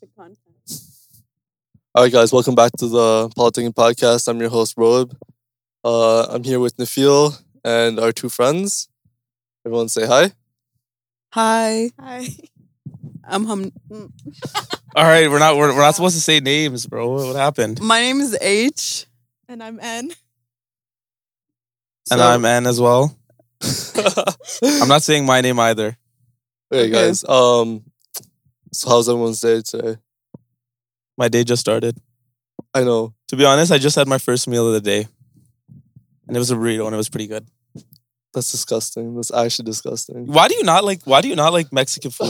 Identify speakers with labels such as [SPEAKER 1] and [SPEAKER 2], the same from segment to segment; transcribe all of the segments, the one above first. [SPEAKER 1] the content.
[SPEAKER 2] All right, guys, welcome back to the Politicking Podcast. I'm your host, Roeb. Uh, I'm here with Nafil and our two friends. Everyone say hi.
[SPEAKER 3] Hi.
[SPEAKER 1] Hi. I'm hum. mm.
[SPEAKER 4] All right, we're not we're, we're not supposed to say names, bro. What, what happened?
[SPEAKER 3] My name is H.
[SPEAKER 1] And I'm N.
[SPEAKER 4] and I'm N as well. I'm not saying my name either.
[SPEAKER 2] Okay, guys. Um, so how's everyone's day today?
[SPEAKER 4] My day just started.
[SPEAKER 2] I know.
[SPEAKER 4] To be honest, I just had my first meal of the day, and it was a burrito, and it was pretty good.
[SPEAKER 2] That's disgusting. That's actually disgusting.
[SPEAKER 4] Why do you not like Why do you not like Mexican food?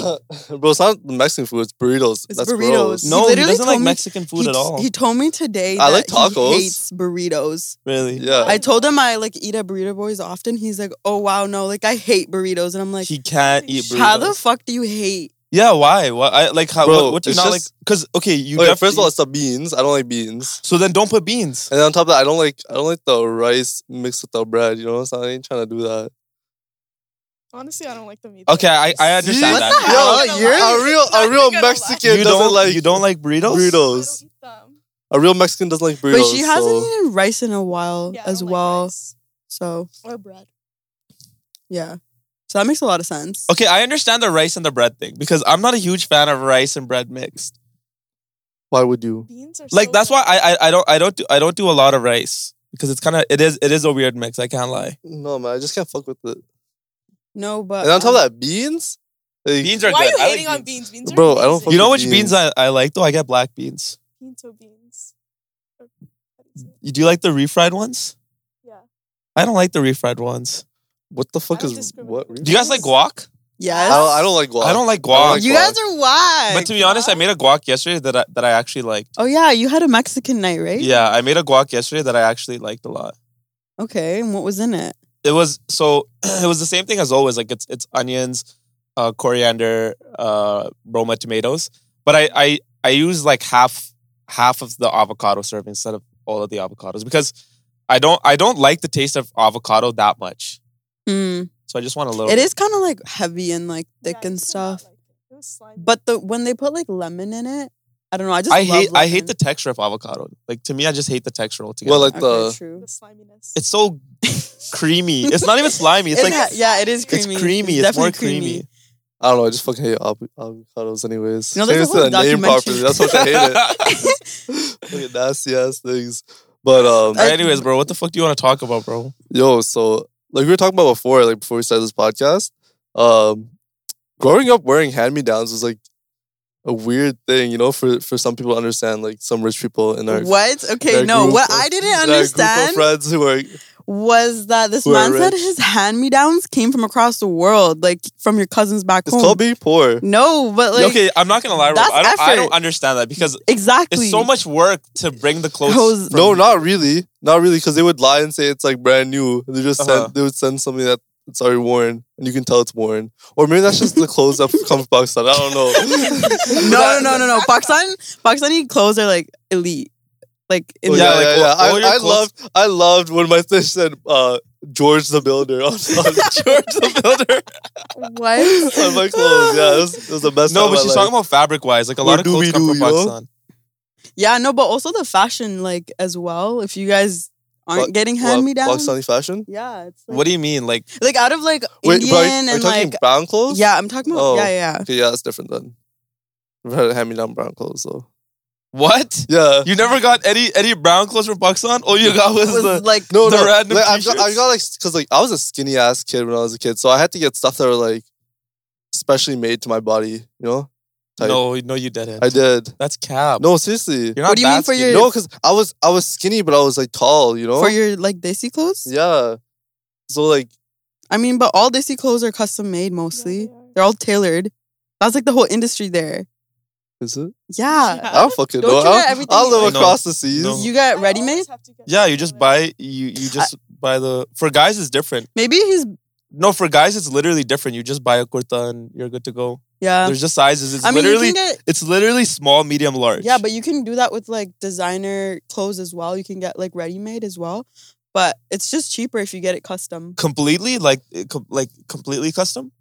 [SPEAKER 2] Bro, it's not Mexican food, it's burritos.
[SPEAKER 3] It's
[SPEAKER 2] That's
[SPEAKER 3] burritos.
[SPEAKER 2] gross.
[SPEAKER 3] He
[SPEAKER 4] No, he,
[SPEAKER 3] literally
[SPEAKER 4] doesn't
[SPEAKER 3] told
[SPEAKER 4] like
[SPEAKER 3] me-
[SPEAKER 4] Mexican food
[SPEAKER 3] he,
[SPEAKER 4] at all.
[SPEAKER 3] He told me today
[SPEAKER 2] I
[SPEAKER 3] that
[SPEAKER 2] like tacos.
[SPEAKER 3] he hates burritos.
[SPEAKER 4] really?
[SPEAKER 2] Yeah.
[SPEAKER 3] I told him I like eat at Burrito Boys often. He's like, "Oh wow, no, like I hate burritos." And I'm like,
[SPEAKER 4] he can't eat burritos.
[SPEAKER 3] "How the fuck do you hate?"
[SPEAKER 4] yeah, why? Why? I, like, how?
[SPEAKER 2] Bro,
[SPEAKER 4] what, what do you
[SPEAKER 2] it's
[SPEAKER 4] not
[SPEAKER 2] just-
[SPEAKER 4] like? Because okay, you
[SPEAKER 2] okay,
[SPEAKER 4] def-
[SPEAKER 2] first of all, it's the beans. I don't like beans.
[SPEAKER 4] so then don't put beans.
[SPEAKER 2] And then on top of that, I don't like I don't like the rice mixed with the bread. You know, so I ain't trying to do that.
[SPEAKER 5] Honestly, I don't like them either.
[SPEAKER 4] Okay, I, I
[SPEAKER 2] See?
[SPEAKER 4] understand
[SPEAKER 3] What
[SPEAKER 4] that.
[SPEAKER 3] the hell?
[SPEAKER 2] Yo,
[SPEAKER 3] Not gonna
[SPEAKER 2] you're
[SPEAKER 5] lie.
[SPEAKER 2] a real
[SPEAKER 5] Not
[SPEAKER 2] a real
[SPEAKER 5] gonna lie.
[SPEAKER 2] Mexican
[SPEAKER 4] you
[SPEAKER 2] doesn't
[SPEAKER 4] don't
[SPEAKER 2] like
[SPEAKER 4] you don't like burritos.
[SPEAKER 2] burritos.
[SPEAKER 5] I don't eat
[SPEAKER 2] A real Mexican doesn't like burritos.
[SPEAKER 3] but she hasn't
[SPEAKER 2] so-
[SPEAKER 3] eaten rice in a while
[SPEAKER 5] them. Yeah, I
[SPEAKER 3] Oh, as
[SPEAKER 5] don't like
[SPEAKER 3] well.
[SPEAKER 5] rice
[SPEAKER 3] So
[SPEAKER 5] or bread.
[SPEAKER 3] yeah, so that makes a lot of sense.
[SPEAKER 4] Okay, I understand the rice and the bread thing because I'm not a huge fan of rice and bread mixed.
[SPEAKER 2] Why would you?
[SPEAKER 5] Beans are
[SPEAKER 4] Like
[SPEAKER 5] so
[SPEAKER 4] that's
[SPEAKER 5] good.
[SPEAKER 4] why I I, I don't I don't do, I don't do a lot of rice because it's kind of it is it is a weird mix. I can't lie.
[SPEAKER 2] No man, I just can't fuck with it.
[SPEAKER 3] No, but
[SPEAKER 2] And on top of
[SPEAKER 3] um,
[SPEAKER 2] that, beans. Like,
[SPEAKER 4] Beans are
[SPEAKER 5] Why
[SPEAKER 4] good.
[SPEAKER 5] are you
[SPEAKER 4] I like
[SPEAKER 5] hating on beans? Beans are
[SPEAKER 2] Bro, I don't
[SPEAKER 5] amazing.
[SPEAKER 2] fuck
[SPEAKER 4] You know
[SPEAKER 2] with
[SPEAKER 4] which beans, I, I like though? I get black beans.
[SPEAKER 5] pinto beans. Or- how do you say it?
[SPEAKER 4] You do you like the refried ones?
[SPEAKER 5] Yeah.
[SPEAKER 4] I don't like the refried ones.
[SPEAKER 2] What the fuck
[SPEAKER 5] I don't
[SPEAKER 2] is
[SPEAKER 5] discriminate.
[SPEAKER 2] what?
[SPEAKER 4] Do you guys like guac?
[SPEAKER 2] I
[SPEAKER 3] yes,
[SPEAKER 2] don't, I don't like guac.
[SPEAKER 4] I don't like guac.
[SPEAKER 2] I don't like
[SPEAKER 3] you
[SPEAKER 2] guac.
[SPEAKER 3] guys are why.
[SPEAKER 4] but to be honest, I made a guac yesterday that I, that I actually liked.
[SPEAKER 3] oh yeah, you had a Mexican night, right?
[SPEAKER 4] Yeah, I made a guac yesterday that I actually liked a lot.
[SPEAKER 3] Okay, and what was in it?
[SPEAKER 4] It was so it was the same thing as always. Like it's it's onions, uh, coriander, uh, Roma tomatoes. But I I I use like half half of the avocado serving instead of all of the avocados because I don't I don't like the taste of avocado that much.
[SPEAKER 3] Mm.
[SPEAKER 4] So I just want a little.
[SPEAKER 3] It
[SPEAKER 4] bit.
[SPEAKER 3] is kind of like heavy and like
[SPEAKER 5] Yeah,
[SPEAKER 3] thick
[SPEAKER 5] I
[SPEAKER 3] and
[SPEAKER 5] used to not
[SPEAKER 3] stuff.
[SPEAKER 5] like it. It was slimy.
[SPEAKER 3] But the when they put like lemon in it, I don't know. I just
[SPEAKER 4] I
[SPEAKER 3] love
[SPEAKER 4] hate I hate
[SPEAKER 3] lemon.
[SPEAKER 4] the texture of avocado. Like to me, I just hate the texture altogether.
[SPEAKER 2] Well, like
[SPEAKER 3] Okay,
[SPEAKER 2] the
[SPEAKER 3] true.
[SPEAKER 5] the sliminess.
[SPEAKER 4] it's so creamy. It's not even slimy. It's
[SPEAKER 3] It
[SPEAKER 4] like
[SPEAKER 3] ha- yeah, it is
[SPEAKER 4] it's
[SPEAKER 3] creamy.
[SPEAKER 4] creamy. It's, more
[SPEAKER 3] definitely
[SPEAKER 4] creamy.
[SPEAKER 2] I don't know. I just fucking hate av- avocados, anyways.
[SPEAKER 3] You know,
[SPEAKER 2] Can't
[SPEAKER 3] there's a
[SPEAKER 2] even say
[SPEAKER 3] whole
[SPEAKER 2] that name properly.
[SPEAKER 3] documentary.
[SPEAKER 2] That's what I hate it. Fucking nasty ass things. But um,
[SPEAKER 3] I-
[SPEAKER 4] Alright, anyways, bro, what the fuck do you want to talk about, bro?
[SPEAKER 2] yo, so like we were talking about before, like before we started this podcast, um, growing up wearing hand me downs was like a weird thing, you know, for for some people to understand, like some rich people in our.
[SPEAKER 3] What?
[SPEAKER 2] in our
[SPEAKER 3] Okay, no.
[SPEAKER 2] group
[SPEAKER 3] What
[SPEAKER 2] of-
[SPEAKER 3] I
[SPEAKER 2] in our
[SPEAKER 3] didn't
[SPEAKER 2] group of
[SPEAKER 3] understand
[SPEAKER 2] friends who are
[SPEAKER 3] was that this
[SPEAKER 2] who are
[SPEAKER 3] man said
[SPEAKER 2] rich.
[SPEAKER 3] his hand me downs came from across the world, like from your cousins back
[SPEAKER 2] It's
[SPEAKER 3] home.
[SPEAKER 2] called being poor.
[SPEAKER 3] no, but like
[SPEAKER 4] okay, I'm not gonna lie, Rob.
[SPEAKER 3] that's
[SPEAKER 4] I don't, I don't
[SPEAKER 3] effort.
[SPEAKER 4] understand that because
[SPEAKER 3] exactly.
[SPEAKER 4] it's so much work to bring the clothes.
[SPEAKER 3] Hose-
[SPEAKER 4] from-
[SPEAKER 2] No, not really. Not really, because they would lie and say it's like brand new. They just
[SPEAKER 4] Uh-huh.
[SPEAKER 2] send, they would send something that it's already worn, and you can tell it's worn. Or maybe that's just the clothes that come from Pakistan. I don't know.
[SPEAKER 3] No, no, no, no, no. Pakistan, Pakistani clothes are like elite. Like in
[SPEAKER 2] Well,
[SPEAKER 3] the-
[SPEAKER 2] Oh, yeah,
[SPEAKER 4] Yeah, like,
[SPEAKER 2] yeah,
[SPEAKER 4] all-
[SPEAKER 2] yeah.
[SPEAKER 4] all your
[SPEAKER 2] I, I
[SPEAKER 4] clothes-
[SPEAKER 2] loved, I loved when my fish said uh, George the Builder on, on,
[SPEAKER 4] George the Builder.
[SPEAKER 3] what?
[SPEAKER 2] on my clothes. Yeah, it was, it was the best.
[SPEAKER 4] No,
[SPEAKER 2] time
[SPEAKER 4] but
[SPEAKER 2] of
[SPEAKER 4] she's
[SPEAKER 2] my
[SPEAKER 4] talking
[SPEAKER 2] life.
[SPEAKER 4] about fabric wise. Like a
[SPEAKER 2] Or
[SPEAKER 4] lot of
[SPEAKER 2] do we
[SPEAKER 4] clothes come
[SPEAKER 2] do,
[SPEAKER 4] from
[SPEAKER 2] you know?
[SPEAKER 4] Pakistan.
[SPEAKER 3] Yeah, no, but also the fashion, like as well. If you guys aren't
[SPEAKER 2] What-
[SPEAKER 3] getting
[SPEAKER 2] What,
[SPEAKER 3] hand me down,
[SPEAKER 2] Pakistani fashion.
[SPEAKER 3] yeah, it's like,
[SPEAKER 4] What do you mean? Like
[SPEAKER 3] like out of like
[SPEAKER 2] Wait,
[SPEAKER 3] Indian
[SPEAKER 2] but are, you- are you
[SPEAKER 3] and
[SPEAKER 2] talking
[SPEAKER 3] like
[SPEAKER 2] brown clothes?
[SPEAKER 3] yeah, I'm talking about
[SPEAKER 2] Oh.
[SPEAKER 3] yeah, yeah.
[SPEAKER 2] Okay, yeah, it's different then. I've had hand me down brown clothes though.
[SPEAKER 4] what?
[SPEAKER 2] Yeah.
[SPEAKER 4] You never got any any brown clothes from Pakistan? All you got was,
[SPEAKER 3] Was
[SPEAKER 4] the
[SPEAKER 3] like
[SPEAKER 2] No,
[SPEAKER 4] The
[SPEAKER 2] no.
[SPEAKER 4] random
[SPEAKER 2] like, I got, I
[SPEAKER 4] t-shirts.
[SPEAKER 2] got like, cause like I was a skinny ass kid when I was a kid, so I had to get stuff that were like specially made to my body. You know, type.
[SPEAKER 4] No, no, you didn't.
[SPEAKER 2] I did.
[SPEAKER 4] That's cap.
[SPEAKER 2] No, seriously.
[SPEAKER 4] You're not
[SPEAKER 3] What do you mean
[SPEAKER 4] that
[SPEAKER 3] for your-
[SPEAKER 4] skinny.
[SPEAKER 2] No, cause I was I was skinny, but I was like tall. You know.
[SPEAKER 3] for your like desi clothes.
[SPEAKER 2] yeah. So like,
[SPEAKER 3] I mean, but all desi clothes are custom made
[SPEAKER 5] Yeah,
[SPEAKER 3] mostly.
[SPEAKER 5] they
[SPEAKER 3] They're all tailored. That's like the whole industry there.
[SPEAKER 2] is it?
[SPEAKER 3] Yeah,
[SPEAKER 5] Yeah.
[SPEAKER 2] I don't fucking
[SPEAKER 3] Don't
[SPEAKER 2] know.
[SPEAKER 3] you get
[SPEAKER 2] I,
[SPEAKER 3] everything
[SPEAKER 2] I
[SPEAKER 3] you
[SPEAKER 2] live
[SPEAKER 4] like? No.
[SPEAKER 2] across the seas.
[SPEAKER 4] No.
[SPEAKER 3] you
[SPEAKER 5] I
[SPEAKER 3] got
[SPEAKER 5] always
[SPEAKER 3] ready made.
[SPEAKER 5] have to get
[SPEAKER 4] Yeah, you just
[SPEAKER 5] salmon.
[SPEAKER 4] buy you you just buy the for guys it's different.
[SPEAKER 3] Maybe he's
[SPEAKER 4] No, for guys it's literally different. You just buy a kurta and you're good to go.
[SPEAKER 3] yeah.
[SPEAKER 4] There's just sizes. It's
[SPEAKER 3] I mean,
[SPEAKER 4] literally
[SPEAKER 3] you can get
[SPEAKER 4] it's literally small, medium, large.
[SPEAKER 3] yeah, but you can do that with like designer clothes as well. You can get like ready made as well, but it's just cheaper if you get it custom.
[SPEAKER 4] completely like it com- like completely custom.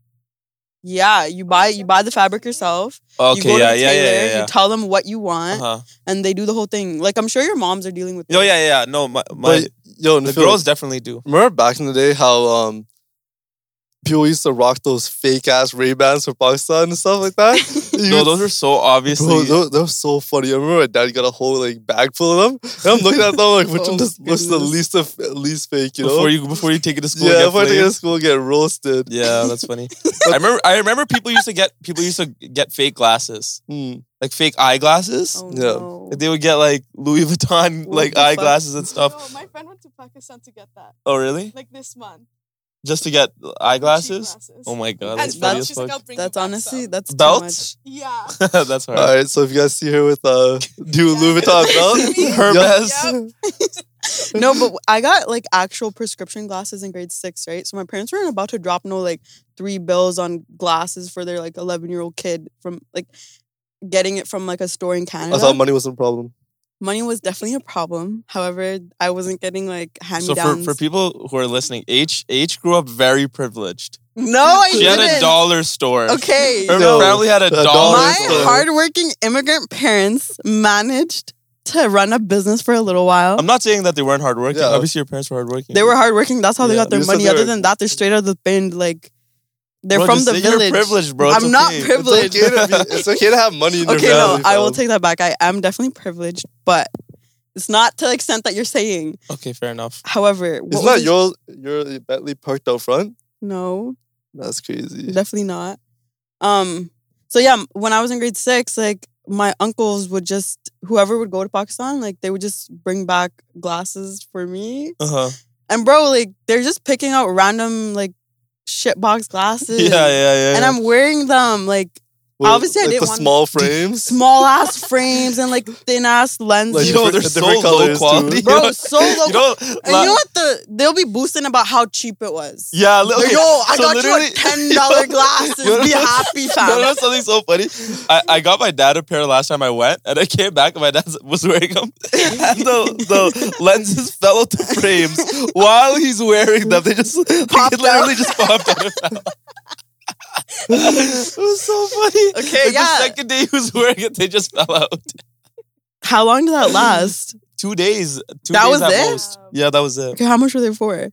[SPEAKER 3] Yeah, you buy you buy the fabric yourself. you
[SPEAKER 4] Okay,
[SPEAKER 3] go
[SPEAKER 4] yeah,
[SPEAKER 3] to the
[SPEAKER 4] yeah, yeah,
[SPEAKER 3] tailor,
[SPEAKER 4] yeah, yeah.
[SPEAKER 3] You tell them what you want,
[SPEAKER 4] Uh-huh.
[SPEAKER 3] and they do the whole thing. Like I'm sure your moms are dealing with.
[SPEAKER 4] No,
[SPEAKER 3] this.
[SPEAKER 4] yeah, yeah. No, my, my
[SPEAKER 2] But yo,
[SPEAKER 4] the
[SPEAKER 2] Nafil,
[SPEAKER 4] girls definitely do.
[SPEAKER 2] remember back in the day how um people used to rock those fake ass Ray Bans from Pakistan and stuff like that? You
[SPEAKER 4] No,
[SPEAKER 2] would-
[SPEAKER 4] those are so obviously.
[SPEAKER 2] Bro, those, those so funny. I remember my dad got a whole like bag full of them, and I'm looking at them like, which one
[SPEAKER 3] Oh,
[SPEAKER 2] does, looks the
[SPEAKER 3] goodness.
[SPEAKER 2] least of, least fake? You know,
[SPEAKER 4] before you before you take it to school.
[SPEAKER 2] yeah,
[SPEAKER 4] and get
[SPEAKER 2] before I take it
[SPEAKER 4] flamed.
[SPEAKER 2] to school, and get roasted.
[SPEAKER 4] Yeah, that's funny. I remember. I remember people used to get people used to get fake glasses,
[SPEAKER 2] Mm.
[SPEAKER 4] like fake eyeglasses.
[SPEAKER 3] Oh,
[SPEAKER 2] Yeah.
[SPEAKER 3] no.
[SPEAKER 4] They would get like Louis Vuitton
[SPEAKER 3] What
[SPEAKER 4] like
[SPEAKER 3] the fuck?
[SPEAKER 4] eyeglasses and stuff.
[SPEAKER 5] No, my friend went to Pakistan to get that,
[SPEAKER 4] Oh, really?
[SPEAKER 5] like this month.
[SPEAKER 4] Just to get eyeglasses?
[SPEAKER 5] Glasses.
[SPEAKER 4] Oh my god,
[SPEAKER 5] And
[SPEAKER 4] that's
[SPEAKER 3] As
[SPEAKER 4] funny
[SPEAKER 5] belts,
[SPEAKER 4] as
[SPEAKER 5] she's like, I'll
[SPEAKER 4] fuck.
[SPEAKER 5] bring you
[SPEAKER 3] That's
[SPEAKER 5] back
[SPEAKER 3] honestly
[SPEAKER 5] some.
[SPEAKER 3] that's
[SPEAKER 4] Belt?
[SPEAKER 3] too much.
[SPEAKER 5] Yeah.
[SPEAKER 4] That's
[SPEAKER 2] All
[SPEAKER 4] hard.
[SPEAKER 2] right, so if you guys see her with uh, new
[SPEAKER 5] Yeah.
[SPEAKER 2] Louis Vuitton belt,
[SPEAKER 5] Me.
[SPEAKER 4] Hermes.
[SPEAKER 3] no, but I got like actual prescription glasses in grade six, right? So my parents weren't about to drop no like three bills on glasses for their like eleven year old kid from like getting it from like a store in Canada.
[SPEAKER 2] I thought money wasn't a problem.
[SPEAKER 3] Money was definitely a problem. However, I wasn't getting like hand me
[SPEAKER 4] So for,
[SPEAKER 3] downs.
[SPEAKER 4] for people who are listening, H H grew up very privileged.
[SPEAKER 3] no, I
[SPEAKER 4] She had
[SPEAKER 3] didn't.
[SPEAKER 4] a dollar store.
[SPEAKER 3] Okay,
[SPEAKER 4] Her
[SPEAKER 2] No.
[SPEAKER 4] family had a,
[SPEAKER 2] A dollar
[SPEAKER 4] dollar
[SPEAKER 3] my
[SPEAKER 4] store.
[SPEAKER 3] hardworking immigrant parents managed to run a business for a little while.
[SPEAKER 4] I'm not saying that they weren't hardworking.
[SPEAKER 2] Yeah.
[SPEAKER 4] Obviously, your parents were hardworking.
[SPEAKER 3] They were hardworking. That's how they
[SPEAKER 4] Yeah.
[SPEAKER 3] got their
[SPEAKER 2] You said
[SPEAKER 3] money.
[SPEAKER 2] they
[SPEAKER 3] Other
[SPEAKER 2] were-
[SPEAKER 3] than that, they're straight out of the bin. Like they're
[SPEAKER 4] Bro,
[SPEAKER 3] from
[SPEAKER 4] just
[SPEAKER 3] the
[SPEAKER 4] say
[SPEAKER 3] village.
[SPEAKER 4] You're privileged, bro.
[SPEAKER 3] I'm not
[SPEAKER 2] It's okay,
[SPEAKER 3] privileged.
[SPEAKER 2] to be, it's okay to have money in
[SPEAKER 3] okay,
[SPEAKER 2] your
[SPEAKER 3] no,
[SPEAKER 2] family.
[SPEAKER 3] I will
[SPEAKER 2] fam.
[SPEAKER 3] take that back. I am definitely privileged, but it's not to the extent that you're saying.
[SPEAKER 4] Okay, fair enough.
[SPEAKER 3] However, what
[SPEAKER 2] It's
[SPEAKER 3] was
[SPEAKER 2] not
[SPEAKER 3] it-
[SPEAKER 2] your your Bentley parked out front.
[SPEAKER 3] No,
[SPEAKER 2] That's crazy.
[SPEAKER 3] definitely not. Um. So yeah, when I was in grade six, like my uncles would just whoever would go to Pakistan, like they would just bring back glasses for me.
[SPEAKER 4] Uh huh.
[SPEAKER 3] And bro, like they're just picking out random like shit box glasses.
[SPEAKER 4] Yeah, yeah, yeah.
[SPEAKER 3] and
[SPEAKER 4] yeah.
[SPEAKER 3] I'm wearing them like
[SPEAKER 2] With-
[SPEAKER 3] obviously I
[SPEAKER 2] with
[SPEAKER 3] didn't
[SPEAKER 2] the
[SPEAKER 3] want-
[SPEAKER 2] small frames.
[SPEAKER 3] small ass frames and like thin ass lenses.
[SPEAKER 2] Like,
[SPEAKER 4] yo,
[SPEAKER 2] different-
[SPEAKER 4] they're so
[SPEAKER 2] different
[SPEAKER 4] low
[SPEAKER 2] colors,
[SPEAKER 4] quality,
[SPEAKER 2] too.
[SPEAKER 3] bro, so low.
[SPEAKER 4] You know,
[SPEAKER 3] and you know what the they'll be boosting about how cheap it was.
[SPEAKER 4] yeah, li-
[SPEAKER 3] Like,
[SPEAKER 4] okay.
[SPEAKER 3] Yo, I
[SPEAKER 4] so
[SPEAKER 3] got you a
[SPEAKER 4] literally-
[SPEAKER 3] ten dollar glasses.
[SPEAKER 4] Yo,
[SPEAKER 3] be
[SPEAKER 4] no,
[SPEAKER 3] happy,
[SPEAKER 4] You
[SPEAKER 3] fam.
[SPEAKER 4] know what's something so funny? I, I got my dad a pair last time I went, and I came back and my dad was wearing them. And the, the lenses fell out the frames while he's wearing them. They just
[SPEAKER 3] Popped
[SPEAKER 4] they literally just popped out. it was so funny.
[SPEAKER 3] Okay,
[SPEAKER 4] Like,
[SPEAKER 3] yeah.
[SPEAKER 4] The second day he was wearing it, they just fell out.
[SPEAKER 3] How long did that last?
[SPEAKER 4] Two days. Two
[SPEAKER 3] That
[SPEAKER 4] days
[SPEAKER 3] was
[SPEAKER 4] at
[SPEAKER 3] it?
[SPEAKER 4] most. Yeah, that was it.
[SPEAKER 3] Okay, how much were they for?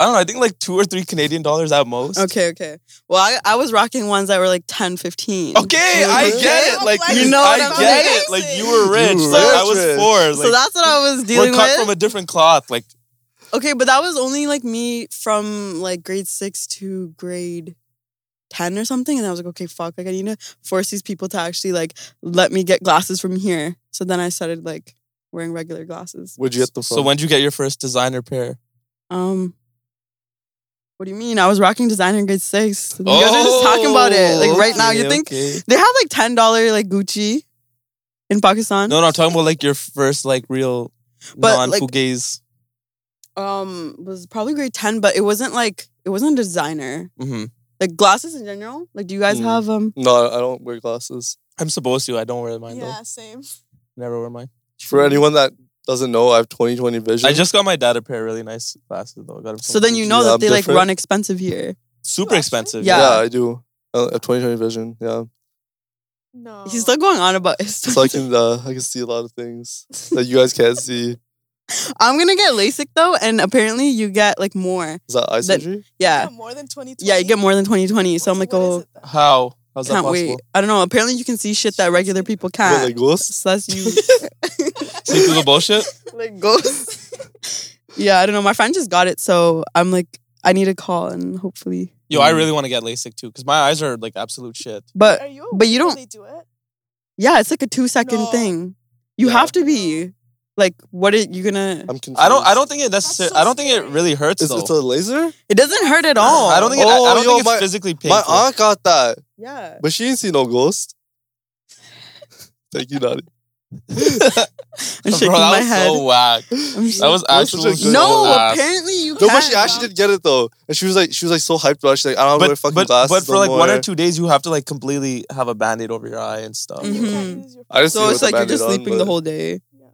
[SPEAKER 4] I don't know. I think like two or three Canadian dollars at most.
[SPEAKER 3] Okay, okay. Well, I, I was rocking ones that were like 10, 15.
[SPEAKER 4] Okay, I
[SPEAKER 2] Okay.
[SPEAKER 4] get it. Like
[SPEAKER 3] You know what
[SPEAKER 4] I
[SPEAKER 3] I'm
[SPEAKER 4] get
[SPEAKER 3] saying?
[SPEAKER 4] it. Like you were rich.
[SPEAKER 2] You were
[SPEAKER 4] like, I was
[SPEAKER 2] rich.
[SPEAKER 4] poor. Like,
[SPEAKER 3] so that's what I was
[SPEAKER 4] we're
[SPEAKER 3] dealing
[SPEAKER 4] cut
[SPEAKER 3] with.
[SPEAKER 4] from a different cloth. Like
[SPEAKER 3] Okay, but that was only like me from like grade six to grade ten or something, and I was like, okay, fuck, like I need to force these people to actually like let me get glasses from here. So then I started like wearing regular glasses.
[SPEAKER 2] Where'd you get them from?
[SPEAKER 4] So when'd you get your first designer pair?
[SPEAKER 3] Um, what do you mean? I was rocking designer in grade six. You guys are just talking about it like right now. You
[SPEAKER 4] Oh, okay,
[SPEAKER 3] think
[SPEAKER 4] okay.
[SPEAKER 3] they have like ten dollar like Gucci in Pakistan?
[SPEAKER 4] No, no, I'm talking about like your first like real
[SPEAKER 3] But,
[SPEAKER 4] non
[SPEAKER 3] like-
[SPEAKER 4] fugays.
[SPEAKER 3] Um, was probably grade ten, but it wasn't like it wasn't designer.
[SPEAKER 4] hmm
[SPEAKER 3] Like glasses in general. Like, do you guys
[SPEAKER 4] Mm.
[SPEAKER 3] have um?
[SPEAKER 2] no, I don't wear glasses.
[SPEAKER 4] I'm supposed to. I don't wear mine
[SPEAKER 5] Yeah, same.
[SPEAKER 4] though. Never wear mine.
[SPEAKER 2] For anyone that doesn't know, I have 20/20 vision.
[SPEAKER 4] I just got my dad a pair of really nice glasses though. I got 'em
[SPEAKER 3] So
[SPEAKER 4] from
[SPEAKER 3] then you
[SPEAKER 4] Gucci.
[SPEAKER 3] know
[SPEAKER 2] Yeah,
[SPEAKER 3] that
[SPEAKER 2] I'm
[SPEAKER 3] they like
[SPEAKER 2] different.
[SPEAKER 3] run expensive here.
[SPEAKER 4] super
[SPEAKER 5] Glasses?
[SPEAKER 4] expensive.
[SPEAKER 3] Yeah.
[SPEAKER 2] yeah. I do. Uh, I have 20/20 vision. Yeah,
[SPEAKER 5] No.
[SPEAKER 3] He's still going on about his.
[SPEAKER 2] so I can uh, I can see a lot of things that you guys can't see.
[SPEAKER 3] I'm gonna get LASIK though, and apparently you get like more.
[SPEAKER 2] Is that eye
[SPEAKER 3] That-
[SPEAKER 2] surgery?
[SPEAKER 3] Yeah,
[SPEAKER 5] Yeah, more than 20.
[SPEAKER 3] yeah, you get more than 2020. So I'm like, oh,
[SPEAKER 4] How? How's that
[SPEAKER 3] can't
[SPEAKER 4] possible?
[SPEAKER 3] wait. I don't know. Apparently you can see shit that regular people
[SPEAKER 2] What,
[SPEAKER 3] can't.
[SPEAKER 2] like ghosts?
[SPEAKER 3] So that's you,
[SPEAKER 4] See through the bullshit.
[SPEAKER 3] like ghosts. yeah, I don't know. My friend just got it, so I'm like, I need a call and hopefully.
[SPEAKER 4] Yo,
[SPEAKER 2] Mm-hmm.
[SPEAKER 4] I really want to get LASIK too because my eyes are like absolute shit.
[SPEAKER 3] But
[SPEAKER 5] you
[SPEAKER 3] but you
[SPEAKER 5] aware
[SPEAKER 3] don't-
[SPEAKER 5] They do it.
[SPEAKER 3] yeah, it's like a two second
[SPEAKER 5] No.
[SPEAKER 3] thing. You
[SPEAKER 4] Yeah.
[SPEAKER 3] have to be like, what are you gonna?
[SPEAKER 2] I'm confused.
[SPEAKER 4] I don't. I don't think it
[SPEAKER 5] That's
[SPEAKER 4] necessarily.
[SPEAKER 5] so
[SPEAKER 4] I don't think it
[SPEAKER 5] scary.
[SPEAKER 4] really hurts
[SPEAKER 2] Is
[SPEAKER 4] though.
[SPEAKER 2] it a laser?
[SPEAKER 3] It doesn't hurt at all.
[SPEAKER 4] I don't think. It, I- I,
[SPEAKER 2] Oh,
[SPEAKER 4] don't
[SPEAKER 2] yo,
[SPEAKER 4] think it's
[SPEAKER 2] my-
[SPEAKER 4] physically
[SPEAKER 2] My
[SPEAKER 4] painful.
[SPEAKER 2] aunt got that,
[SPEAKER 3] Yeah.
[SPEAKER 2] but she didn't see no ghost. Thank you, Daddy.
[SPEAKER 3] I'm
[SPEAKER 4] Bro,
[SPEAKER 3] shaking
[SPEAKER 4] that
[SPEAKER 3] my
[SPEAKER 4] was
[SPEAKER 3] head.
[SPEAKER 4] so whack.
[SPEAKER 3] I'm
[SPEAKER 4] That was
[SPEAKER 2] That was such
[SPEAKER 4] actual.
[SPEAKER 2] a good
[SPEAKER 3] No,
[SPEAKER 2] one.
[SPEAKER 4] ass.
[SPEAKER 3] apparently you
[SPEAKER 2] No,
[SPEAKER 3] can.
[SPEAKER 2] but she actually did get it though, and she was like, she was like so hyped about. it. She's like, I don't wear
[SPEAKER 4] But,
[SPEAKER 2] fucking
[SPEAKER 4] but,
[SPEAKER 2] glasses.
[SPEAKER 4] but for
[SPEAKER 2] no
[SPEAKER 4] like one
[SPEAKER 2] more.
[SPEAKER 4] or two days, you have to like completely have a band aid over your eye and stuff.
[SPEAKER 5] You can't
[SPEAKER 3] Mhm.
[SPEAKER 5] use your
[SPEAKER 2] Oh. I just
[SPEAKER 3] so
[SPEAKER 2] see
[SPEAKER 3] it's
[SPEAKER 2] what
[SPEAKER 3] like
[SPEAKER 2] the
[SPEAKER 3] you're just
[SPEAKER 2] band-aid on,
[SPEAKER 3] sleeping the
[SPEAKER 2] but-
[SPEAKER 3] whole day.
[SPEAKER 5] Yeah.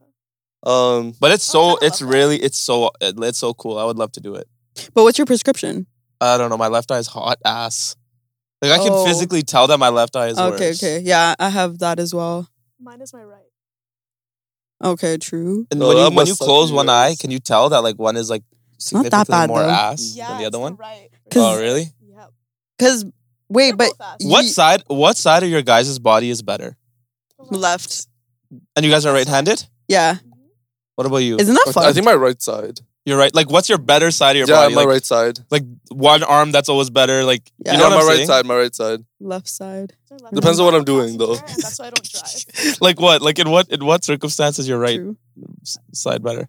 [SPEAKER 2] Um,
[SPEAKER 4] But it's
[SPEAKER 5] Oh, I
[SPEAKER 4] so,
[SPEAKER 5] kinda
[SPEAKER 4] it's
[SPEAKER 5] love that.
[SPEAKER 4] really, it's so, it- it's so cool. I would love to do it.
[SPEAKER 3] But what's your prescription?
[SPEAKER 4] I don't know. My left eye's hot ass. Like I can
[SPEAKER 3] Oh.
[SPEAKER 4] physically tell that my left eye is
[SPEAKER 3] Okay,
[SPEAKER 4] worse.
[SPEAKER 3] okay. Yeah, I have that as well.
[SPEAKER 5] Mine is my right.
[SPEAKER 3] Okay, true.
[SPEAKER 4] And
[SPEAKER 2] Oh,
[SPEAKER 4] when
[SPEAKER 2] that
[SPEAKER 4] you when
[SPEAKER 2] must
[SPEAKER 4] you
[SPEAKER 2] suck
[SPEAKER 4] close
[SPEAKER 2] for
[SPEAKER 4] one
[SPEAKER 2] yours.
[SPEAKER 4] eye, can you tell that like one is like
[SPEAKER 3] not that
[SPEAKER 4] significantly
[SPEAKER 3] bad,
[SPEAKER 4] more
[SPEAKER 3] though.
[SPEAKER 4] ass
[SPEAKER 5] Yeah,
[SPEAKER 4] than the
[SPEAKER 5] it's
[SPEAKER 4] other one?
[SPEAKER 5] right.
[SPEAKER 3] 'Cause-
[SPEAKER 4] Oh really?
[SPEAKER 5] Yep.
[SPEAKER 3] Because, wait,
[SPEAKER 5] They're
[SPEAKER 3] but
[SPEAKER 5] both ass.
[SPEAKER 3] Ye-
[SPEAKER 4] What side what side of your guys' body is better?
[SPEAKER 3] left.
[SPEAKER 4] And you guys are right handed?
[SPEAKER 3] Yeah.
[SPEAKER 5] Mhm.
[SPEAKER 4] What about you?
[SPEAKER 3] Isn't that
[SPEAKER 2] Okay,
[SPEAKER 3] fun?
[SPEAKER 2] I think my right side.
[SPEAKER 4] You're right. Like what's your better side of your
[SPEAKER 2] yeah,
[SPEAKER 4] body?
[SPEAKER 2] my
[SPEAKER 4] Like,
[SPEAKER 2] right side.
[SPEAKER 4] like one arm that's always better. Like
[SPEAKER 3] Yeah.
[SPEAKER 4] you know
[SPEAKER 2] yeah,
[SPEAKER 4] what
[SPEAKER 2] my
[SPEAKER 4] I'm
[SPEAKER 2] right
[SPEAKER 4] saying?
[SPEAKER 2] side. My right side.
[SPEAKER 3] Left side.
[SPEAKER 5] They're left.
[SPEAKER 2] Depends on what I'm
[SPEAKER 5] I'm
[SPEAKER 2] doing, though.
[SPEAKER 5] passenger, and That's why I don't drive.
[SPEAKER 4] Like what? Like in what in what circumstances your right
[SPEAKER 3] True.
[SPEAKER 4] s- side better?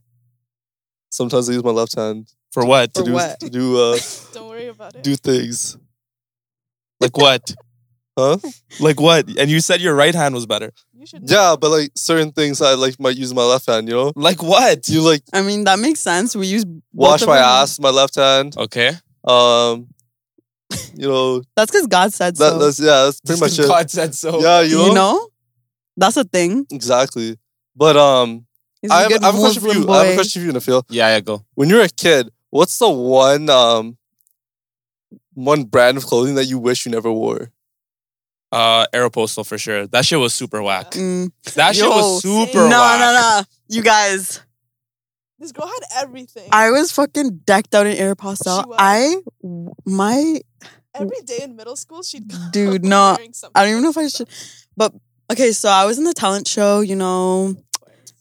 [SPEAKER 2] Sometimes I use my left hand
[SPEAKER 4] For what?
[SPEAKER 2] to
[SPEAKER 3] For
[SPEAKER 2] do
[SPEAKER 3] what?
[SPEAKER 2] to do uh,
[SPEAKER 5] Don't worry about it.
[SPEAKER 2] do things.
[SPEAKER 4] Like what?
[SPEAKER 2] Huh?
[SPEAKER 4] like what? And you said your right hand was better.
[SPEAKER 5] You should.
[SPEAKER 2] Yeah,
[SPEAKER 5] know.
[SPEAKER 2] but like certain things I like might use my left hand. You know,
[SPEAKER 4] Like what?
[SPEAKER 2] you like
[SPEAKER 3] I mean, that makes sense. We use both
[SPEAKER 2] wash
[SPEAKER 3] of
[SPEAKER 2] my
[SPEAKER 3] them.
[SPEAKER 2] ass with my left hand.
[SPEAKER 4] Okay.
[SPEAKER 2] Um, you know
[SPEAKER 3] That's because God said
[SPEAKER 2] that,
[SPEAKER 3] so.
[SPEAKER 2] that's yeah, that's pretty much it.
[SPEAKER 4] God said so.
[SPEAKER 2] Yeah, you know,
[SPEAKER 3] you know? That's a thing.
[SPEAKER 2] exactly. But um,
[SPEAKER 3] He's a
[SPEAKER 2] I have,
[SPEAKER 3] good
[SPEAKER 2] I have a question for
[SPEAKER 3] Muslim
[SPEAKER 2] you. I have
[SPEAKER 3] boy.
[SPEAKER 2] a question for you, Nafil.
[SPEAKER 4] Yeah, yeah, go.
[SPEAKER 2] When you were a kid, what's the one um one brand of clothing that you wish you never wore?
[SPEAKER 4] Uh Aeropostale for sure. That shit was super whack.
[SPEAKER 3] Mm.
[SPEAKER 4] That shit was
[SPEAKER 5] Yo,
[SPEAKER 4] super
[SPEAKER 3] No,
[SPEAKER 5] same.
[SPEAKER 4] whack.
[SPEAKER 3] no, no. You guys,
[SPEAKER 5] This girl had everything.
[SPEAKER 3] I was fucking decked out in Aeropostale.
[SPEAKER 5] was.
[SPEAKER 3] I, my,
[SPEAKER 5] Every day in middle school, she'd come
[SPEAKER 3] Dude, no,
[SPEAKER 5] wearing something
[SPEAKER 3] I don't even know if I
[SPEAKER 5] like
[SPEAKER 3] should-
[SPEAKER 5] that.
[SPEAKER 3] but okay, so I was in the talent show, you know,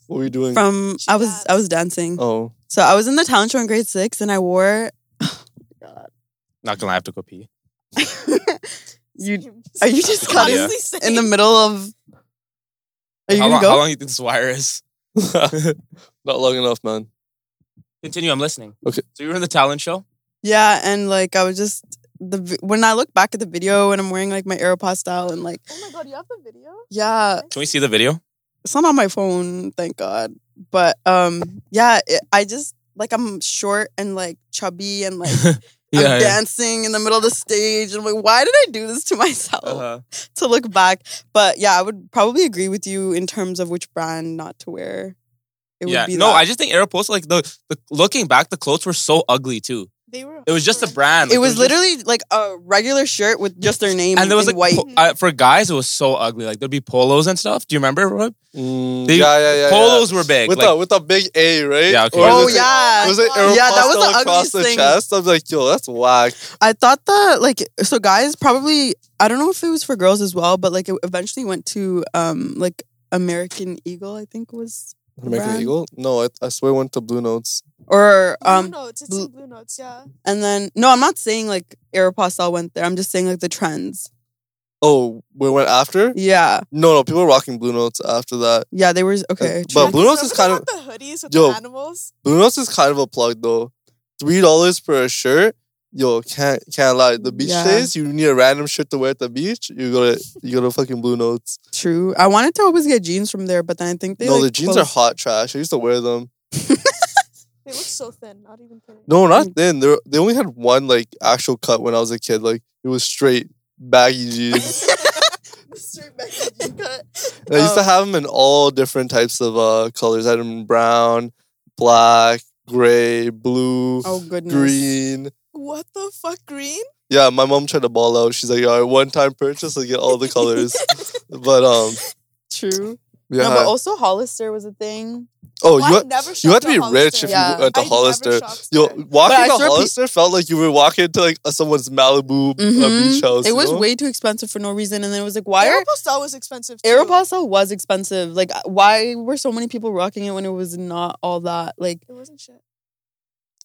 [SPEAKER 2] What were you doing?
[SPEAKER 3] from,
[SPEAKER 5] She
[SPEAKER 3] I was,
[SPEAKER 5] danced.
[SPEAKER 3] I was dancing.
[SPEAKER 2] oh,
[SPEAKER 3] So I was in the talent show in grade six and I wore,
[SPEAKER 4] Not gonna lie, I have to go pee.
[SPEAKER 3] you,
[SPEAKER 5] Same.
[SPEAKER 3] are you just
[SPEAKER 4] Yeah.
[SPEAKER 3] cutting in the middle of, are you gonna
[SPEAKER 4] how, long,
[SPEAKER 3] go?
[SPEAKER 4] how long do you think this wire is?
[SPEAKER 2] not long enough, man.
[SPEAKER 4] Continue, I'm listening.
[SPEAKER 2] Okay.
[SPEAKER 4] So you were in the talent show?
[SPEAKER 3] Yeah, and like I was just the vi- when I look back at the video and I'm wearing like my Aeropostale and like
[SPEAKER 5] Oh my god, you have the video?
[SPEAKER 3] yeah,
[SPEAKER 4] Can we see the video?
[SPEAKER 3] it's not on my phone, thank God. But um, yeah, it, I just like I'm short and like chubby and like I'm dancing in the middle of the stage and I'm like, why did I do this to myself?
[SPEAKER 4] Uh-huh.
[SPEAKER 3] To look back, but yeah, I would probably agree with you in terms of which brand not to wear. It
[SPEAKER 4] yeah.
[SPEAKER 3] would be
[SPEAKER 4] no,
[SPEAKER 3] that.
[SPEAKER 4] I just think Aeropostale, like the, the looking back, the clothes were so ugly too.
[SPEAKER 5] They were.
[SPEAKER 4] It was just the
[SPEAKER 5] horrendous.
[SPEAKER 4] brand. like,
[SPEAKER 3] it was
[SPEAKER 4] just-
[SPEAKER 3] literally like a regular shirt with just their name
[SPEAKER 4] and there was
[SPEAKER 3] in white.
[SPEAKER 4] like po- uh, for guys, it was so ugly. Like there'd be polos and stuff. Do you remember? Rob?
[SPEAKER 2] Mm,
[SPEAKER 4] They-
[SPEAKER 2] yeah, yeah, yeah. yeah.
[SPEAKER 4] polos were big.
[SPEAKER 2] with
[SPEAKER 4] like,
[SPEAKER 2] the with the big A, right?
[SPEAKER 4] Yeah, okay.
[SPEAKER 2] Or
[SPEAKER 3] Oh,
[SPEAKER 2] was it-
[SPEAKER 3] yeah.
[SPEAKER 2] Was it
[SPEAKER 5] Yeah,
[SPEAKER 2] Aeropostale
[SPEAKER 3] that was the
[SPEAKER 2] across
[SPEAKER 3] ugliest
[SPEAKER 2] the
[SPEAKER 3] thing.
[SPEAKER 2] chest? I'm like, yo, that's whack.
[SPEAKER 3] I thought that like so guys probably I don't know if it was for girls as well, but like it eventually went to um like American Eagle, I think was
[SPEAKER 2] American
[SPEAKER 3] Brand.
[SPEAKER 2] Eagle? No, I, I swear I went to Blue Notes.
[SPEAKER 3] or
[SPEAKER 5] Blue
[SPEAKER 3] um
[SPEAKER 5] notes. It's
[SPEAKER 3] bl-
[SPEAKER 5] in blue notes. Yeah.
[SPEAKER 3] and then no, I'm not saying like Aeropostale went there. I'm just saying like the trends.
[SPEAKER 2] Oh, we went after?
[SPEAKER 3] Yeah.
[SPEAKER 2] No, no, people were rocking Blue Notes after that.
[SPEAKER 3] Yeah, they were okay.
[SPEAKER 2] Uh, But
[SPEAKER 3] true.
[SPEAKER 2] Blue Notes is
[SPEAKER 5] Remember
[SPEAKER 2] kind
[SPEAKER 5] they had the hoodies with
[SPEAKER 2] Yo.
[SPEAKER 5] the animals.
[SPEAKER 2] Blue Notes is kind of a plug though. Three dollars for a shirt. Yo, can't can't lie. The beach
[SPEAKER 3] Yeah.
[SPEAKER 2] days, you need a random shirt to wear at the beach. You go to you go to fucking Blue Notes.
[SPEAKER 3] true. I wanted to always get jeans from there, but then I think they
[SPEAKER 2] no,
[SPEAKER 3] like,
[SPEAKER 2] the jeans are
[SPEAKER 3] closed-
[SPEAKER 2] hot trash. I used to wear them.
[SPEAKER 5] They look so thin. Not even kidding.
[SPEAKER 2] No,
[SPEAKER 3] Mm.
[SPEAKER 2] not then. They they only had one like actual cut when I was a kid. Like it was straight baggy jeans.
[SPEAKER 5] Straight back to the cut.
[SPEAKER 2] And I used to
[SPEAKER 3] Oh.
[SPEAKER 2] have them in all different types of uh colors. I had them in brown, black, gray, blue,
[SPEAKER 3] Oh goodness.
[SPEAKER 2] green.
[SPEAKER 5] What the fuck, green?
[SPEAKER 2] Yeah, my mom tried to ball out. She's like, all right, one time purchase, I get all the colors. but um,
[SPEAKER 3] True.
[SPEAKER 2] yeah.
[SPEAKER 3] No, but also Hollister was a thing.
[SPEAKER 2] oh,
[SPEAKER 5] Well,
[SPEAKER 2] you
[SPEAKER 5] I
[SPEAKER 2] had,
[SPEAKER 5] never
[SPEAKER 2] you had
[SPEAKER 5] shopped
[SPEAKER 2] to
[SPEAKER 5] at
[SPEAKER 2] be
[SPEAKER 5] Hollister.
[SPEAKER 2] rich if
[SPEAKER 3] Yeah.
[SPEAKER 2] you went to
[SPEAKER 5] I never
[SPEAKER 2] Hollister.
[SPEAKER 5] shopped
[SPEAKER 2] Yo,
[SPEAKER 5] there.
[SPEAKER 2] walking
[SPEAKER 3] I
[SPEAKER 2] to
[SPEAKER 3] swear pe-
[SPEAKER 2] Hollister felt like you were walking to like uh, someone's Malibu uh,
[SPEAKER 3] Mhm.
[SPEAKER 2] beach house.
[SPEAKER 3] It
[SPEAKER 2] you
[SPEAKER 3] was
[SPEAKER 2] know?
[SPEAKER 3] way too expensive for no reason, and then it was like, why are
[SPEAKER 5] Aeropostale was expensive. Too.
[SPEAKER 3] Aeropostale was expensive. Like, uh, why were so many people rocking it when it was not all that? Like,
[SPEAKER 5] It wasn't shit.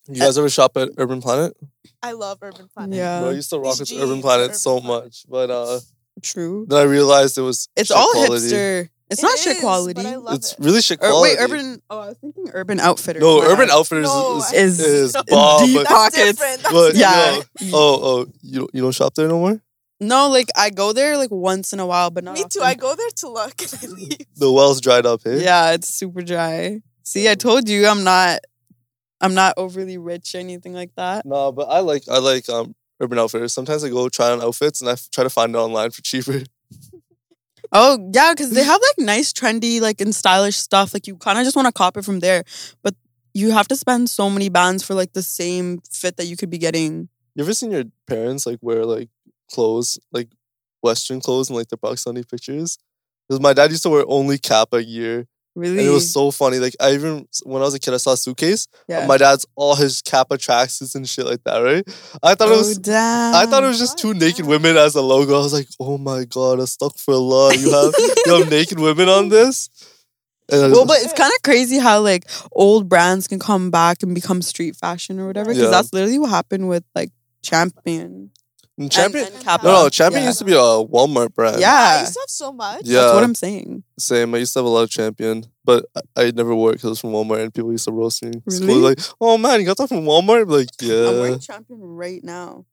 [SPEAKER 2] You guys ever shop at Urban Planet?
[SPEAKER 5] I love Urban Planet.
[SPEAKER 3] Yeah.
[SPEAKER 2] Bro, I used to rock with
[SPEAKER 5] These
[SPEAKER 2] Urban
[SPEAKER 5] jeans
[SPEAKER 2] Planet
[SPEAKER 5] are
[SPEAKER 2] so
[SPEAKER 5] Urban Planet.
[SPEAKER 2] much, but uh,
[SPEAKER 3] true.
[SPEAKER 2] then I realized it was
[SPEAKER 3] It's
[SPEAKER 2] shit
[SPEAKER 3] all
[SPEAKER 2] quality.
[SPEAKER 3] hipster. It's
[SPEAKER 5] It
[SPEAKER 3] not shit
[SPEAKER 5] is,
[SPEAKER 3] quality.
[SPEAKER 5] But I love
[SPEAKER 2] it's
[SPEAKER 5] it.
[SPEAKER 2] really shit
[SPEAKER 3] Or,
[SPEAKER 2] quality.
[SPEAKER 3] wait, urban. Oh, I was thinking urban outfitter.
[SPEAKER 2] No,
[SPEAKER 3] My
[SPEAKER 2] Urban
[SPEAKER 3] bad.
[SPEAKER 2] Outfitters
[SPEAKER 5] No,
[SPEAKER 2] is,
[SPEAKER 5] I-
[SPEAKER 2] is,
[SPEAKER 3] is,
[SPEAKER 2] is
[SPEAKER 3] deep
[SPEAKER 2] bomb. But,
[SPEAKER 3] pockets.
[SPEAKER 5] different. That's
[SPEAKER 2] but,
[SPEAKER 3] Yeah.
[SPEAKER 2] yo, oh, oh, you don't- you don't shop there no more.
[SPEAKER 3] No, like I go there like once in a while, but not.
[SPEAKER 5] Me too. I
[SPEAKER 3] often.
[SPEAKER 5] go there to look and I leave.
[SPEAKER 2] The well's dried up. Hey,
[SPEAKER 3] Yeah, it's super dry. See, I told you I'm not. I'm not overly rich or anything like that.
[SPEAKER 2] No, but I like I like um Urban Outfitters. Sometimes I go try on outfits and I f- try to find it online for cheaper.
[SPEAKER 3] Oh yeah, because they have like nice, trendy, like and stylish stuff. Like you kind of just want to cop it from there, but you have to spend so many bands for like the same fit that you could be getting.
[SPEAKER 2] You ever seen your parents like wear like clothes, like Western clothes and like the Pakistani pictures. Because my dad used to wear only Kappa gear.
[SPEAKER 3] Really?
[SPEAKER 2] And it was so funny. Like I even when I was a kid, I saw a suitcase.
[SPEAKER 3] yeah.
[SPEAKER 2] My dad's all his Kappa tracksuits and shit like that, right? I thought it was
[SPEAKER 3] oh, damn.
[SPEAKER 2] I thought it was just two naked women as a logo. I was like, oh my god, I stuck for a lot. You have you have naked women on this? And I
[SPEAKER 3] Well,
[SPEAKER 2] just-
[SPEAKER 3] but it's kind of crazy how like old brands can come back and become street fashion or whatever. Because
[SPEAKER 2] Yeah.
[SPEAKER 3] that's literally what happened with like Champion.
[SPEAKER 2] and champion
[SPEAKER 3] and Kappa.
[SPEAKER 2] No no, Champion
[SPEAKER 3] Yeah.
[SPEAKER 2] used to be a Walmart brand.
[SPEAKER 5] I
[SPEAKER 3] Yeah.
[SPEAKER 5] used to have so much.
[SPEAKER 3] That's
[SPEAKER 2] Yeah.
[SPEAKER 3] what I'm saying.
[SPEAKER 2] Same. I used to have a lot of champion, but I, I never wore it because it was from Walmart and people used to roast me. in School
[SPEAKER 3] Really?
[SPEAKER 2] like, oh man, you got that from Walmart? I'm like,
[SPEAKER 3] I'm
[SPEAKER 2] yeah.
[SPEAKER 3] wearing Champion right now.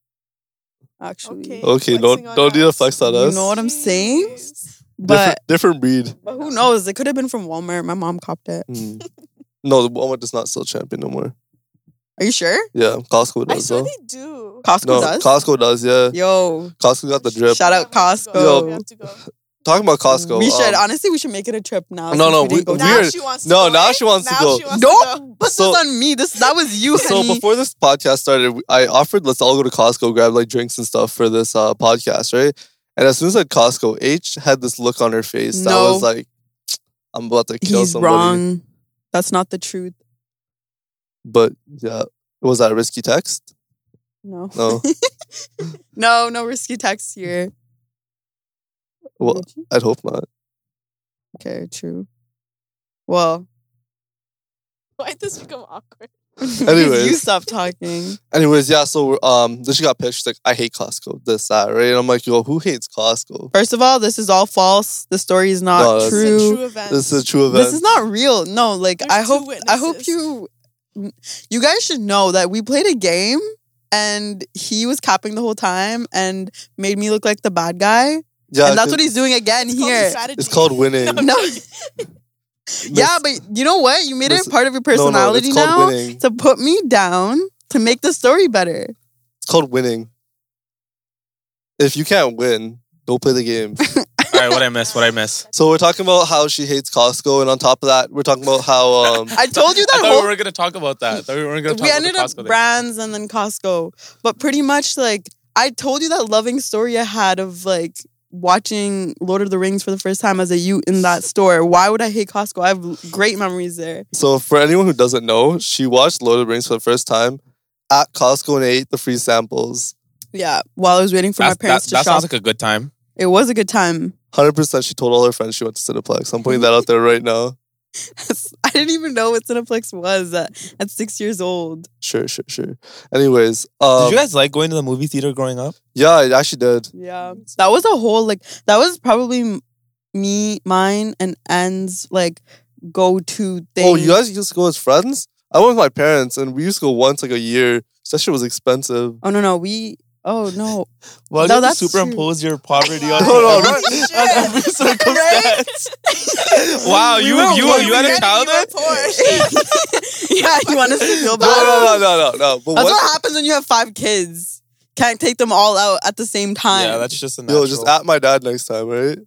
[SPEAKER 3] Actually.
[SPEAKER 2] Okay,
[SPEAKER 5] Okay. Flexing
[SPEAKER 2] don't
[SPEAKER 5] on
[SPEAKER 2] don't need to
[SPEAKER 5] us.
[SPEAKER 2] flex on
[SPEAKER 3] You
[SPEAKER 2] us.
[SPEAKER 3] know what I'm saying?
[SPEAKER 5] Jeez.
[SPEAKER 3] But,
[SPEAKER 2] different, different breed.
[SPEAKER 3] but who knows? It could have been from Walmart. My mom copped it.
[SPEAKER 2] Hmm. no, the Walmart does not sell champion no more.
[SPEAKER 3] Are you sure?
[SPEAKER 2] Yeah, Costco
[SPEAKER 5] I
[SPEAKER 2] does
[SPEAKER 5] swear
[SPEAKER 2] though.
[SPEAKER 5] they do.
[SPEAKER 3] Costco
[SPEAKER 2] No,
[SPEAKER 3] does.
[SPEAKER 2] Costco does. Yeah,
[SPEAKER 3] Yo,
[SPEAKER 2] Costco got the drip.
[SPEAKER 3] Shout out
[SPEAKER 5] We have to go.
[SPEAKER 2] Costco.
[SPEAKER 5] We have to go.
[SPEAKER 2] Talking about Costco.
[SPEAKER 3] we should
[SPEAKER 2] um,
[SPEAKER 3] honestly we should make it a trip now.
[SPEAKER 2] No,
[SPEAKER 3] since
[SPEAKER 2] no,
[SPEAKER 3] we didn't
[SPEAKER 2] we-
[SPEAKER 3] go
[SPEAKER 2] we
[SPEAKER 3] down.
[SPEAKER 5] Now
[SPEAKER 2] Weird.
[SPEAKER 5] she wants to
[SPEAKER 2] No,
[SPEAKER 5] go,
[SPEAKER 2] now
[SPEAKER 5] eh?
[SPEAKER 2] she wants to
[SPEAKER 5] Now
[SPEAKER 2] go.
[SPEAKER 5] she wants
[SPEAKER 3] Don't
[SPEAKER 5] to go.
[SPEAKER 3] put
[SPEAKER 2] So-
[SPEAKER 3] this on me. This that was you.
[SPEAKER 2] So
[SPEAKER 3] honey.
[SPEAKER 2] before this podcast started, we- I offered let's all go to Costco, grab like drinks and stuff for this uh, podcast, right? And as soon as I said Costco, H had this look on her face. that
[SPEAKER 3] No.
[SPEAKER 2] was like, I'm about to kill
[SPEAKER 3] he's
[SPEAKER 2] somebody.
[SPEAKER 3] wrong. That's not the truth.
[SPEAKER 2] But yeah, was that a risky text?
[SPEAKER 3] No.
[SPEAKER 2] No,
[SPEAKER 3] No, no risky text here.
[SPEAKER 2] well, I'd hope not.
[SPEAKER 3] Okay, true. Well,
[SPEAKER 5] Why this become awkward?
[SPEAKER 2] Anyways.
[SPEAKER 3] you stop talking.
[SPEAKER 2] Anyways, yeah. So um, then she got pissed. She's like, I hate Costco. This that right? And I'm like, yo, who hates Costco?
[SPEAKER 3] First of all, this is all false. The story is
[SPEAKER 2] No,
[SPEAKER 3] not
[SPEAKER 2] that's-
[SPEAKER 5] It's a
[SPEAKER 3] true.
[SPEAKER 5] true event.
[SPEAKER 2] This is a true event.
[SPEAKER 3] This is not real. No, like
[SPEAKER 5] There's
[SPEAKER 3] I
[SPEAKER 5] two
[SPEAKER 3] hope I hope
[SPEAKER 5] witnesses.
[SPEAKER 3] you you guys should know that we played a game and he was capping the whole time and made me look like the bad guy.
[SPEAKER 2] yeah,
[SPEAKER 3] and that's
[SPEAKER 2] 'cause
[SPEAKER 3] what he's doing again
[SPEAKER 5] It's called
[SPEAKER 3] here.
[SPEAKER 5] strategy.
[SPEAKER 2] It's called winning.
[SPEAKER 3] No. yeah, but you know what? You made
[SPEAKER 2] Listen-
[SPEAKER 3] it part of your
[SPEAKER 2] No, no,
[SPEAKER 3] personality
[SPEAKER 2] it's called
[SPEAKER 3] now
[SPEAKER 2] winning.
[SPEAKER 3] to put me down to make the story better.
[SPEAKER 2] It's called winning. If you can't win, don't play the game.
[SPEAKER 4] All right, what I miss? What I miss?
[SPEAKER 2] So we're talking about how she hates Costco, and on top of that, we're talking about how um
[SPEAKER 3] I told you
[SPEAKER 4] I
[SPEAKER 3] that
[SPEAKER 4] thought
[SPEAKER 3] whole
[SPEAKER 4] we were gonna talk about that. I thought we weren't gonna talk
[SPEAKER 3] we
[SPEAKER 4] about
[SPEAKER 3] ended
[SPEAKER 4] the
[SPEAKER 3] up
[SPEAKER 4] Costco thing.
[SPEAKER 3] brands and then Costco, but pretty much like I told you that loving story I had of like watching Lord of the Rings for the first time as a you in that store. Why would I hate Costco? I have l- great memories there.
[SPEAKER 2] so for anyone who doesn't know, she watched Lord of the Rings for the first time at Costco and ate the free samples.
[SPEAKER 3] Yeah, while I was waiting for
[SPEAKER 4] That's-
[SPEAKER 3] my parents
[SPEAKER 4] that, that
[SPEAKER 3] to shop,
[SPEAKER 4] sounds like a good time.
[SPEAKER 3] it was a good time.
[SPEAKER 2] Hundred percent, she told all her friends she went to Cineplex. I'm putting that out there right now.
[SPEAKER 3] I didn't even know what Cineplex was at, at six years old.
[SPEAKER 2] Sure, sure, sure. Anyways, um,
[SPEAKER 4] Did you guys like going to the movie theater growing up?
[SPEAKER 2] yeah, I actually did.
[SPEAKER 3] Yeah, that was a whole like that was probably m- me, mine, and Anne's like go to thing.
[SPEAKER 2] Oh, you guys used to go as friends? I went with my parents, and we used to go once like a year. That shit was expensive.
[SPEAKER 3] Oh no no we. Oh no,
[SPEAKER 4] Well,
[SPEAKER 3] No,
[SPEAKER 4] you
[SPEAKER 3] that's
[SPEAKER 4] superimpose your poverty on,
[SPEAKER 2] No, no,
[SPEAKER 4] every,
[SPEAKER 2] not-
[SPEAKER 4] on every circumstance. wow,
[SPEAKER 3] We
[SPEAKER 4] you
[SPEAKER 3] were
[SPEAKER 4] you
[SPEAKER 3] one
[SPEAKER 4] you had a
[SPEAKER 3] weekend
[SPEAKER 4] child there?
[SPEAKER 3] yeah, you want us to feel
[SPEAKER 2] No,
[SPEAKER 3] bad.
[SPEAKER 2] no, no, no, no, no. But
[SPEAKER 3] That's
[SPEAKER 2] once-
[SPEAKER 3] what happens when you have five kids. Can't take them all out at the same time.
[SPEAKER 4] Yeah, that's just a natural.
[SPEAKER 2] Yo, just at my dad next time, right?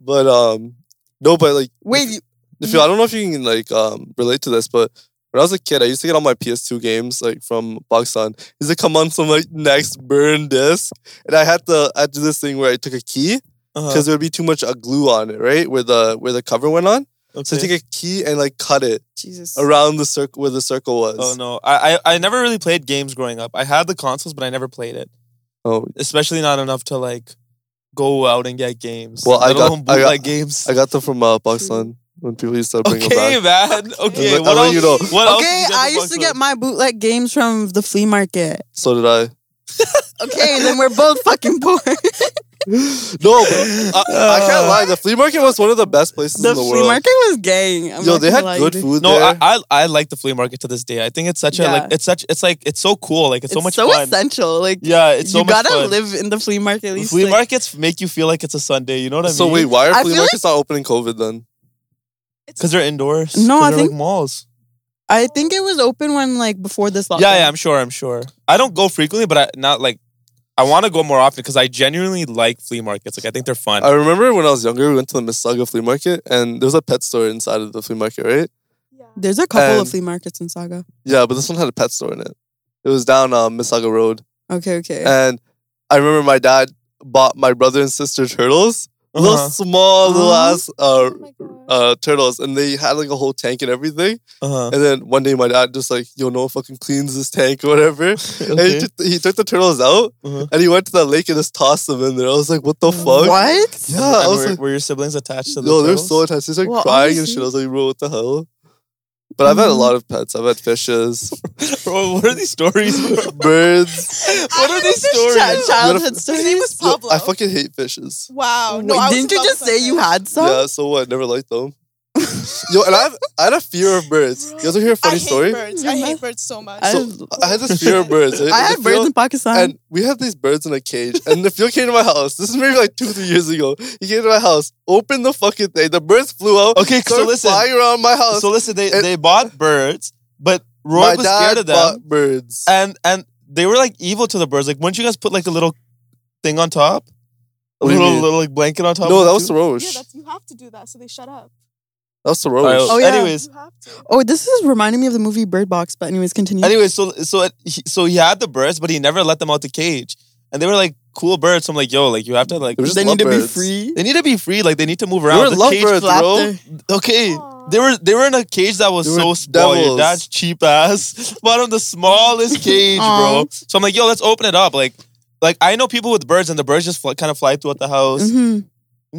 [SPEAKER 2] but um, no, but like,
[SPEAKER 3] Wait, you-
[SPEAKER 2] if you, I don't know if you can like um relate to this, but when I was a kid, I used to get all my PS2 games like from Pakistan. Used to come on some like next burn disc, and I had to I had to do this thing where I took a key
[SPEAKER 4] Uh-huh.
[SPEAKER 2] because there would be too much uh, glue on it, right? Where the where the cover went on, so I
[SPEAKER 4] Okay.
[SPEAKER 2] take a key and like cut it
[SPEAKER 3] Jesus.
[SPEAKER 2] around the circle where the circle was.
[SPEAKER 4] Oh no, I, I I never really played games growing up. I had the consoles, but I never played it.
[SPEAKER 2] Oh,
[SPEAKER 4] Especially not enough to like go out and get games.
[SPEAKER 2] Well, I
[SPEAKER 4] Let
[SPEAKER 2] got-
[SPEAKER 4] alone
[SPEAKER 2] I got-
[SPEAKER 4] bootleg games.
[SPEAKER 2] I got them from uh, Pakistan when people used to bring them
[SPEAKER 4] okay,
[SPEAKER 2] back.
[SPEAKER 4] man.
[SPEAKER 2] And
[SPEAKER 4] Okay,
[SPEAKER 2] let-
[SPEAKER 4] what
[SPEAKER 2] I'll let
[SPEAKER 4] else?
[SPEAKER 2] you know.
[SPEAKER 4] What else did
[SPEAKER 3] okay,
[SPEAKER 4] you get
[SPEAKER 3] I
[SPEAKER 4] the
[SPEAKER 3] used to
[SPEAKER 4] box
[SPEAKER 3] get
[SPEAKER 4] with?
[SPEAKER 3] my bootleg games from the flea market.
[SPEAKER 2] So did I.
[SPEAKER 3] Okay, then we're both fucking poor.
[SPEAKER 2] No, but I, I
[SPEAKER 4] Uh,
[SPEAKER 2] can't lie. The flea market was one of the best places
[SPEAKER 3] the
[SPEAKER 2] in the
[SPEAKER 3] flea
[SPEAKER 2] world.
[SPEAKER 3] market was gang. I'm
[SPEAKER 2] Yo,
[SPEAKER 3] not
[SPEAKER 2] they
[SPEAKER 3] gonna
[SPEAKER 2] had
[SPEAKER 3] lie,
[SPEAKER 2] good
[SPEAKER 3] dude.
[SPEAKER 2] food
[SPEAKER 4] No,
[SPEAKER 2] there.
[SPEAKER 4] I, I I like the flea market to this day. I think it's such a like
[SPEAKER 3] Yeah.
[SPEAKER 4] it's such it's like it's so cool. Like it's, so much fun.
[SPEAKER 3] essential. Like
[SPEAKER 4] Yeah, it's
[SPEAKER 3] you
[SPEAKER 4] so much
[SPEAKER 3] gotta
[SPEAKER 4] fun.
[SPEAKER 3] live in the flea market. At
[SPEAKER 4] The
[SPEAKER 3] least,
[SPEAKER 4] flea
[SPEAKER 3] like-
[SPEAKER 4] markets make you feel like it's a Sunday. You know what I
[SPEAKER 2] so
[SPEAKER 4] mean?
[SPEAKER 2] wait, why are
[SPEAKER 3] I
[SPEAKER 2] flea
[SPEAKER 3] feel
[SPEAKER 2] markets not open in COVID then?
[SPEAKER 4] because they're indoors.
[SPEAKER 3] No,
[SPEAKER 4] 'cause
[SPEAKER 3] I
[SPEAKER 4] they're
[SPEAKER 3] think-
[SPEAKER 4] like malls.
[SPEAKER 3] I think it was open when like before this lockdown.
[SPEAKER 4] Yeah, yeah, I'm sure. I'm sure. I don't go frequently, but I not like. I want to go more often because I genuinely like flea markets. Like I think they're fun.
[SPEAKER 2] I remember when I was younger, we went to the Mississauga flea market, and there was a pet store inside of the flea market, right?
[SPEAKER 5] Yeah.
[SPEAKER 3] There's a couple
[SPEAKER 2] And-
[SPEAKER 3] of flea markets in Saga.
[SPEAKER 2] Yeah, but this one had a pet store in it. It was down um, Mississauga Road.
[SPEAKER 3] Okay, okay.
[SPEAKER 2] And I remember my dad bought my brother and sister turtles, little
[SPEAKER 4] Uh-huh,
[SPEAKER 2] small little
[SPEAKER 3] Aw.
[SPEAKER 2] ass uh,
[SPEAKER 5] Oh my god.
[SPEAKER 2] uh, turtles, and they had like a whole tank and everything.
[SPEAKER 4] uh-huh.
[SPEAKER 2] And then one day my dad just like, yo, no one fucking cleans this tank or whatever. And he,
[SPEAKER 4] Okay.
[SPEAKER 2] took, he took the turtles out
[SPEAKER 4] Uh-huh.
[SPEAKER 2] and he went to the lake and just tossed them in there. I was like, what the fuck?
[SPEAKER 3] Uh, What?
[SPEAKER 2] Yeah,
[SPEAKER 4] And-
[SPEAKER 2] I
[SPEAKER 4] and
[SPEAKER 2] was
[SPEAKER 4] were,
[SPEAKER 2] like,
[SPEAKER 4] were your siblings attached to the
[SPEAKER 2] yo, they're
[SPEAKER 4] turtles?
[SPEAKER 2] so attached. They started
[SPEAKER 3] Well,
[SPEAKER 2] crying and
[SPEAKER 3] obviously-
[SPEAKER 2] shit. I was like, bro, what the hell? But I've had a lot of pets. I've had fishes,
[SPEAKER 4] Bro, what are these stories? bro?
[SPEAKER 2] birds.
[SPEAKER 4] what are these
[SPEAKER 3] Ch-
[SPEAKER 4] stories?
[SPEAKER 3] childhood
[SPEAKER 5] His name
[SPEAKER 3] stories.
[SPEAKER 5] was
[SPEAKER 2] Yo,
[SPEAKER 5] Pablo.
[SPEAKER 2] I fucking hate fishes.
[SPEAKER 5] wow. No,
[SPEAKER 3] Wait,
[SPEAKER 5] I was
[SPEAKER 3] didn't you
[SPEAKER 5] about to
[SPEAKER 3] just say you
[SPEAKER 5] that.
[SPEAKER 3] had some?
[SPEAKER 2] Yeah, so what? Never liked them. Yo, and I've, I had a fear of birds. You guys want to hear a
[SPEAKER 5] I
[SPEAKER 2] funny
[SPEAKER 5] hate
[SPEAKER 2] story?
[SPEAKER 5] Birds. I hate birds so much.
[SPEAKER 3] I,
[SPEAKER 2] So, I had this fear of birds. right?
[SPEAKER 3] I
[SPEAKER 2] In the
[SPEAKER 3] had birds
[SPEAKER 2] field,
[SPEAKER 3] in Pakistan.
[SPEAKER 2] and we had these birds in a cage. And the field came to my house. This is maybe like two, three years ago. He came to my house, opened the fucking thing. The birds flew out.
[SPEAKER 4] Okay, so
[SPEAKER 2] started
[SPEAKER 4] listen.
[SPEAKER 2] flying around my house.
[SPEAKER 4] So listen, they,
[SPEAKER 2] And-
[SPEAKER 4] they bought birds, but Roy
[SPEAKER 2] my
[SPEAKER 4] was
[SPEAKER 2] dad
[SPEAKER 4] scared of them,
[SPEAKER 2] bought birds.
[SPEAKER 4] and and they were like evil to the birds. Like, wouldn't you guys put like a little thing on top, a
[SPEAKER 2] What do you
[SPEAKER 4] little
[SPEAKER 2] mean?
[SPEAKER 4] little like blanket on top?
[SPEAKER 2] No,
[SPEAKER 4] of
[SPEAKER 2] that
[SPEAKER 4] it
[SPEAKER 2] was
[SPEAKER 4] too?
[SPEAKER 2] Roche.
[SPEAKER 5] yeah, that's, you have to do that so they shut up.
[SPEAKER 2] that was Roche.
[SPEAKER 4] Oh,
[SPEAKER 3] yeah.
[SPEAKER 4] Anyways,
[SPEAKER 5] You have to.
[SPEAKER 3] oh, this is reminding me of the movie Bird Box. But anyways, continue.
[SPEAKER 4] anyways, so so it, he, so he had the birds, but he never let them out the cage, and they were like cool birds. So I'm like, yo, like you have to like
[SPEAKER 2] They were just
[SPEAKER 3] they need to be
[SPEAKER 2] lovebirds.
[SPEAKER 3] free.
[SPEAKER 4] they need to be free. Like they need to move
[SPEAKER 2] They
[SPEAKER 4] around.
[SPEAKER 2] were
[SPEAKER 4] The cage-
[SPEAKER 2] lovebirds,
[SPEAKER 3] flapped
[SPEAKER 2] bro.
[SPEAKER 3] their-
[SPEAKER 4] Okay,
[SPEAKER 5] Aw.
[SPEAKER 4] they were they were in a cage that was
[SPEAKER 2] They were
[SPEAKER 4] so small. Your
[SPEAKER 2] devils.
[SPEAKER 4] dad's cheap ass bought him the smallest cage, bro. So I'm like, yo, let's open it up. Like, like I know people with birds, and the birds just fly, kind of fly throughout the house.
[SPEAKER 2] Mm-hmm.
[SPEAKER 3] Mhm.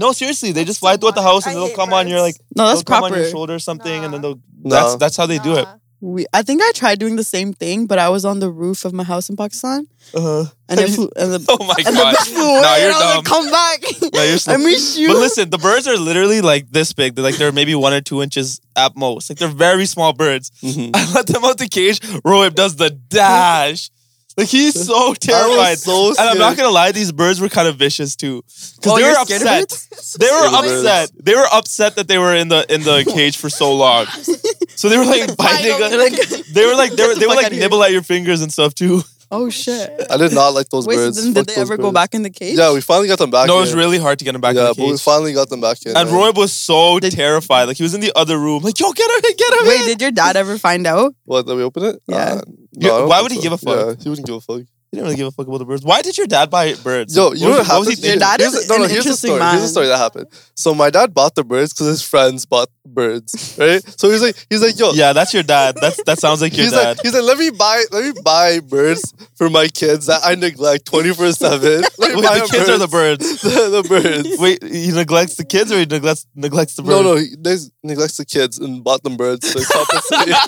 [SPEAKER 4] No, seriously, they
[SPEAKER 5] That's
[SPEAKER 4] just fly
[SPEAKER 5] so
[SPEAKER 4] throughout the
[SPEAKER 5] much.
[SPEAKER 4] house, and
[SPEAKER 5] I
[SPEAKER 4] they'll
[SPEAKER 5] hate
[SPEAKER 4] come on your like
[SPEAKER 5] birds.
[SPEAKER 3] No, that's
[SPEAKER 4] they'll come on
[SPEAKER 3] proper.
[SPEAKER 4] your shoulder or something, and then they'll.
[SPEAKER 2] No.
[SPEAKER 4] That's that's how they do it.
[SPEAKER 3] We, I think I tried doing the same thing, but I was on the roof of my house in Pakistan,
[SPEAKER 4] Uh-huh.
[SPEAKER 3] and it flew, and the
[SPEAKER 4] Oh my
[SPEAKER 3] and the
[SPEAKER 4] god!
[SPEAKER 3] bird flew away.
[SPEAKER 4] Nah,
[SPEAKER 3] and I
[SPEAKER 4] you're
[SPEAKER 3] was
[SPEAKER 4] dumb.
[SPEAKER 3] like, "Come back,
[SPEAKER 4] Nah, you're
[SPEAKER 3] let
[SPEAKER 4] stupid.
[SPEAKER 3] me shoot."
[SPEAKER 4] But listen, the birds are literally like this big. They're like they're maybe one or two inches at most. Like they're very small birds.
[SPEAKER 2] Mhm.
[SPEAKER 4] I let them out the cage. Roib does the dash. Like he's so
[SPEAKER 2] I
[SPEAKER 4] terrified.
[SPEAKER 2] was so
[SPEAKER 4] and I'm not
[SPEAKER 2] scared.
[SPEAKER 4] gonna lie, these birds were kind of vicious too, because
[SPEAKER 3] Oh,
[SPEAKER 4] they were
[SPEAKER 3] you're scared of
[SPEAKER 4] upset. They
[SPEAKER 2] Scared
[SPEAKER 4] were
[SPEAKER 2] of birds.
[SPEAKER 4] upset. They were upset that they were in the in the cage for so long. So they were like biting.
[SPEAKER 5] Finally.
[SPEAKER 4] Like, they were like they
[SPEAKER 3] Get
[SPEAKER 4] were,
[SPEAKER 3] the
[SPEAKER 4] they
[SPEAKER 3] fuck
[SPEAKER 4] would like
[SPEAKER 3] outta here.
[SPEAKER 4] nibble at your fingers and stuff too.
[SPEAKER 3] oh shit!
[SPEAKER 2] I did not like those
[SPEAKER 3] Wait, so
[SPEAKER 2] birds.
[SPEAKER 3] then
[SPEAKER 2] Fuck
[SPEAKER 3] did they
[SPEAKER 2] those
[SPEAKER 3] ever go
[SPEAKER 2] birds.
[SPEAKER 3] back in the cage?
[SPEAKER 2] Yeah, we finally got them back.
[SPEAKER 4] no, it
[SPEAKER 2] in.
[SPEAKER 4] was really hard to get him back
[SPEAKER 2] yeah,
[SPEAKER 4] in the
[SPEAKER 2] but we
[SPEAKER 4] cage.
[SPEAKER 2] finally got them back in.
[SPEAKER 4] and
[SPEAKER 2] man.
[SPEAKER 4] Roy was so terrified. Like he was in the other room. Like yo, get him, in, get him.
[SPEAKER 3] Wait,
[SPEAKER 4] in.
[SPEAKER 3] did your dad ever find out?
[SPEAKER 2] What, did we open it?
[SPEAKER 3] Yeah.
[SPEAKER 2] Uh, no, I don't
[SPEAKER 4] why
[SPEAKER 2] think
[SPEAKER 4] would he
[SPEAKER 2] so.
[SPEAKER 4] give a fuck?
[SPEAKER 2] Yeah, he wouldn't give a fuck.
[SPEAKER 4] He didn't really give a fuck about the birds. Why did your dad buy birds?
[SPEAKER 2] Yo, you know
[SPEAKER 4] What was-
[SPEAKER 2] what
[SPEAKER 4] what was he
[SPEAKER 2] happened?
[SPEAKER 4] thinking?
[SPEAKER 3] Your dad
[SPEAKER 2] Here's a-
[SPEAKER 3] is
[SPEAKER 2] no, no,
[SPEAKER 3] an
[SPEAKER 2] here's the
[SPEAKER 3] interesting
[SPEAKER 2] story. Here's
[SPEAKER 3] man.
[SPEAKER 2] the story that happened. So my dad bought the birds because his friends bought birds, right? So he's like, he's like, yo,
[SPEAKER 4] Yeah, that's your dad. That's that sounds like your
[SPEAKER 2] he's
[SPEAKER 4] dad.
[SPEAKER 2] like, he's like, let me buy, let me buy birds for my kids that I neglect twenty four seven.
[SPEAKER 4] Wait, the kids are the birds.
[SPEAKER 2] the birds.
[SPEAKER 4] Wait, he neglects the kids or he neglects neglects the birds?
[SPEAKER 2] No, no, he neg- neglects the kids and bought them birds to compensate.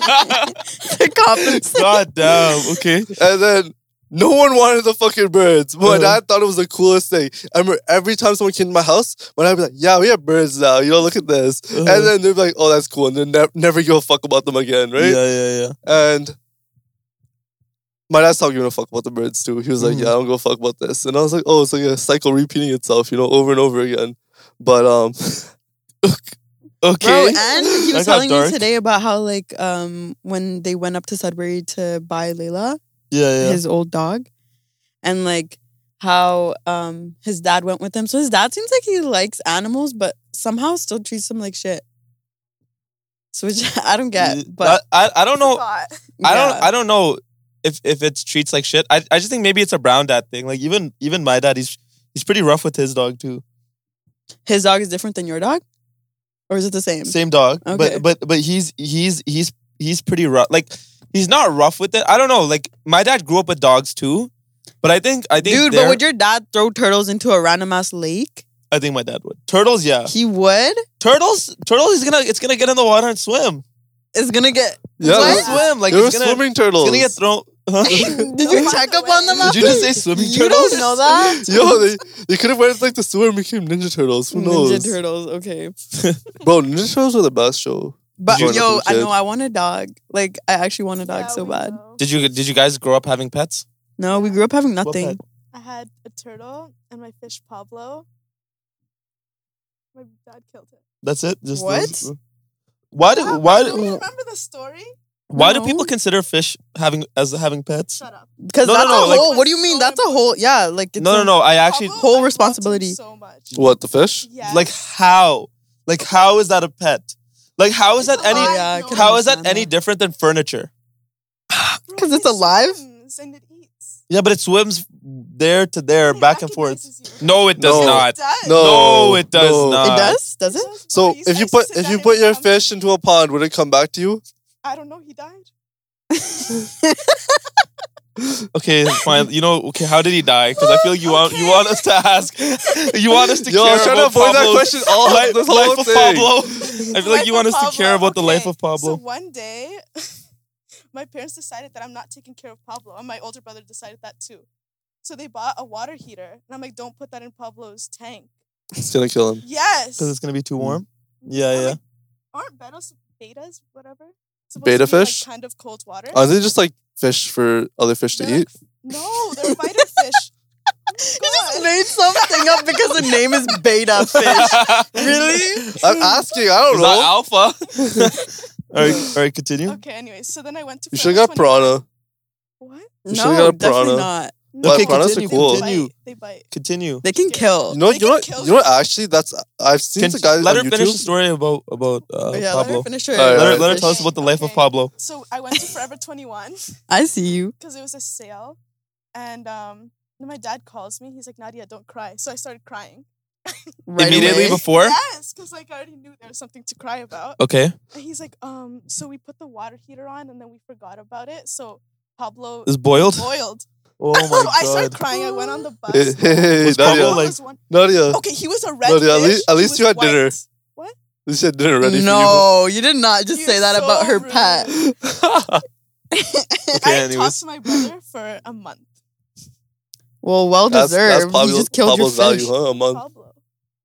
[SPEAKER 3] to compensate.
[SPEAKER 4] God damn. Okay.
[SPEAKER 2] And then no one wanted the fucking birds. But my
[SPEAKER 4] Uh-huh.
[SPEAKER 2] dad thought it was the coolest thing. I remember every time someone came to my house, my dad would be like, Yeah, we have birds now. You know, look at this.
[SPEAKER 4] Uh-huh.
[SPEAKER 2] And then they'd be like, Oh, that's cool. And then ne- never give a fuck about them again, right?
[SPEAKER 4] Yeah, yeah, yeah.
[SPEAKER 2] And my dad's not giving a fuck about the birds too. He was like,
[SPEAKER 4] Mhm.
[SPEAKER 2] Yeah, I don't give a fuck about this. And I was like, Oh, it's like a cycle repeating itself, you know, over and over again. But um
[SPEAKER 4] Okay.
[SPEAKER 3] Bro, and he
[SPEAKER 4] That got
[SPEAKER 3] was telling
[SPEAKER 4] dark.
[SPEAKER 3] me today about how like um when they went up to Sudbury to buy Layla,
[SPEAKER 4] yeah, yeah.
[SPEAKER 3] his old dog, and like how um his dad went with him. So his dad seems like he likes animals, but somehow still treats them like shit. So which I don't
[SPEAKER 4] Yeah.
[SPEAKER 3] get, but
[SPEAKER 4] I, I, I don't know.
[SPEAKER 5] Thought.
[SPEAKER 4] I don't
[SPEAKER 3] yeah.
[SPEAKER 4] I don't know if if it's treats like shit. I, I just think maybe it's a brown dad thing. Like even even my dad, he's he's pretty rough with his dog too.
[SPEAKER 3] his dog is different than your dog, or is it the same?
[SPEAKER 4] Same dog,
[SPEAKER 3] Okay.
[SPEAKER 4] but but but he's he's he's he's pretty rough. Like he's not rough with it. I don't know. Like my dad grew up with dogs too, but I think I think
[SPEAKER 3] Dude, but
[SPEAKER 4] they're-
[SPEAKER 3] would your dad throw turtles into a random ass lake?
[SPEAKER 4] I think my dad would turtles. Yeah,
[SPEAKER 3] He would.
[SPEAKER 4] turtles. Turtles is gonna it's gonna get in the water and swim.
[SPEAKER 3] It's gonna get.
[SPEAKER 2] yeah,
[SPEAKER 3] What?
[SPEAKER 4] It'll swim like
[SPEAKER 2] they were
[SPEAKER 4] it's gonna
[SPEAKER 2] swimming
[SPEAKER 4] it's
[SPEAKER 2] turtles.
[SPEAKER 4] gonna get thrown. Huh?
[SPEAKER 3] Did you check up on them?
[SPEAKER 4] Did you just say swimming
[SPEAKER 3] You
[SPEAKER 4] turtles?
[SPEAKER 3] don't know that?
[SPEAKER 2] Yo, they, they could have went like the sewer and became Ninja Turtles. Who knows?
[SPEAKER 3] Ninja Turtles. Okay,
[SPEAKER 2] Bro, Ninja Turtles were the best show.
[SPEAKER 3] but
[SPEAKER 2] you-
[SPEAKER 3] yo, I
[SPEAKER 2] Kid.
[SPEAKER 3] know I want a dog. Like I actually want a dog
[SPEAKER 5] Yeah,
[SPEAKER 3] so
[SPEAKER 5] we
[SPEAKER 3] bad.
[SPEAKER 5] know.
[SPEAKER 4] Did you did you guys grow up having pets?
[SPEAKER 3] No, we grew up having
[SPEAKER 4] What
[SPEAKER 3] nothing.
[SPEAKER 4] pet?
[SPEAKER 5] I had a turtle and my fish Pablo. My dad killed it.
[SPEAKER 4] That's it. Just
[SPEAKER 3] What?
[SPEAKER 4] those- Why do why
[SPEAKER 5] Do you
[SPEAKER 4] do-
[SPEAKER 5] remember the story?
[SPEAKER 4] why do
[SPEAKER 3] No.
[SPEAKER 4] people consider fish having as having pets?
[SPEAKER 5] Shut up.
[SPEAKER 3] Because
[SPEAKER 4] No, no,
[SPEAKER 3] that's
[SPEAKER 4] no,
[SPEAKER 3] a
[SPEAKER 4] like-
[SPEAKER 3] whole. what do you mean?
[SPEAKER 5] So
[SPEAKER 3] That's a whole. Yeah, like it's
[SPEAKER 4] No, no,
[SPEAKER 3] a-
[SPEAKER 4] no. I actually
[SPEAKER 5] Pablo,
[SPEAKER 3] Whole
[SPEAKER 5] I loved him
[SPEAKER 3] responsibility.
[SPEAKER 5] So much.
[SPEAKER 2] What, the fish?
[SPEAKER 5] Yes.
[SPEAKER 4] like how like how is that a pet? Like how is that
[SPEAKER 5] It's
[SPEAKER 4] any
[SPEAKER 5] alive.
[SPEAKER 3] yeah, I
[SPEAKER 5] no.
[SPEAKER 3] can
[SPEAKER 4] how is that
[SPEAKER 3] understand
[SPEAKER 4] any different than furniture?
[SPEAKER 5] Bro,
[SPEAKER 3] because it's
[SPEAKER 5] it
[SPEAKER 3] alive?
[SPEAKER 5] swims And it eats.
[SPEAKER 4] Yeah, but it swims there to there,
[SPEAKER 5] It
[SPEAKER 4] back and forth.
[SPEAKER 5] recognizes you.
[SPEAKER 4] No, it does
[SPEAKER 2] No.
[SPEAKER 4] not.
[SPEAKER 5] It does.
[SPEAKER 2] No.
[SPEAKER 4] No, it does
[SPEAKER 2] no.
[SPEAKER 4] not.
[SPEAKER 3] it does? Does it?
[SPEAKER 5] does.
[SPEAKER 2] So
[SPEAKER 5] Bobby
[SPEAKER 2] if you
[SPEAKER 5] Spicer
[SPEAKER 2] put
[SPEAKER 5] said
[SPEAKER 2] if
[SPEAKER 5] that
[SPEAKER 2] you
[SPEAKER 5] it
[SPEAKER 2] put
[SPEAKER 5] would
[SPEAKER 2] your
[SPEAKER 5] come-
[SPEAKER 2] fish into a pond, would it come back to you?
[SPEAKER 5] I don't know. He died.
[SPEAKER 4] Okay, fine. You know, okay. How did he die? Because I feel you want you want us to ask. You want us to
[SPEAKER 2] Yo, I
[SPEAKER 4] care
[SPEAKER 2] was trying to
[SPEAKER 4] about
[SPEAKER 2] avoid that
[SPEAKER 4] Pablo's
[SPEAKER 2] question all
[SPEAKER 4] life,
[SPEAKER 2] this
[SPEAKER 4] life
[SPEAKER 2] whole
[SPEAKER 4] of
[SPEAKER 2] thing.
[SPEAKER 4] Pablo. I feel like
[SPEAKER 5] Life
[SPEAKER 4] you want
[SPEAKER 5] of
[SPEAKER 4] us to care
[SPEAKER 5] Pablo,
[SPEAKER 4] about the life
[SPEAKER 5] okay.
[SPEAKER 4] of Pablo.
[SPEAKER 5] So one day, my parents decided that I'm not taking care of Pablo, and my older brother decided that too. So they bought a water heater, and I'm like, "Don't put that in Pablo's tank."
[SPEAKER 2] It's gonna kill him.
[SPEAKER 5] Yes.
[SPEAKER 4] Because it's gonna be too warm. Yeah,
[SPEAKER 5] I'm
[SPEAKER 4] yeah.
[SPEAKER 5] like, Aren't betas betas whatever? supposed
[SPEAKER 2] Beta
[SPEAKER 5] to be, like,
[SPEAKER 2] fish?
[SPEAKER 5] kind of cold water.
[SPEAKER 2] Are they just like fish for other fish to
[SPEAKER 5] They're
[SPEAKER 2] eat?
[SPEAKER 5] no, they're fighter fish.
[SPEAKER 3] You just made something up because the name is beta fish. Really?
[SPEAKER 2] I'm asking. I don't
[SPEAKER 4] Is that
[SPEAKER 2] know.
[SPEAKER 4] alpha? all right, all right. Continue.
[SPEAKER 5] Okay. Anyway, so then I went to.
[SPEAKER 2] You should
[SPEAKER 5] French
[SPEAKER 2] have got
[SPEAKER 5] when-
[SPEAKER 2] piranha.
[SPEAKER 5] What?
[SPEAKER 2] You should
[SPEAKER 3] no,
[SPEAKER 2] have got
[SPEAKER 3] definitely
[SPEAKER 2] piranha.
[SPEAKER 3] not.
[SPEAKER 5] No,
[SPEAKER 2] Okay, piranhas are
[SPEAKER 5] they
[SPEAKER 2] cool.
[SPEAKER 5] Bite.
[SPEAKER 4] Continue.
[SPEAKER 5] They bite.
[SPEAKER 4] Continue.
[SPEAKER 3] They can kill.
[SPEAKER 2] You know,
[SPEAKER 5] They
[SPEAKER 2] you
[SPEAKER 5] can
[SPEAKER 2] know, what-
[SPEAKER 5] kill
[SPEAKER 2] you know. what,
[SPEAKER 5] you.
[SPEAKER 2] Actually, that's I've seen
[SPEAKER 4] Can-
[SPEAKER 2] the guys
[SPEAKER 4] let
[SPEAKER 2] on
[SPEAKER 4] her finish the
[SPEAKER 2] YouTube.
[SPEAKER 4] story about about uh,
[SPEAKER 3] Oh, yeah, let her
[SPEAKER 4] Pablo.
[SPEAKER 3] finish her.
[SPEAKER 2] All right,
[SPEAKER 4] Let her,
[SPEAKER 2] Alright.
[SPEAKER 4] let her tell us about the life of
[SPEAKER 5] Okay.
[SPEAKER 4] Pablo.
[SPEAKER 5] So I went to Forever 21
[SPEAKER 3] I see you.
[SPEAKER 5] because it was a sale, and um, then my dad calls me. He's like, Nadia, don't cry. So I started crying.
[SPEAKER 3] Right
[SPEAKER 4] Immediately
[SPEAKER 3] away.
[SPEAKER 4] before.
[SPEAKER 5] Yes, because like I already knew there was something to cry about.
[SPEAKER 4] Okay.
[SPEAKER 5] And he's like, um, so we put the water heater on, and then we forgot about it. So Pablo
[SPEAKER 4] It's boiled.
[SPEAKER 5] boiled.
[SPEAKER 4] Oh my
[SPEAKER 5] so
[SPEAKER 4] god.
[SPEAKER 5] I started crying. I went on the bus.
[SPEAKER 2] Hey, hey, hey,
[SPEAKER 4] Was
[SPEAKER 2] Nadia.
[SPEAKER 4] Pablo,
[SPEAKER 5] Pablo
[SPEAKER 4] like-
[SPEAKER 5] was one-
[SPEAKER 2] Nadia.
[SPEAKER 5] okay, he was a red
[SPEAKER 2] Nadia, at
[SPEAKER 5] fish,
[SPEAKER 2] least- at
[SPEAKER 5] he
[SPEAKER 2] least
[SPEAKER 5] was
[SPEAKER 2] you had dinner.
[SPEAKER 5] white.
[SPEAKER 2] You said dinner ready
[SPEAKER 3] No, you did not just
[SPEAKER 5] You're
[SPEAKER 3] say that
[SPEAKER 5] so
[SPEAKER 3] about her
[SPEAKER 5] rude.
[SPEAKER 3] pet.
[SPEAKER 5] I
[SPEAKER 4] okay.
[SPEAKER 5] didn't talk
[SPEAKER 4] Anyways.
[SPEAKER 5] to my brother for a month.
[SPEAKER 3] Well, well
[SPEAKER 2] for you. That's, that's
[SPEAKER 3] deserved.
[SPEAKER 2] Pablo,
[SPEAKER 3] you just killed
[SPEAKER 2] Pablo's
[SPEAKER 3] your fish. Oh,
[SPEAKER 2] value, huh? A month.
[SPEAKER 5] Pablo.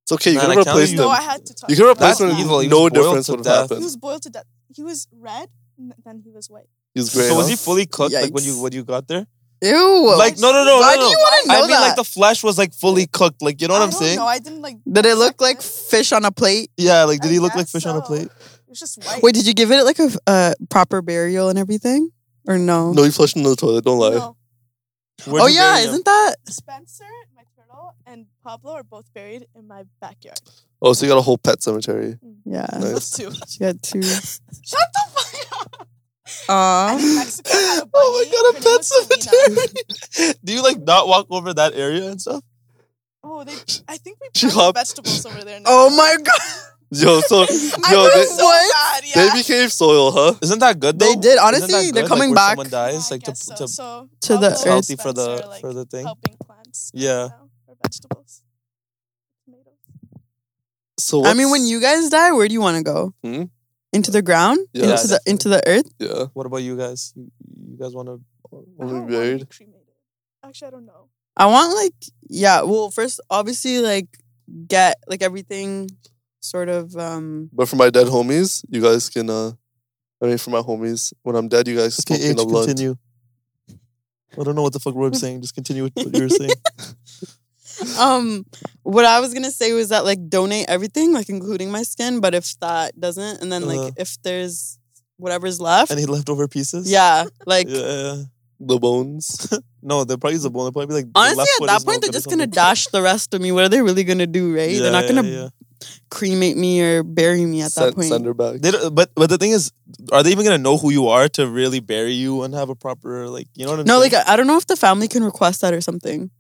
[SPEAKER 2] It's okay. You
[SPEAKER 4] Man,
[SPEAKER 2] can
[SPEAKER 4] I can't
[SPEAKER 2] replace
[SPEAKER 4] believe
[SPEAKER 5] No,
[SPEAKER 2] them.
[SPEAKER 5] I had to talk.
[SPEAKER 2] You can
[SPEAKER 5] about
[SPEAKER 2] replace
[SPEAKER 4] That's
[SPEAKER 2] them.
[SPEAKER 5] that.
[SPEAKER 4] evil. He
[SPEAKER 2] No
[SPEAKER 4] was boiled
[SPEAKER 2] difference
[SPEAKER 4] to
[SPEAKER 2] would have
[SPEAKER 4] death.
[SPEAKER 5] He
[SPEAKER 2] happened.
[SPEAKER 5] was boiled to death. He was red, and then he was white.
[SPEAKER 2] He's great.
[SPEAKER 4] So was
[SPEAKER 2] huh?
[SPEAKER 4] he fully cooked? Like when you
[SPEAKER 3] Yikes.
[SPEAKER 4] when you got there?
[SPEAKER 3] Ew.
[SPEAKER 4] Like no no no
[SPEAKER 3] Why
[SPEAKER 4] no.
[SPEAKER 3] do
[SPEAKER 4] no.
[SPEAKER 3] you want to know
[SPEAKER 4] I mean
[SPEAKER 3] that?
[SPEAKER 4] like the flesh was like fully cooked. Like you know what
[SPEAKER 5] I
[SPEAKER 4] I'm
[SPEAKER 5] don't
[SPEAKER 4] saying?
[SPEAKER 5] Know. I didn't like.
[SPEAKER 3] did it look
[SPEAKER 5] dissect
[SPEAKER 3] like fish on a plate?
[SPEAKER 4] Yeah. Like did
[SPEAKER 5] I
[SPEAKER 4] he look like
[SPEAKER 5] guess
[SPEAKER 4] fish on a
[SPEAKER 5] so.
[SPEAKER 4] plate?
[SPEAKER 5] It was just white.
[SPEAKER 3] Wait, did you give it like a uh, proper burial and everything, or no?
[SPEAKER 2] No, you flushed him into the toilet. Don't lie.
[SPEAKER 5] No,
[SPEAKER 4] Where'd
[SPEAKER 3] Oh
[SPEAKER 4] you
[SPEAKER 3] yeah,
[SPEAKER 4] bury him?
[SPEAKER 3] isn't that?
[SPEAKER 5] Spencer, my turtle, and Pablo are both buried in my backyard.
[SPEAKER 2] Oh, so you got a whole pet cemetery.
[SPEAKER 3] Yeah,
[SPEAKER 5] Those two.
[SPEAKER 3] she got two.
[SPEAKER 5] Shut the fuck up. And in
[SPEAKER 3] Um,
[SPEAKER 5] Mexico, I had a
[SPEAKER 4] Oh my
[SPEAKER 5] bunny.
[SPEAKER 4] god,
[SPEAKER 5] Her
[SPEAKER 4] a
[SPEAKER 5] name
[SPEAKER 4] pet
[SPEAKER 5] was Selena.
[SPEAKER 4] cemetery. Do you like not walk over that area and stuff?
[SPEAKER 5] Oh, they. I think we
[SPEAKER 2] She
[SPEAKER 5] planted
[SPEAKER 2] hopped.
[SPEAKER 5] vegetables over there. Now.
[SPEAKER 3] oh my god,
[SPEAKER 2] Yo, so yo,
[SPEAKER 3] was
[SPEAKER 2] they,
[SPEAKER 5] So
[SPEAKER 3] What?
[SPEAKER 5] bad,
[SPEAKER 2] they
[SPEAKER 5] yeah.
[SPEAKER 2] became soil, huh?
[SPEAKER 4] Isn't that good though?
[SPEAKER 3] They did,
[SPEAKER 4] Isn't that
[SPEAKER 3] honestly,
[SPEAKER 4] good?
[SPEAKER 3] they're
[SPEAKER 4] Like,
[SPEAKER 3] coming
[SPEAKER 4] when
[SPEAKER 3] back.
[SPEAKER 4] someone dies,
[SPEAKER 5] Yeah, Oh, I
[SPEAKER 4] like to,
[SPEAKER 5] guess so.
[SPEAKER 4] to
[SPEAKER 5] So
[SPEAKER 3] to the
[SPEAKER 5] Pablo
[SPEAKER 3] earth.
[SPEAKER 5] and
[SPEAKER 4] healthy for the
[SPEAKER 5] Spencer are, like,
[SPEAKER 4] for the thing.
[SPEAKER 5] helping plants.
[SPEAKER 4] Yeah.
[SPEAKER 5] now, or vegetables, tomatoes.
[SPEAKER 2] So
[SPEAKER 3] I mean,
[SPEAKER 2] what's-
[SPEAKER 3] when you guys die, where do you want to go?
[SPEAKER 2] Hmm?
[SPEAKER 3] Into the ground?
[SPEAKER 2] Yeah,
[SPEAKER 3] into the
[SPEAKER 4] definitely.
[SPEAKER 3] into the earth?
[SPEAKER 2] yeah,
[SPEAKER 4] What about you guys? You, you guys uh, want to?
[SPEAKER 5] I
[SPEAKER 2] Wanna be
[SPEAKER 5] don't wanna
[SPEAKER 2] buried?
[SPEAKER 5] cremated. Actually, I don't know.
[SPEAKER 3] I want like yeah. Well, first obviously like get like everything sort of um
[SPEAKER 2] but for my dead homies, you guys can. uh I mean, for my homies, when I'm dead, you guys smoke
[SPEAKER 4] Okay,
[SPEAKER 2] me
[SPEAKER 4] H,
[SPEAKER 2] in the blunt.
[SPEAKER 4] continue. I don't know what the fuck Roy's saying. Just continue with what you were saying.
[SPEAKER 3] um what I was gonna say was that like donate everything, like including my skin. But if that doesn't, and then like
[SPEAKER 4] Uh-huh.
[SPEAKER 3] if there's whatever's left,
[SPEAKER 4] Any leftover pieces?
[SPEAKER 3] yeah, like.
[SPEAKER 4] Yeah, yeah. yeah.
[SPEAKER 2] The bones.
[SPEAKER 4] No, they'll probably use the bone. They'll probably be like. the
[SPEAKER 3] Honestly, at
[SPEAKER 4] left foot
[SPEAKER 3] that
[SPEAKER 4] is no
[SPEAKER 3] point, they're
[SPEAKER 4] good or
[SPEAKER 3] just gonna
[SPEAKER 4] something.
[SPEAKER 3] dash the rest of me. What are they really gonna do, right?
[SPEAKER 4] Yeah,
[SPEAKER 3] they're not
[SPEAKER 4] yeah,
[SPEAKER 3] gonna
[SPEAKER 4] yeah.
[SPEAKER 3] cremate me or bury me at that
[SPEAKER 2] send,
[SPEAKER 3] point.
[SPEAKER 2] send her back.
[SPEAKER 4] They don't, but but the thing is, are they even gonna know who you are to really bury you and have a proper like you know what I'm
[SPEAKER 3] No,
[SPEAKER 4] saying?
[SPEAKER 3] like I I don't know if the family can request that or something.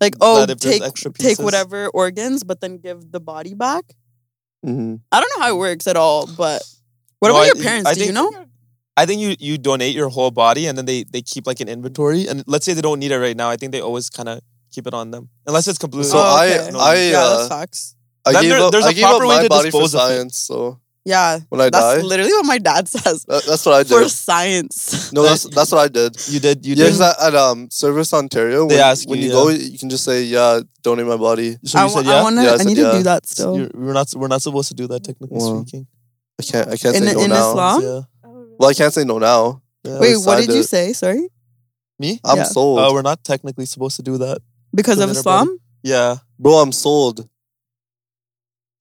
[SPEAKER 3] Like, oh,
[SPEAKER 4] That if there's
[SPEAKER 3] take
[SPEAKER 4] extra
[SPEAKER 3] take
[SPEAKER 4] pieces.
[SPEAKER 3] whatever organs, but then give the body back.
[SPEAKER 2] hmm
[SPEAKER 3] I don't know how it works at all, but what
[SPEAKER 4] No,
[SPEAKER 3] about
[SPEAKER 4] I-
[SPEAKER 3] your parents?
[SPEAKER 4] I
[SPEAKER 3] Do you
[SPEAKER 4] think-
[SPEAKER 3] know?
[SPEAKER 5] You're-
[SPEAKER 4] I think you you donate your whole body and then they they keep like an inventory and let's say they don't need it right now. I think they always kind of keep it on them unless it's completely.
[SPEAKER 2] So
[SPEAKER 3] Oh,
[SPEAKER 2] I,
[SPEAKER 3] okay.
[SPEAKER 2] I,
[SPEAKER 3] yeah,
[SPEAKER 2] uh,
[SPEAKER 3] that's facts.
[SPEAKER 2] I
[SPEAKER 4] Then
[SPEAKER 2] gave
[SPEAKER 4] there-
[SPEAKER 2] up.
[SPEAKER 4] there's
[SPEAKER 2] I
[SPEAKER 4] a
[SPEAKER 2] gave up
[SPEAKER 4] proper way
[SPEAKER 2] my
[SPEAKER 4] to
[SPEAKER 2] body for
[SPEAKER 4] dispose of it.
[SPEAKER 2] science. So
[SPEAKER 3] Yeah,
[SPEAKER 2] when I die,
[SPEAKER 3] that's literally what my dad says
[SPEAKER 2] that- that's what I
[SPEAKER 3] for
[SPEAKER 2] did.
[SPEAKER 3] science.
[SPEAKER 2] No, that's that's what I did.
[SPEAKER 4] you did you
[SPEAKER 2] Yeah,
[SPEAKER 4] did.
[SPEAKER 2] 'cause at, at um Service Ontario, when,
[SPEAKER 4] They ask
[SPEAKER 2] when
[SPEAKER 4] you,
[SPEAKER 2] you go, you can just say, "Yeah, donate my body."
[SPEAKER 4] So you
[SPEAKER 3] I,
[SPEAKER 4] said
[SPEAKER 3] wa-
[SPEAKER 4] yeah.
[SPEAKER 3] I wanna.
[SPEAKER 2] Yeah, I
[SPEAKER 3] I,
[SPEAKER 2] said
[SPEAKER 3] need
[SPEAKER 2] yeah.
[SPEAKER 3] to do that still.
[SPEAKER 4] You're- we're not we're not supposed to do that technically
[SPEAKER 2] Wow.
[SPEAKER 4] speaking.
[SPEAKER 2] I can't. I can't
[SPEAKER 3] In-
[SPEAKER 2] say no
[SPEAKER 3] in
[SPEAKER 2] now.
[SPEAKER 3] Islam? Huh?
[SPEAKER 4] Yeah.
[SPEAKER 5] oh, really?
[SPEAKER 2] Well, I can't say no now.
[SPEAKER 4] yeah.
[SPEAKER 3] Wait,
[SPEAKER 2] was
[SPEAKER 3] what
[SPEAKER 2] sad
[SPEAKER 3] did you
[SPEAKER 2] that-
[SPEAKER 3] say? Sorry,
[SPEAKER 4] me?
[SPEAKER 2] I'm
[SPEAKER 3] Yeah.
[SPEAKER 2] sold,
[SPEAKER 4] Uh, we're not technically supposed to do that.
[SPEAKER 3] because of
[SPEAKER 4] Donate our
[SPEAKER 3] Islam,
[SPEAKER 4] body. Yeah.
[SPEAKER 2] bro. I'm sold.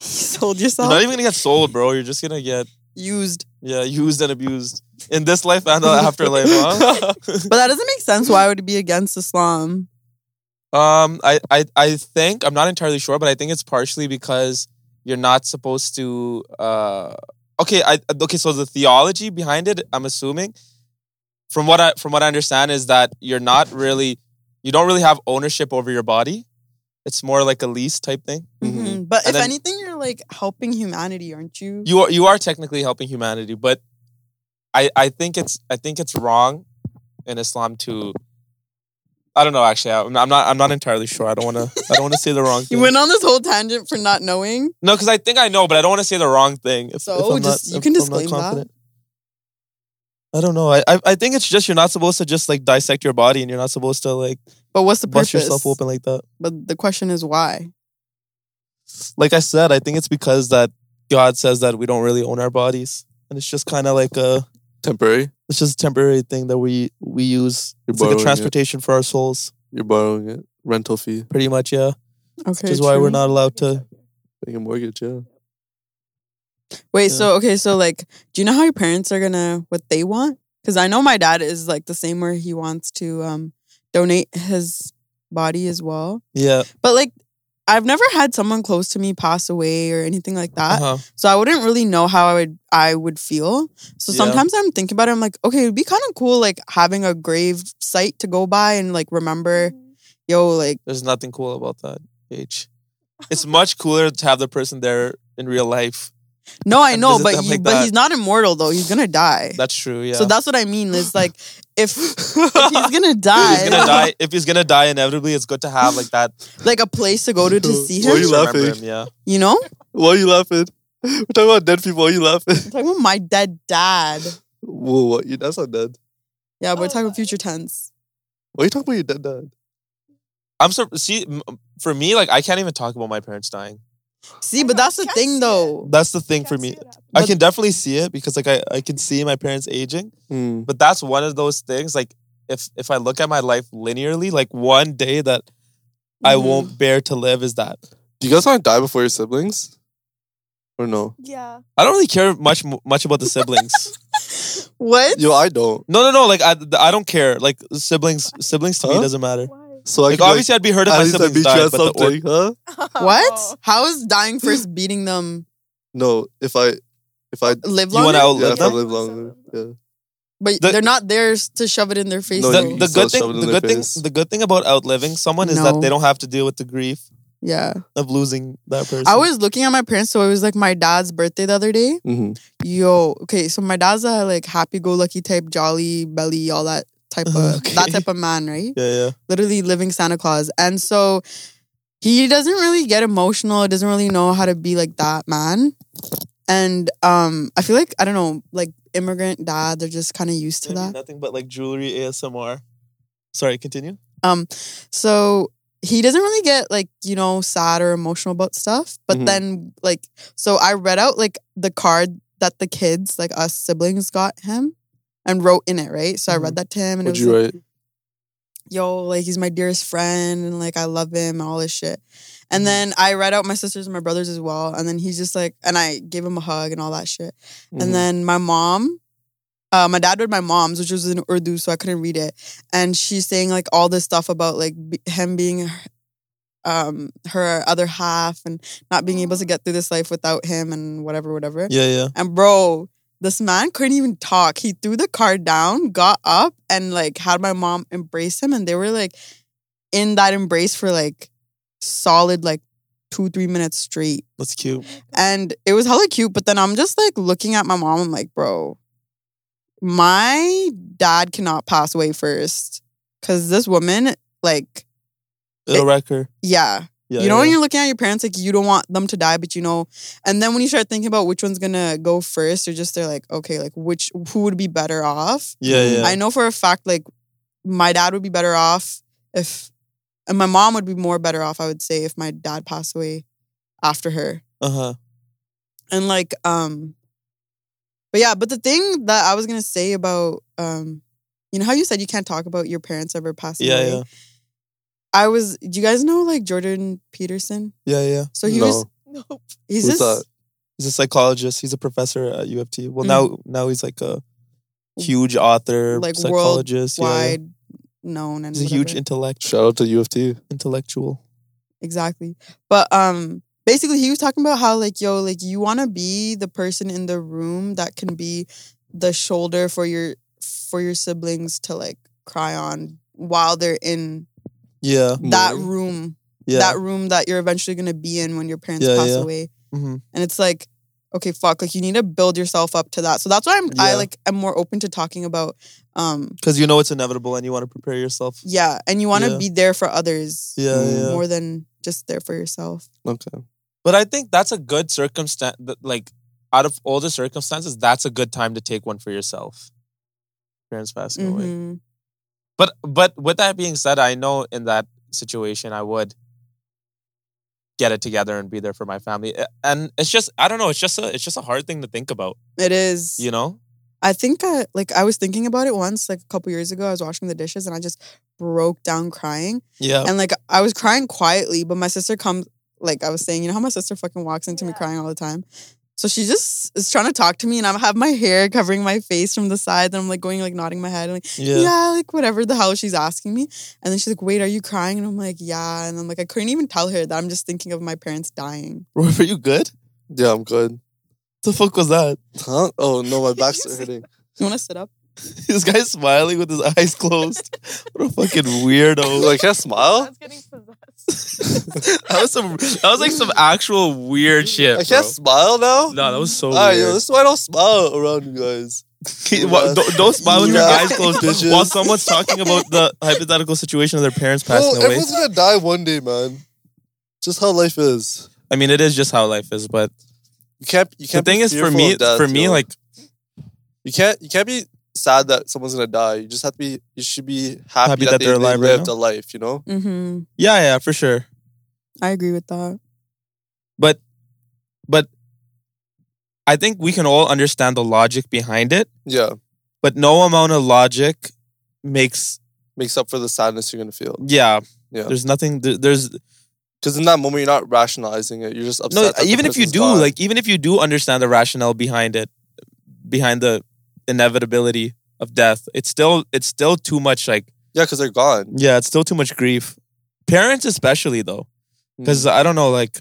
[SPEAKER 3] you sold
[SPEAKER 4] You're
[SPEAKER 3] yourself,
[SPEAKER 4] not even gonna get sold, bro. You're just gonna get
[SPEAKER 3] used.
[SPEAKER 4] yeah used and abused in this life and the afterlife. Huh?
[SPEAKER 3] But that doesn't make sense. Why would it be against Islam?
[SPEAKER 4] Um, I, I, I think I'm not entirely sure, but I think it's partially because you're not supposed to. Uh, okay, I okay. So the theology behind it, I'm assuming, from what I from what I understand, is that you're not really you don't really have ownership over your body. It's more like a lease type thing.
[SPEAKER 3] Mhm. But
[SPEAKER 4] Mm-hmm. And
[SPEAKER 3] if
[SPEAKER 4] then-
[SPEAKER 3] anything, you're like helping humanity, aren't you?
[SPEAKER 4] You are you are technically helping humanity, but I I think it's I think it's wrong in Islam to. I don't know. Actually, I'm I'm not. I'm not entirely sure. I don't want to. I don't want to say the wrong
[SPEAKER 3] You
[SPEAKER 4] thing.
[SPEAKER 3] went on this whole tangent for not knowing.
[SPEAKER 4] No, because I think I know, but I don't want to say the wrong thing. If,
[SPEAKER 3] So,
[SPEAKER 4] if I'm
[SPEAKER 3] just-
[SPEAKER 4] not,
[SPEAKER 3] you
[SPEAKER 4] if
[SPEAKER 3] can
[SPEAKER 4] I'm not
[SPEAKER 3] disclaim that.
[SPEAKER 4] confident. I don't know. I, I I think it's just you're not supposed to just like dissect your body, and you're not supposed to like
[SPEAKER 3] But what's the
[SPEAKER 4] bust
[SPEAKER 3] purpose?
[SPEAKER 4] yourself open like that.
[SPEAKER 3] But the question is why?
[SPEAKER 4] Like I said, I think it's because that God says that we don't really own our bodies, and it's just kind of like a
[SPEAKER 2] Temporary.
[SPEAKER 4] it's just a temporary thing that we we use.
[SPEAKER 2] You're
[SPEAKER 4] It's like a
[SPEAKER 2] borrowing it.
[SPEAKER 4] transportation for our souls,
[SPEAKER 2] You're borrowing it. Rental fee.
[SPEAKER 4] pretty much. Yeah,
[SPEAKER 3] Okay.
[SPEAKER 4] which is why we're
[SPEAKER 3] true.
[SPEAKER 4] not allowed to.
[SPEAKER 2] Paying a mortgage, yeah.
[SPEAKER 3] Wait,
[SPEAKER 4] Yeah.
[SPEAKER 3] so okay, so like, do you know how your parents are gonna what they want? Because I know my dad is like the same where he wants to um donate his body as well.
[SPEAKER 4] Yeah.
[SPEAKER 3] But like, I've never had someone close to me pass away or anything like that,
[SPEAKER 4] Uh-huh.
[SPEAKER 3] so I wouldn't really know how I would I would feel. So
[SPEAKER 4] Yeah.
[SPEAKER 3] sometimes I'm thinking about it. I'm like, okay, it'd be kind of cool like having a grave site to go by and like remember,
[SPEAKER 4] Mm-hmm.
[SPEAKER 3] yo, like
[SPEAKER 4] There's nothing cool about that. H. It's much cooler to have the person there in real life.
[SPEAKER 3] no, I
[SPEAKER 4] And
[SPEAKER 3] know,
[SPEAKER 4] visit
[SPEAKER 3] but
[SPEAKER 4] them
[SPEAKER 3] you,
[SPEAKER 4] like
[SPEAKER 3] but
[SPEAKER 4] that.
[SPEAKER 3] he's not immortal though. He's gonna die.
[SPEAKER 4] That's true. Yeah.
[SPEAKER 3] So that's what I mean. Is like if, if he's gonna die,
[SPEAKER 4] If he's gonna die. If he's gonna die inevitably, it's good to have like that.
[SPEAKER 3] like a place to go to to see
[SPEAKER 2] Why are
[SPEAKER 4] to
[SPEAKER 3] him.
[SPEAKER 2] you
[SPEAKER 4] remember
[SPEAKER 2] laughing?
[SPEAKER 4] him, yeah.
[SPEAKER 3] You know,
[SPEAKER 2] Why are you laughing? We're talking about dead people. Why are you laughing?
[SPEAKER 3] I'm talking about my dead dad.
[SPEAKER 2] Whoa, what? You, that's not dead.
[SPEAKER 3] Yeah, we're
[SPEAKER 5] Oh
[SPEAKER 3] talking
[SPEAKER 5] my.
[SPEAKER 3] about future tense.
[SPEAKER 2] Why are you talking about your dead dad?
[SPEAKER 4] I'm so see m- for me like I can't even talk about my parents dying.
[SPEAKER 3] See,
[SPEAKER 5] I
[SPEAKER 3] but
[SPEAKER 5] know,
[SPEAKER 3] that's
[SPEAKER 5] you
[SPEAKER 3] the
[SPEAKER 5] can't see
[SPEAKER 3] thing,
[SPEAKER 5] it.
[SPEAKER 3] though.
[SPEAKER 4] That's the thing for me.
[SPEAKER 5] Can't say that.
[SPEAKER 4] I can definitely see it because like I, I can see my parents aging,
[SPEAKER 2] Mm.
[SPEAKER 4] but that's one of those things like if if I look at my life linearly, like one day that I
[SPEAKER 3] Mhm.
[SPEAKER 4] won't bear to live is that.
[SPEAKER 2] Do you guys want to die before your siblings? Or no?
[SPEAKER 5] Yeah.
[SPEAKER 4] I don't really care much m- much about the siblings.
[SPEAKER 3] What?
[SPEAKER 2] Yo, I don't.
[SPEAKER 4] no, no, no. Like I, I don't care. Like siblings, siblings to
[SPEAKER 2] Huh?
[SPEAKER 4] me doesn't matter.
[SPEAKER 5] Why?
[SPEAKER 2] So I
[SPEAKER 4] Like
[SPEAKER 2] can be
[SPEAKER 4] obviously, I'd be hurt if
[SPEAKER 2] like,
[SPEAKER 4] my
[SPEAKER 2] at least I
[SPEAKER 4] siblings
[SPEAKER 2] beat you
[SPEAKER 4] died.
[SPEAKER 2] at
[SPEAKER 4] But the or-
[SPEAKER 2] something, huh?
[SPEAKER 5] Oh,
[SPEAKER 3] What? How is dying first beating them
[SPEAKER 2] No, if I, if I,
[SPEAKER 3] live
[SPEAKER 4] You wanna
[SPEAKER 3] longer?
[SPEAKER 4] outlive
[SPEAKER 2] yeah, if I
[SPEAKER 4] them?
[SPEAKER 2] live longer, yeah.
[SPEAKER 3] but
[SPEAKER 4] the-
[SPEAKER 3] they're not there to shove it in their face.
[SPEAKER 2] No,
[SPEAKER 4] the,
[SPEAKER 3] though.
[SPEAKER 2] you
[SPEAKER 4] the
[SPEAKER 2] still
[SPEAKER 4] good thing,
[SPEAKER 2] shove it in
[SPEAKER 4] the
[SPEAKER 2] their
[SPEAKER 4] good thing,
[SPEAKER 2] face.
[SPEAKER 4] the good thing about outliving someone is that
[SPEAKER 3] No.
[SPEAKER 4] they don't have to deal with the grief
[SPEAKER 3] yeah,
[SPEAKER 4] of losing that person.
[SPEAKER 3] I was looking at my parents. So it was like my dad's birthday the other day.
[SPEAKER 2] Mm-hmm.
[SPEAKER 3] Yo, okay, so my dad's a like happy-go-lucky type, jolly belly, all that type of
[SPEAKER 4] Okay.
[SPEAKER 3] that type of man, right?
[SPEAKER 4] yeah, yeah.
[SPEAKER 3] literally living Santa Claus. And so he doesn't really get emotional, doesn't really know how to be like that man. And um I feel like I don't know, like immigrant dads are just kind of used to
[SPEAKER 4] Maybe
[SPEAKER 2] Mm-hmm.
[SPEAKER 3] that.
[SPEAKER 4] nothing but like jewelry ASMR. Sorry, continue.
[SPEAKER 3] Um so he doesn't really get like, you know, sad or emotional about stuff, but
[SPEAKER 2] Mhm.
[SPEAKER 3] then like so I read out like the card that the kids, like us siblings got him and wrote in it, right? So I read that to him and it
[SPEAKER 2] Mm-hmm. Would
[SPEAKER 3] was
[SPEAKER 2] you
[SPEAKER 3] like,
[SPEAKER 2] write?
[SPEAKER 3] yo, like he's my dearest friend and like I love him and all this shit. And then I read out my sisters and my brothers as well. And then he's just like, and I gave him a hug and all that shit.
[SPEAKER 2] Mhm.
[SPEAKER 3] And then my mom, uh, my dad read my mom's, which was in Urdu, so I couldn't read it. And she's saying like all this stuff about like b- him being um, her other half and not being able to get through this life without him and whatever, whatever.
[SPEAKER 4] Yeah, yeah.
[SPEAKER 3] And bro, this man couldn't even talk. He threw the card down, got up, and like had my mom embrace him. And they were like in that embrace for like solid like two, three minutes straight.
[SPEAKER 4] That's cute.
[SPEAKER 3] And it was hella cute. But then I'm just like looking at my mom. I'm like, bro, my dad cannot pass away first. Cause this woman, like,
[SPEAKER 4] It'll wreck her.
[SPEAKER 3] yeah,
[SPEAKER 4] Yeah,
[SPEAKER 3] you know
[SPEAKER 4] yeah.
[SPEAKER 3] when you're looking at your parents, like you don't want them to die, but you know, and then when you start thinking about which one's gonna go first, you're just there like, okay, like which who would be better off?
[SPEAKER 4] yeah,
[SPEAKER 2] Mm.
[SPEAKER 4] yeah.
[SPEAKER 3] I know for a fact, like my dad would be better off if, and my mom would be more better off, I would say, if my dad passed away after her.
[SPEAKER 4] Uh huh.
[SPEAKER 3] And like, um, but yeah, but the thing that I was gonna say about, um, you know how you said you can't talk about your parents ever passing
[SPEAKER 4] Yeah,
[SPEAKER 3] away.
[SPEAKER 4] yeah,
[SPEAKER 3] I was, do you guys know like Jordan Peterson?
[SPEAKER 4] yeah, yeah.
[SPEAKER 3] So he
[SPEAKER 2] no.
[SPEAKER 3] was
[SPEAKER 5] Nope.
[SPEAKER 3] He's
[SPEAKER 2] Who's
[SPEAKER 3] just
[SPEAKER 2] that?
[SPEAKER 4] He's a psychologist. He's a professor at UFT. Well, now now he's like a huge author,
[SPEAKER 3] Mm-hmm. Like,
[SPEAKER 4] psychologist. Yeah, yeah.
[SPEAKER 3] wide known and
[SPEAKER 4] He's a huge
[SPEAKER 3] whatever.
[SPEAKER 4] intellect
[SPEAKER 2] Shout out to UFT.
[SPEAKER 4] intellectual.
[SPEAKER 3] exactly. But um, basically, he was talking about how like yo, like you want to be the person in the room that can be the shoulder for your for your siblings to like cry on while they're in
[SPEAKER 2] Yeah.
[SPEAKER 3] that
[SPEAKER 4] Morning.
[SPEAKER 3] room,
[SPEAKER 2] Yeah.
[SPEAKER 3] that room that you're eventually gonna be in when your parents
[SPEAKER 2] Yeah,
[SPEAKER 3] pass
[SPEAKER 2] yeah.
[SPEAKER 3] away.
[SPEAKER 4] Mhm.
[SPEAKER 3] And it's like, okay, fuck, like you need to build yourself up to that. So that's why I'm I
[SPEAKER 2] Yeah.
[SPEAKER 3] like am more open to talking about, um,
[SPEAKER 4] because you know it's inevitable and you want to prepare yourself.
[SPEAKER 3] yeah, and you want to
[SPEAKER 2] Yeah.
[SPEAKER 3] be there for others
[SPEAKER 2] Yeah.
[SPEAKER 4] Mm.
[SPEAKER 2] Yeah.
[SPEAKER 3] more than just there for yourself.
[SPEAKER 2] Okay.
[SPEAKER 4] But I think that's a good circumstance. that, Like out of all the circumstances, that's a good time to take one for yourself. Parents passing away.
[SPEAKER 3] Mhm.
[SPEAKER 4] But but with that being said, I know in that situation I would get it together and be there for my family. A- And it's just I don't know. It's just a it's just a hard thing to think about.
[SPEAKER 3] It is,
[SPEAKER 4] You know.
[SPEAKER 3] I think I like I was thinking about it once, like a couple years ago. I was washing the dishes and I just broke down crying.
[SPEAKER 4] Yeah.
[SPEAKER 3] And like I was crying quietly, but my sister comes like I was saying, you know how my sister fucking walks into me
[SPEAKER 5] Yeah.
[SPEAKER 3] crying all the time? So she just is trying to talk to me and I have my hair covering my face from the side and I'm like going like nodding my head and like,
[SPEAKER 2] Yeah.
[SPEAKER 3] yeah. like whatever the hell she's asking me. And then she's like, Wait, are you crying? And I'm like, Yeah. And I'm like, I couldn't even tell her that I'm just thinking of my parents dying.
[SPEAKER 4] Were you good?
[SPEAKER 2] Yeah, I'm good.
[SPEAKER 4] The fuck was that?
[SPEAKER 2] Huh? Oh no, my back's
[SPEAKER 3] You see-
[SPEAKER 2] hurting.
[SPEAKER 3] You wanna sit up?
[SPEAKER 4] This guy's smiling with his eyes closed. what a fucking weirdo.
[SPEAKER 2] Like, can I smile?
[SPEAKER 5] That's getting possessed.
[SPEAKER 4] That was some. That was like some actual weird shit.
[SPEAKER 2] I can't smile now.
[SPEAKER 4] No, that was so
[SPEAKER 2] Alright, yo,
[SPEAKER 4] weird.
[SPEAKER 2] this is why I don't smile around you guys.
[SPEAKER 4] Well, don't, don't smile with your
[SPEAKER 2] Yeah.
[SPEAKER 4] eyes closed
[SPEAKER 2] Bitches.
[SPEAKER 4] while someone's talking about the hypothetical situation of their parents passing
[SPEAKER 2] Well,
[SPEAKER 4] away.
[SPEAKER 2] everyone's gonna die one day, man. Just how life is.
[SPEAKER 4] I mean, it is just how life is. But
[SPEAKER 2] You can't. You
[SPEAKER 4] the
[SPEAKER 2] can't.
[SPEAKER 4] thing
[SPEAKER 2] be
[SPEAKER 4] is, for
[SPEAKER 2] fearful
[SPEAKER 4] me,
[SPEAKER 2] of death,
[SPEAKER 4] for me,
[SPEAKER 2] yo.
[SPEAKER 4] like
[SPEAKER 2] you can't. You can't be sad that someone's gonna die. You just have to be. You should be happy, that, they,
[SPEAKER 4] they're
[SPEAKER 2] they
[SPEAKER 4] alive right
[SPEAKER 2] lived
[SPEAKER 4] now.
[SPEAKER 2] a life. You know.
[SPEAKER 3] Mm-hmm.
[SPEAKER 4] yeah, yeah, for sure.
[SPEAKER 3] I agree with that.
[SPEAKER 4] But, but, I think we can all understand the logic behind it.
[SPEAKER 2] Yeah,
[SPEAKER 4] But no amount of logic makes
[SPEAKER 2] makes up for the sadness you're gonna feel.
[SPEAKER 4] yeah.
[SPEAKER 2] Yeah.
[SPEAKER 4] There's nothing. there- There's
[SPEAKER 2] Because in that moment, you're not rationalizing it. You're just upset.
[SPEAKER 4] no.
[SPEAKER 2] that the
[SPEAKER 4] Even if you
[SPEAKER 2] person's
[SPEAKER 4] do,
[SPEAKER 2] gone.
[SPEAKER 4] like, even if you do understand the rationale behind it, behind the inevitability of death, it's still it's still too much like.
[SPEAKER 2] yeah, because they're gone.
[SPEAKER 4] Yeah, it's still too much grief. Parents, especially though,
[SPEAKER 3] Mm.
[SPEAKER 4] because I don't know, like,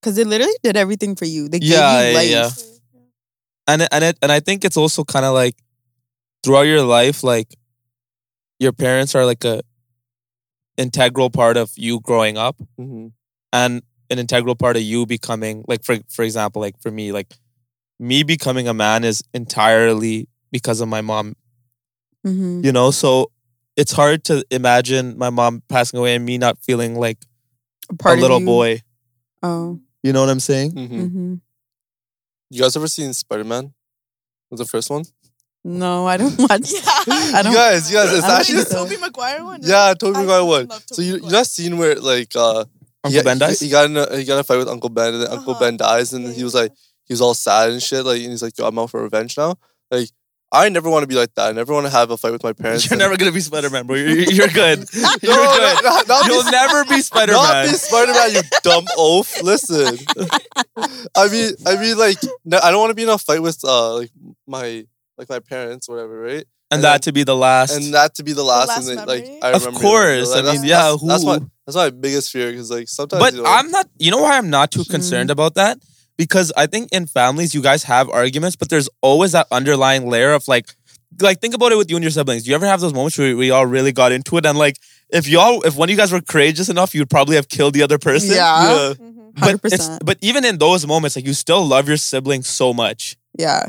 [SPEAKER 3] Cause they literally did everything for you. They gave you
[SPEAKER 4] Yeah, yeah,
[SPEAKER 3] life.
[SPEAKER 4] yeah.
[SPEAKER 5] Honestly, yeah.
[SPEAKER 4] and it- and it, and I think it's also kind of like throughout your life, like your parents are like a integral part of you growing up,
[SPEAKER 2] hmm
[SPEAKER 4] and an integral part of you becoming, like, for for example, like for me, like me becoming a man is entirely because of my mom,
[SPEAKER 3] Mm-hmm.
[SPEAKER 4] you know. So it's hard to imagine my mom passing away and me not feeling like
[SPEAKER 3] part
[SPEAKER 4] a
[SPEAKER 3] of
[SPEAKER 4] little
[SPEAKER 3] you.
[SPEAKER 4] boy.
[SPEAKER 3] Oh.
[SPEAKER 4] You know what I'm saying?
[SPEAKER 2] hmm
[SPEAKER 3] hmm
[SPEAKER 2] You guys ever seen Spider Man? Was the first one?
[SPEAKER 3] No, I don't watch.
[SPEAKER 5] Yeah.
[SPEAKER 3] I don't-
[SPEAKER 2] you guys, you guys,
[SPEAKER 3] I
[SPEAKER 2] it's
[SPEAKER 3] don't
[SPEAKER 2] actually.
[SPEAKER 3] think so.
[SPEAKER 5] Toby Maguire one.
[SPEAKER 2] Yeah, Toby
[SPEAKER 5] I
[SPEAKER 2] Maguire one.
[SPEAKER 5] love
[SPEAKER 2] So
[SPEAKER 5] Tobey
[SPEAKER 2] you you
[SPEAKER 5] Maguire.
[SPEAKER 2] not seen where like uh
[SPEAKER 4] Uncle
[SPEAKER 2] he,
[SPEAKER 4] Ben
[SPEAKER 2] he-
[SPEAKER 4] dies.
[SPEAKER 2] he got in a he got in a fight with Uncle Ben and then Uncle
[SPEAKER 5] Uh-huh.
[SPEAKER 2] Ben dies and
[SPEAKER 5] Yeah,
[SPEAKER 2] he was
[SPEAKER 5] yeah.
[SPEAKER 2] like he was all sad and shit like and he's like yo I'm out for revenge now like I never want to be like that I never want to have a fight with my parents
[SPEAKER 4] You're never gonna be Spider Man, bro. You're, you're good. You're
[SPEAKER 2] no,
[SPEAKER 4] good.
[SPEAKER 2] no, no, not be-
[SPEAKER 4] You'll never be Spider
[SPEAKER 2] Not
[SPEAKER 4] Man.
[SPEAKER 2] be Spider Man, you dumb oaf. Listen, I mean, I mean, like, no, I don't want to be in a fight with, uh, like my, like my parents, whatever, right?
[SPEAKER 4] And that to be the last.
[SPEAKER 2] And that to be the last,
[SPEAKER 5] last
[SPEAKER 2] and then, like,
[SPEAKER 5] memory?
[SPEAKER 2] I
[SPEAKER 4] Of
[SPEAKER 2] remember.
[SPEAKER 4] course, I
[SPEAKER 2] that's-
[SPEAKER 4] mean, yeah,
[SPEAKER 2] that's, that's my
[SPEAKER 4] who-
[SPEAKER 2] that's my biggest fear because, like, sometimes.
[SPEAKER 4] but
[SPEAKER 2] you know,
[SPEAKER 4] I'm not. You know why I'm not
[SPEAKER 3] Hmm.
[SPEAKER 4] too concerned about that? Because I think in families you guys have arguments, but there's always that underlying layer of like, like think about it with you and your siblings. Do you ever have those moments where we all really got into it and like, if y'all, if one of you guys were courageous enough, you'd probably have killed the other person.
[SPEAKER 3] Yeah.
[SPEAKER 5] Mhm.
[SPEAKER 4] But it's,
[SPEAKER 3] 100%.
[SPEAKER 4] but even in those moments, like you still love your siblings so much,
[SPEAKER 3] Yeah.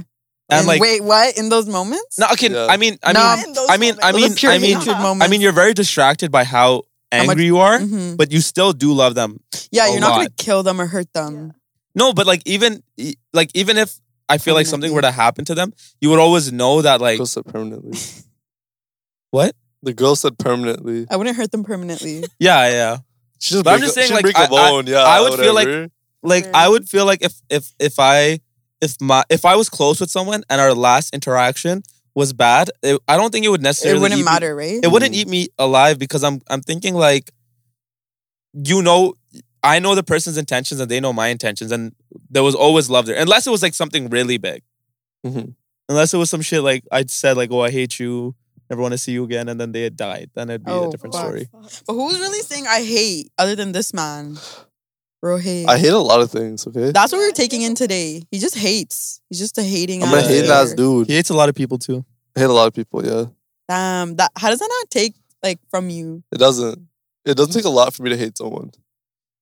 [SPEAKER 4] and, like,
[SPEAKER 3] wait, what? In those moments?
[SPEAKER 4] no, okay,
[SPEAKER 2] Yeah.
[SPEAKER 4] I mean, I
[SPEAKER 3] No,
[SPEAKER 4] mean,
[SPEAKER 3] I'm
[SPEAKER 5] Not in those
[SPEAKER 4] I mean- I
[SPEAKER 5] moments.
[SPEAKER 4] mean-
[SPEAKER 3] the pure
[SPEAKER 4] I mean-
[SPEAKER 3] hatred
[SPEAKER 5] Yeah.
[SPEAKER 3] moments.
[SPEAKER 4] I mean, you're very distracted by how
[SPEAKER 3] much-
[SPEAKER 4] angry you are,
[SPEAKER 3] Mhm.
[SPEAKER 4] but you still do love them.
[SPEAKER 3] Yeah,
[SPEAKER 4] a
[SPEAKER 3] you're not gonna
[SPEAKER 4] lot.
[SPEAKER 3] kill them or hurt them.
[SPEAKER 4] No, but like even e- like even if I feel like something
[SPEAKER 3] Permanently.
[SPEAKER 4] were to happen to them, you would always know that
[SPEAKER 2] the
[SPEAKER 4] like
[SPEAKER 2] girl said permanently.
[SPEAKER 4] what?
[SPEAKER 2] The girl said permanently.
[SPEAKER 3] I wouldn't hurt them permanently.
[SPEAKER 4] Yeah, yeah, yeah.
[SPEAKER 2] She just
[SPEAKER 4] But I'm
[SPEAKER 2] break
[SPEAKER 4] just
[SPEAKER 2] a-
[SPEAKER 4] saying,
[SPEAKER 2] she
[SPEAKER 4] like,
[SPEAKER 2] break
[SPEAKER 4] I-
[SPEAKER 2] a bone. yeah,
[SPEAKER 4] I would feel like-
[SPEAKER 2] whatever.
[SPEAKER 4] Like
[SPEAKER 5] Fair.
[SPEAKER 4] I would feel like if if if I if my if I was close with someone and our last interaction was bad, it, I don't think it would necessarily
[SPEAKER 3] it wouldn't
[SPEAKER 4] eat me-
[SPEAKER 3] matter, right?
[SPEAKER 4] it wouldn't eat me alive because I'm I'm thinking like you know I know the person's intentions and they know my intentions and there was always love there unless it was like something really big
[SPEAKER 2] Mhm.
[SPEAKER 4] unless it was some shit like I said like oh I hate you never want to see you again and then they had died then it'd be a
[SPEAKER 3] Oh,
[SPEAKER 4] different
[SPEAKER 3] fuck.
[SPEAKER 4] story
[SPEAKER 5] Oh.
[SPEAKER 3] but who's really saying I hate other than this man? Bro, hate.
[SPEAKER 2] I hate a lot of things. Okay,
[SPEAKER 3] That's what we were taking in today. He just hates. He's just a hating.
[SPEAKER 2] I'm a
[SPEAKER 4] Yeah,
[SPEAKER 2] hating
[SPEAKER 4] yeah.
[SPEAKER 2] ass dude.
[SPEAKER 4] he hates a lot of people too
[SPEAKER 2] I hate a lot of people. Yeah,
[SPEAKER 3] Damn. That. How does that not take like from you?
[SPEAKER 2] it doesn't. It doesn't take a lot for me to hate someone.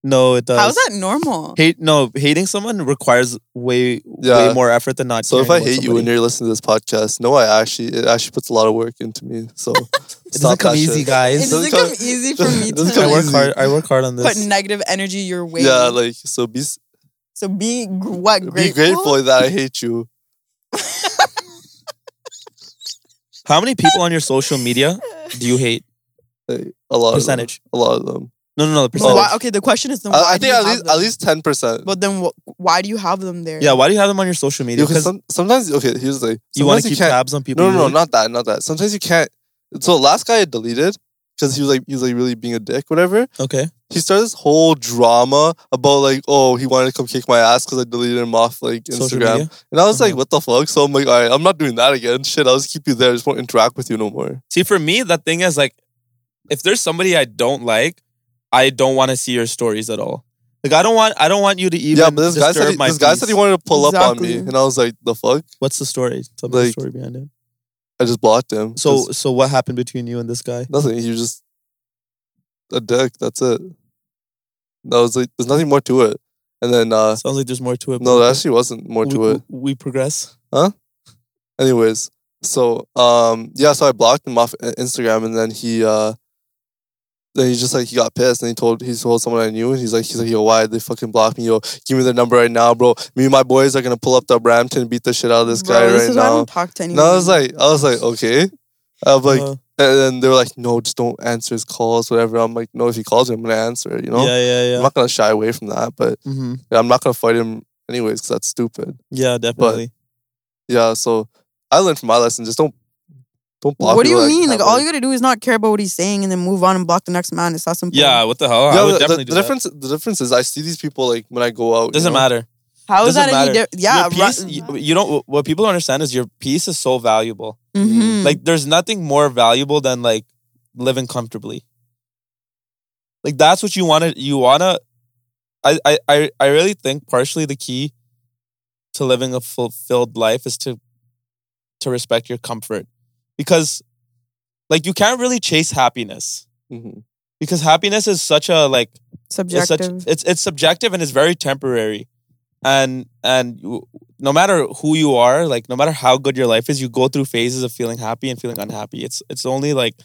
[SPEAKER 4] No, it does.
[SPEAKER 3] How's that normal?
[SPEAKER 4] Hate no hating someone requires way way
[SPEAKER 2] Yeah.
[SPEAKER 4] more effort than not.
[SPEAKER 2] So if I
[SPEAKER 4] caring about
[SPEAKER 2] hate you
[SPEAKER 4] somebody.
[SPEAKER 2] when you're listening to this podcast, no, I actually it actually puts a lot of work into me. So
[SPEAKER 4] it doesn't come easy,
[SPEAKER 3] It
[SPEAKER 4] guys.
[SPEAKER 2] doesn't
[SPEAKER 3] doesn't
[SPEAKER 2] come-
[SPEAKER 3] come easy for me
[SPEAKER 2] it doesn't
[SPEAKER 4] I
[SPEAKER 2] come
[SPEAKER 3] to
[SPEAKER 4] work
[SPEAKER 2] easy.
[SPEAKER 4] hard. I work hard on
[SPEAKER 3] put
[SPEAKER 4] this.
[SPEAKER 3] negative energy your way.
[SPEAKER 2] Yeah, like so be s-
[SPEAKER 3] so be gr- what grateful.
[SPEAKER 2] be grateful that I hate you.
[SPEAKER 4] How many people on your social media do you hate?
[SPEAKER 2] Like, a lot
[SPEAKER 4] Percentage.
[SPEAKER 2] of them,
[SPEAKER 4] Um,
[SPEAKER 2] a lot of them.
[SPEAKER 4] Oh, No, no, no. The
[SPEAKER 3] But
[SPEAKER 4] percentage.
[SPEAKER 3] why, okay, the question is then why
[SPEAKER 2] I, I
[SPEAKER 3] do
[SPEAKER 2] think
[SPEAKER 3] you
[SPEAKER 2] at
[SPEAKER 3] have
[SPEAKER 2] least
[SPEAKER 3] them?
[SPEAKER 2] at least ten percent.
[SPEAKER 3] But then wh- why do you have them there?
[SPEAKER 4] Yeah, why do you have them on your social media?
[SPEAKER 2] Because
[SPEAKER 4] Because
[SPEAKER 2] some, sometimes okay, here's the thing.
[SPEAKER 4] you want
[SPEAKER 2] Sometimes
[SPEAKER 4] to keep
[SPEAKER 2] can't-
[SPEAKER 4] tabs on people.
[SPEAKER 2] No,
[SPEAKER 4] you
[SPEAKER 2] no, no,
[SPEAKER 4] really-
[SPEAKER 2] not that, not that. Sometimes you can't. So last guy I deleted because he was like he was like really being a dick, whatever.
[SPEAKER 4] Okay.
[SPEAKER 2] He started this whole drama about like, oh, he wanted to come kick my ass because I deleted him off like
[SPEAKER 4] Social
[SPEAKER 2] Instagram.
[SPEAKER 4] media.
[SPEAKER 2] And I was like,
[SPEAKER 4] Uh-huh.
[SPEAKER 2] what the fuck? So I'm like, all right, I'm not doing that again. Shit, I'll just keep you there. I just won't interact with you no more.
[SPEAKER 4] See, for me, the thing is like, if there's somebody I don't like, I don't want to see your stories at all. Like, I don't want, I don't want you to even.
[SPEAKER 2] yeah, but this guy
[SPEAKER 4] disturb
[SPEAKER 2] said he,
[SPEAKER 4] my
[SPEAKER 2] this guy said he
[SPEAKER 4] peace.
[SPEAKER 2] wanted to pull up on me,
[SPEAKER 3] Exactly.
[SPEAKER 2] and I was like, the fuck?
[SPEAKER 4] What's the story? Tell me the
[SPEAKER 2] Like,
[SPEAKER 4] story behind it.
[SPEAKER 2] I just blocked him.
[SPEAKER 4] So,
[SPEAKER 2] Just
[SPEAKER 4] so what happened between you and this guy?
[SPEAKER 2] nothing. He was just a dick. That's it. That was like, there's nothing more to it. And then uh
[SPEAKER 4] Sounds like there's more to it.
[SPEAKER 2] no,
[SPEAKER 4] but
[SPEAKER 2] there actually wasn't more
[SPEAKER 4] we,
[SPEAKER 2] to it.
[SPEAKER 4] we, we progress.
[SPEAKER 2] Anyways, so um yeah, so I blocked him off I- Instagram, and then he uh then he just like he got pissed, and he told he told someone I knew, and he's like he's like yo, why they fucking blocked me? Yo, give me their number right now, bro. Me and my boys are gonna pull up to Brampton and beat the shit out of this
[SPEAKER 3] Bro,
[SPEAKER 2] guy
[SPEAKER 3] this
[SPEAKER 2] right
[SPEAKER 3] is why I
[SPEAKER 2] now.
[SPEAKER 3] don't talk to
[SPEAKER 2] And
[SPEAKER 3] anyone.
[SPEAKER 2] I was like, I was like, okay. I'm
[SPEAKER 3] Uh-huh.
[SPEAKER 2] like,
[SPEAKER 4] Uh,
[SPEAKER 2] and then they were like, no, just don't answer his calls, whatever. I'm like, no, if he calls me, I'm gonna answer. You know,
[SPEAKER 4] yeah, yeah,
[SPEAKER 2] I'm
[SPEAKER 4] yeah.
[SPEAKER 2] not gonna shy away from that, but
[SPEAKER 4] hmm
[SPEAKER 2] I'm not gonna fight him anyways because that's stupid.
[SPEAKER 4] Yeah, definitely.
[SPEAKER 2] Yeah, so I learned from my lesson. Just don't don't block.
[SPEAKER 3] what do you
[SPEAKER 2] people that
[SPEAKER 3] mean? Like
[SPEAKER 2] have,
[SPEAKER 3] all you gotta do is not care about what he's saying and then move on and block the next man. It's that simple.
[SPEAKER 4] yeah, what the hell?
[SPEAKER 2] yeah,
[SPEAKER 4] I would
[SPEAKER 2] the- the,
[SPEAKER 4] definitely
[SPEAKER 2] the
[SPEAKER 4] do that.
[SPEAKER 2] difference the difference is I see these people like when I go out. you
[SPEAKER 4] Doesn't
[SPEAKER 2] know?
[SPEAKER 4] matter.
[SPEAKER 3] How is
[SPEAKER 4] Doesn't
[SPEAKER 3] that any
[SPEAKER 4] matter.
[SPEAKER 3] different? Yeah,
[SPEAKER 4] your peace,
[SPEAKER 3] ru-
[SPEAKER 4] you, you don't. What people don't understand is your peace is so valuable.
[SPEAKER 3] Mhm.
[SPEAKER 4] Like, there's nothing more valuable than like living comfortably. Like that's what you wanna. You wanna. I I I I really think partially the key to living a fulfilled life is to to respect your comfort because like you can't really chase happiness
[SPEAKER 2] Mhm.
[SPEAKER 4] because happiness is such a like it's such
[SPEAKER 3] subjective.
[SPEAKER 4] it's it's subjective and it's very temporary and and you, no matter who you are like no matter how good your life is you go through phases of feeling happy and feeling unhappy it's it's only like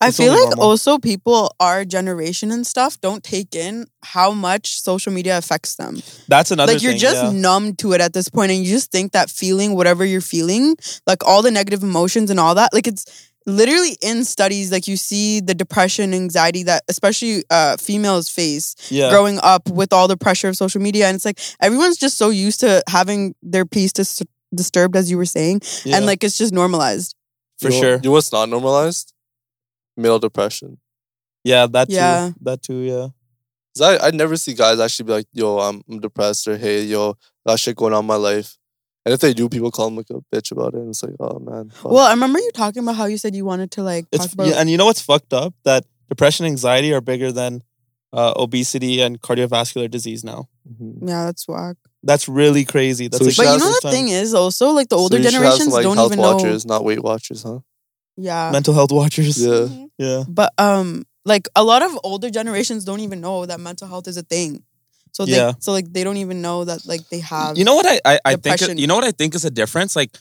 [SPEAKER 3] I
[SPEAKER 4] it's
[SPEAKER 3] feel
[SPEAKER 4] only
[SPEAKER 3] like
[SPEAKER 4] normal.
[SPEAKER 3] also people our generation and stuff don't take in how much social media affects them.
[SPEAKER 4] that's another
[SPEAKER 3] like you're
[SPEAKER 4] thing,
[SPEAKER 3] just
[SPEAKER 4] yeah.
[SPEAKER 3] numb to it at this point and you just think that feeling whatever you're feeling like all the negative emotions and all that like it's literally in studies like you see the depression anxiety that especially uh females face
[SPEAKER 4] yeah
[SPEAKER 3] growing up with all the pressure of social media and it's like everyone's just so used to having their peace dis- disturbed as you were saying
[SPEAKER 4] yeah,
[SPEAKER 3] and like it's just normalized
[SPEAKER 4] for
[SPEAKER 2] You know-
[SPEAKER 4] sure
[SPEAKER 2] You know what's not normalized? Male depression.
[SPEAKER 4] yeah that too
[SPEAKER 3] Yeah.
[SPEAKER 4] that too yeah
[SPEAKER 2] 'Cause I, I never see guys actually be like, yo, I'm, I'm depressed or hey, yo, got shit going on in my life. And if they do, people call them like a bitch about it. And it's like, oh man. fuck.
[SPEAKER 3] well i remember you talking about how you said you wanted to like talk
[SPEAKER 4] it's
[SPEAKER 3] about
[SPEAKER 4] yeah, and you know what's fucked up that depression and anxiety are bigger than uh, obesity and cardiovascular disease now
[SPEAKER 2] Mhm.
[SPEAKER 3] yeah that's whack
[SPEAKER 4] that's really crazy that's
[SPEAKER 2] So
[SPEAKER 4] like
[SPEAKER 2] we
[SPEAKER 3] but you
[SPEAKER 2] have
[SPEAKER 3] know
[SPEAKER 4] that's
[SPEAKER 3] the thing is also like the
[SPEAKER 2] So
[SPEAKER 3] older
[SPEAKER 2] you should have
[SPEAKER 3] generations
[SPEAKER 2] some, like,
[SPEAKER 3] don't
[SPEAKER 2] health
[SPEAKER 3] even
[SPEAKER 2] watchers, not Weight Watchers, huh?
[SPEAKER 3] know yeah
[SPEAKER 4] mental health watchers
[SPEAKER 2] Yeah.
[SPEAKER 5] Mhm.
[SPEAKER 4] yeah
[SPEAKER 3] but um like a lot of older generations don't even know that mental health is a thing so they
[SPEAKER 4] Yeah.
[SPEAKER 3] so like they don't even know that like they have
[SPEAKER 4] you know what I, I, I think
[SPEAKER 3] depression.
[SPEAKER 4] you know what I think is a difference? Like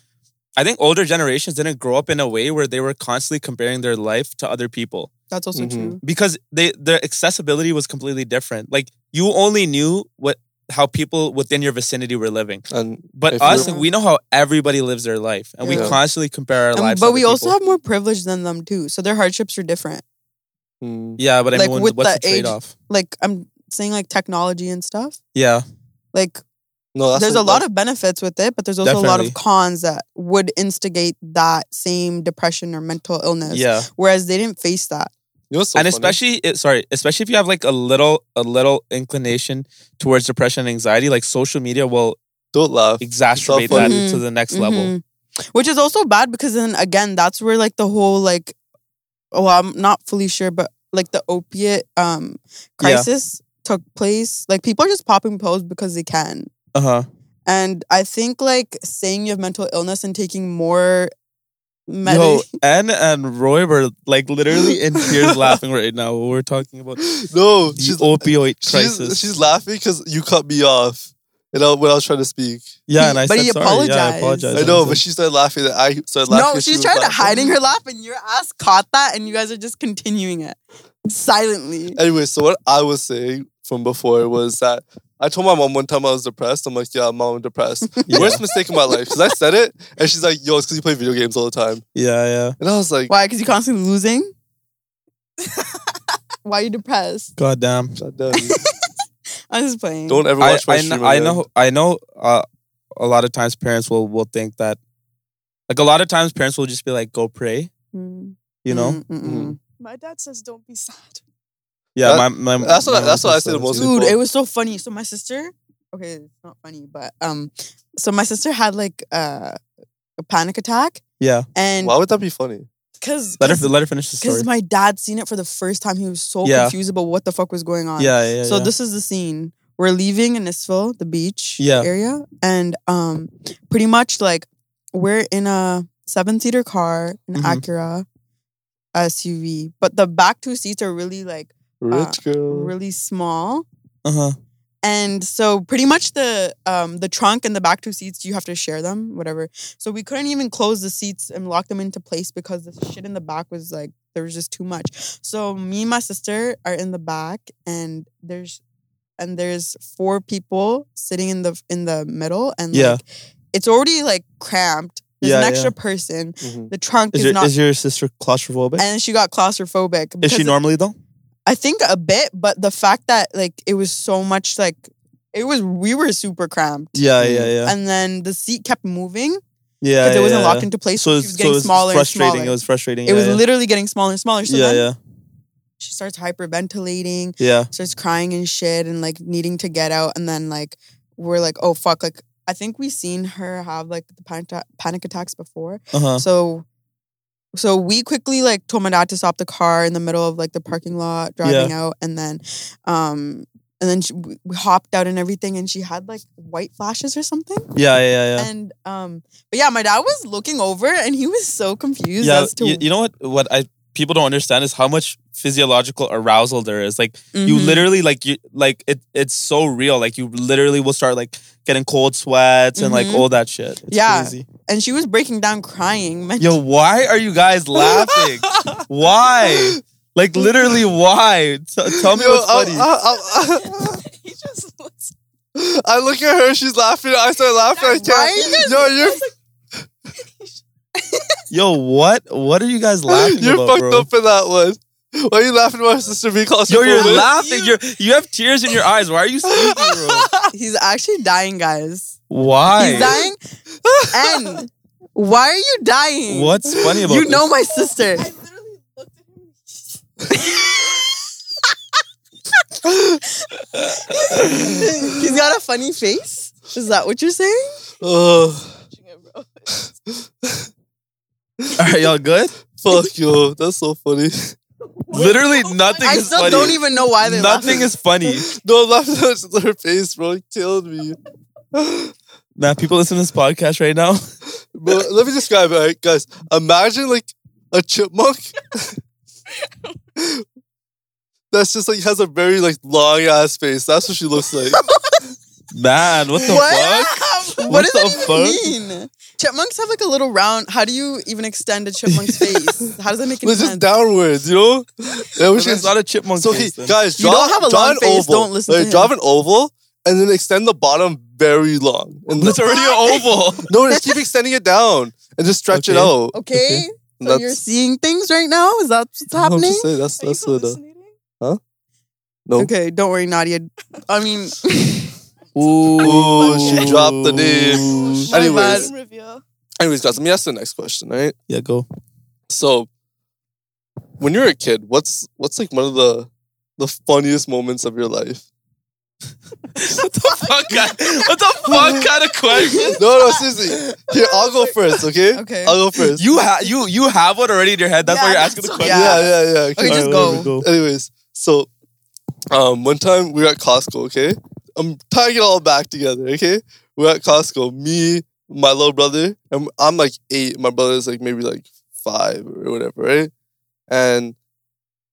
[SPEAKER 4] I think older generations didn't grow up in a way where they were constantly comparing their life to other people
[SPEAKER 3] that's also
[SPEAKER 4] Mm-hmm.
[SPEAKER 2] Mhm.
[SPEAKER 3] true
[SPEAKER 4] because they their accessibility was completely different. Like you only knew what how people within your vicinity were living.
[SPEAKER 2] And
[SPEAKER 4] But
[SPEAKER 2] If
[SPEAKER 4] us,
[SPEAKER 2] you're-
[SPEAKER 4] we know how everybody lives their life and we
[SPEAKER 2] Yeah.
[SPEAKER 4] constantly compare our
[SPEAKER 3] Mm-hmm. And-
[SPEAKER 4] lives. to
[SPEAKER 3] Um, but we
[SPEAKER 4] other
[SPEAKER 3] also
[SPEAKER 4] people.
[SPEAKER 3] have more privilege than them too so their hardships are different
[SPEAKER 2] mm,
[SPEAKER 4] Yeah, but I
[SPEAKER 3] like,
[SPEAKER 4] mean
[SPEAKER 3] with
[SPEAKER 4] what's the,
[SPEAKER 3] the age-
[SPEAKER 4] trade off?
[SPEAKER 3] like i'm saying like technology and stuff
[SPEAKER 4] Yeah.
[SPEAKER 3] like
[SPEAKER 2] no, that's
[SPEAKER 3] there's
[SPEAKER 2] like-
[SPEAKER 3] a lot of benefits with it but there's also a lot
[SPEAKER 4] Definitely.
[SPEAKER 3] of cons that would instigate that same depression or mental illness
[SPEAKER 4] Yeah.
[SPEAKER 3] whereas they didn't face that
[SPEAKER 2] you know what's so
[SPEAKER 4] and
[SPEAKER 2] funny?
[SPEAKER 4] especially it, sorry especially if you have like a little a little inclination towards depression and anxiety like social media will
[SPEAKER 2] don't laugh.
[SPEAKER 4] exacerbate that
[SPEAKER 2] funny.
[SPEAKER 3] Mhm.
[SPEAKER 4] to the next
[SPEAKER 2] Mm-hmm.
[SPEAKER 4] level
[SPEAKER 3] Mhm. Which is also bad because then again, that's where like the whole like, oh, I'm not fully sure, but like the opiate um
[SPEAKER 4] Yeah.
[SPEAKER 3] crisis took place. Like people are just popping pills because they can,
[SPEAKER 4] uh-huh
[SPEAKER 3] and I think like saying you have mental illness and taking more Medi-
[SPEAKER 4] Yo, Anne and Roy were like literally in tears laughing right now. We're talking about the
[SPEAKER 2] No, she's
[SPEAKER 4] opioid
[SPEAKER 2] she's,
[SPEAKER 4] crisis.
[SPEAKER 2] she's laughing because you cut me off, and I, when I was trying to speak,
[SPEAKER 4] yeah, and I
[SPEAKER 3] But
[SPEAKER 4] said
[SPEAKER 3] he
[SPEAKER 4] sorry. Yeah, I
[SPEAKER 3] apologized.
[SPEAKER 4] apologize.
[SPEAKER 2] I know, but she started laughing. And I started laughing.
[SPEAKER 3] no,
[SPEAKER 2] and she
[SPEAKER 3] she's
[SPEAKER 2] was
[SPEAKER 3] trying to
[SPEAKER 2] laughing.
[SPEAKER 3] hiding her laugh, and your ass caught that, and you guys are just continuing it silently.
[SPEAKER 2] Anyway, so what I was saying from before was that I told my mom one time I was depressed. I'm like, yeah, mom, I'm depressed.
[SPEAKER 4] Yeah.
[SPEAKER 2] Worst mistake of my life because I said it, and she's like, yo, it's because you play video games all the time.
[SPEAKER 4] yeah, yeah.
[SPEAKER 2] And I was like,
[SPEAKER 3] Why? Because you're constantly losing. Why are you depressed?
[SPEAKER 4] God damn.
[SPEAKER 2] God damn, you
[SPEAKER 3] I'm just playing.
[SPEAKER 2] don't ever
[SPEAKER 4] I,
[SPEAKER 2] watch my
[SPEAKER 4] I,
[SPEAKER 2] stream.
[SPEAKER 4] kn- I
[SPEAKER 2] again.
[SPEAKER 4] know. I know. Uh, a lot of times parents will will think that, like a lot of times parents will just be like, "Go pray,"
[SPEAKER 3] Mm,
[SPEAKER 4] you know. Mm-hmm.
[SPEAKER 3] mm, mm, mm.
[SPEAKER 5] My dad says don't be sad.
[SPEAKER 4] Yeah,
[SPEAKER 2] Mm-hmm. That-
[SPEAKER 4] my, my
[SPEAKER 2] that's what I-
[SPEAKER 4] my
[SPEAKER 2] that's what I
[SPEAKER 4] uncle
[SPEAKER 2] say to
[SPEAKER 4] says,
[SPEAKER 2] most
[SPEAKER 4] yeah.
[SPEAKER 3] Dude,
[SPEAKER 2] people.
[SPEAKER 3] it was so funny. So my sister, okay, it's not funny, but um, so my sister had like uh, a panic attack,
[SPEAKER 4] Yeah,
[SPEAKER 3] and
[SPEAKER 2] Why would that be funny?
[SPEAKER 3] because
[SPEAKER 4] let her let her finish the story.
[SPEAKER 3] because my dad seen it for the first time, he was so
[SPEAKER 4] Yeah.
[SPEAKER 3] confused about what the fuck was going on.
[SPEAKER 4] yeah, yeah, yeah.
[SPEAKER 3] So this is the scene. We're leaving in Nisfil, the beach
[SPEAKER 4] Yeah.
[SPEAKER 3] area, and um, pretty much like we're in a seven-seater car, an
[SPEAKER 4] Mhm.
[SPEAKER 3] Acura SUV, but the back two seats are really like
[SPEAKER 2] Rich girl.
[SPEAKER 3] really small,
[SPEAKER 4] uh huh.
[SPEAKER 3] and so pretty much the um the trunk and the back two seats you have to share them, whatever. So we couldn't even close the seats and lock them into place because the shit in the back was like there was just too much. So me and my sister are in the back and there's and there's four people sitting in the in the middle and
[SPEAKER 4] Yeah.
[SPEAKER 3] like it's already like cramped. There's
[SPEAKER 4] Yeah,
[SPEAKER 3] an extra person.
[SPEAKER 2] Mhm.
[SPEAKER 3] The trunk is,
[SPEAKER 4] Is your
[SPEAKER 3] not
[SPEAKER 4] is your sister claustrophobic?
[SPEAKER 3] and she got claustrophobic.
[SPEAKER 4] Is she
[SPEAKER 3] because-
[SPEAKER 4] normally though?
[SPEAKER 3] I think a bit, but the fact that like it was so much like it was we were super cramped.
[SPEAKER 4] Yeah,
[SPEAKER 2] Mm.
[SPEAKER 4] yeah, yeah.
[SPEAKER 3] And then the seat kept moving
[SPEAKER 4] yeah,
[SPEAKER 3] because
[SPEAKER 4] yeah,
[SPEAKER 3] it wasn't
[SPEAKER 4] yeah.
[SPEAKER 3] locked into place. So,
[SPEAKER 4] So
[SPEAKER 3] she was getting
[SPEAKER 4] so it's
[SPEAKER 3] smaller and
[SPEAKER 4] frustrating.
[SPEAKER 3] smaller.
[SPEAKER 4] It was frustrating.
[SPEAKER 3] It
[SPEAKER 4] yeah,
[SPEAKER 3] was
[SPEAKER 4] yeah.
[SPEAKER 3] literally getting smaller and smaller. So
[SPEAKER 4] yeah,
[SPEAKER 3] then
[SPEAKER 4] yeah,
[SPEAKER 3] she starts hyperventilating,
[SPEAKER 4] yeah.
[SPEAKER 3] starts crying and shit, and like needing to get out. And then like we're like, oh fuck, like I think we seen her have like the panic, atta- panic attacks before.
[SPEAKER 4] Uh huh.
[SPEAKER 3] So so we quickly like told my dad to stop the car in the middle of like the
[SPEAKER 4] Mm-hmm.
[SPEAKER 3] parking lot driving out and then um and then she, we we hopped out and everything and she had like white flashes or something
[SPEAKER 4] Yeah, yeah, yeah. yeah.
[SPEAKER 3] and um but yeah my dad was looking over and he was so confused
[SPEAKER 4] yeah,
[SPEAKER 3] as to
[SPEAKER 4] you, you know what? What I people don't understand is how much physiological arousal there is. Like you
[SPEAKER 3] Mhm.
[SPEAKER 4] literally, like you, like it. It's so real. Like you literally will start like getting cold sweats and like
[SPEAKER 3] Mhm.
[SPEAKER 4] all that shit. It's
[SPEAKER 3] Yeah.
[SPEAKER 4] crazy.
[SPEAKER 3] and she was breaking down crying My-
[SPEAKER 4] Yo, why are you guys laughing? why? Like literally, why? T- tell me
[SPEAKER 2] Yo,
[SPEAKER 4] what's
[SPEAKER 2] I-
[SPEAKER 4] funny.
[SPEAKER 2] I-
[SPEAKER 5] he just looks.
[SPEAKER 2] I- I look at her, she's laughing. I start laughing. I can't. Yo, you're
[SPEAKER 4] Yo, what? What are you guys laughing
[SPEAKER 2] You're
[SPEAKER 4] about,
[SPEAKER 2] fucked
[SPEAKER 4] bro?
[SPEAKER 2] up in that one. Why are you laughing at my sister being called
[SPEAKER 4] Yo, you're
[SPEAKER 2] stupid?
[SPEAKER 4] laughing. You're you have tears in your eyes. Why are you speaking, bro?
[SPEAKER 3] he's actually dying guys
[SPEAKER 4] Why?
[SPEAKER 3] he's dying and why are you dying
[SPEAKER 4] What's funny about
[SPEAKER 3] you
[SPEAKER 4] this?
[SPEAKER 3] know my sister
[SPEAKER 5] I literally looked at him.
[SPEAKER 3] he's got a funny face is that what you're saying
[SPEAKER 2] Ugh,
[SPEAKER 5] Watching it, bro.
[SPEAKER 4] Are y'all good?
[SPEAKER 2] fuck, yo. That's so funny.
[SPEAKER 4] Literally nothing
[SPEAKER 3] I
[SPEAKER 4] is
[SPEAKER 3] still
[SPEAKER 4] funny.
[SPEAKER 3] don't even know why they
[SPEAKER 4] nothing is funny.
[SPEAKER 2] No, I'm laughing at her face, bro. It killed me.
[SPEAKER 4] Now people listen to this podcast right now.
[SPEAKER 2] Bro, let me describe it, all right, guys. Imagine like a chipmunk that's just like has a very like long ass face. That's what she looks like.
[SPEAKER 4] Man, what the
[SPEAKER 3] What?
[SPEAKER 4] fuck?
[SPEAKER 3] what,
[SPEAKER 4] What
[SPEAKER 3] does
[SPEAKER 4] the
[SPEAKER 3] that even
[SPEAKER 4] fuck?
[SPEAKER 3] mean? Chipmunks have like a little round. How do you even extend a chipmunk's face? How does that make any
[SPEAKER 2] it's just
[SPEAKER 3] sense?
[SPEAKER 2] downwards, you know. Yeah, we
[SPEAKER 4] Which is
[SPEAKER 2] should-
[SPEAKER 4] not a chipmunk.
[SPEAKER 2] Oh, So okay,
[SPEAKER 4] case, then.
[SPEAKER 2] guys,
[SPEAKER 3] You
[SPEAKER 2] draw,
[SPEAKER 3] don't have a
[SPEAKER 2] draw
[SPEAKER 3] long
[SPEAKER 2] an
[SPEAKER 3] face,
[SPEAKER 2] oval.
[SPEAKER 3] don't listen to
[SPEAKER 2] Like,
[SPEAKER 3] him.
[SPEAKER 2] draw an oval and then extend the bottom very long. And
[SPEAKER 4] it's already an oval.
[SPEAKER 2] no, just keep extending it down and just stretch it
[SPEAKER 4] Okay.
[SPEAKER 2] out.
[SPEAKER 3] Okay. So
[SPEAKER 2] That's-
[SPEAKER 3] Oh, you're seeing things right now? Is that what's
[SPEAKER 2] I'm
[SPEAKER 3] happening?
[SPEAKER 2] just saying, that's
[SPEAKER 5] Are you
[SPEAKER 2] that's what. Uh,
[SPEAKER 5] hallucinating?
[SPEAKER 2] no.
[SPEAKER 3] Okay, don't worry, Nadia. I mean,
[SPEAKER 4] Ooh,
[SPEAKER 2] she dropped the name.
[SPEAKER 5] Oh, shit.
[SPEAKER 2] Anyways.
[SPEAKER 5] Name reveal.
[SPEAKER 2] Anyways, guys, let me ask the next question. Right.
[SPEAKER 4] Yeah, go.
[SPEAKER 2] So, when you're a kid, what's what's like one of the the funniest moments of your life?
[SPEAKER 4] what the fuck? Kind, what the fuck kind of question?
[SPEAKER 2] No, no, seriously. Here, I'll go first. Okay.
[SPEAKER 3] okay.
[SPEAKER 4] Oh.
[SPEAKER 2] I'll go first.
[SPEAKER 4] You have you you have one already in your head. That's why
[SPEAKER 5] Yeah,
[SPEAKER 4] you're asking the
[SPEAKER 5] that's
[SPEAKER 3] why-
[SPEAKER 4] question.
[SPEAKER 2] yeah, yeah, yeah. okay.
[SPEAKER 3] Okay, just
[SPEAKER 4] Alright,
[SPEAKER 3] go.
[SPEAKER 4] whatever,
[SPEAKER 2] Anyways, so um, one time we were at Costco, okay? I'm tying it all back together, okay? We're at Costco, me, my little brother, and I'm like eight. My brother's like maybe like five or whatever, right? And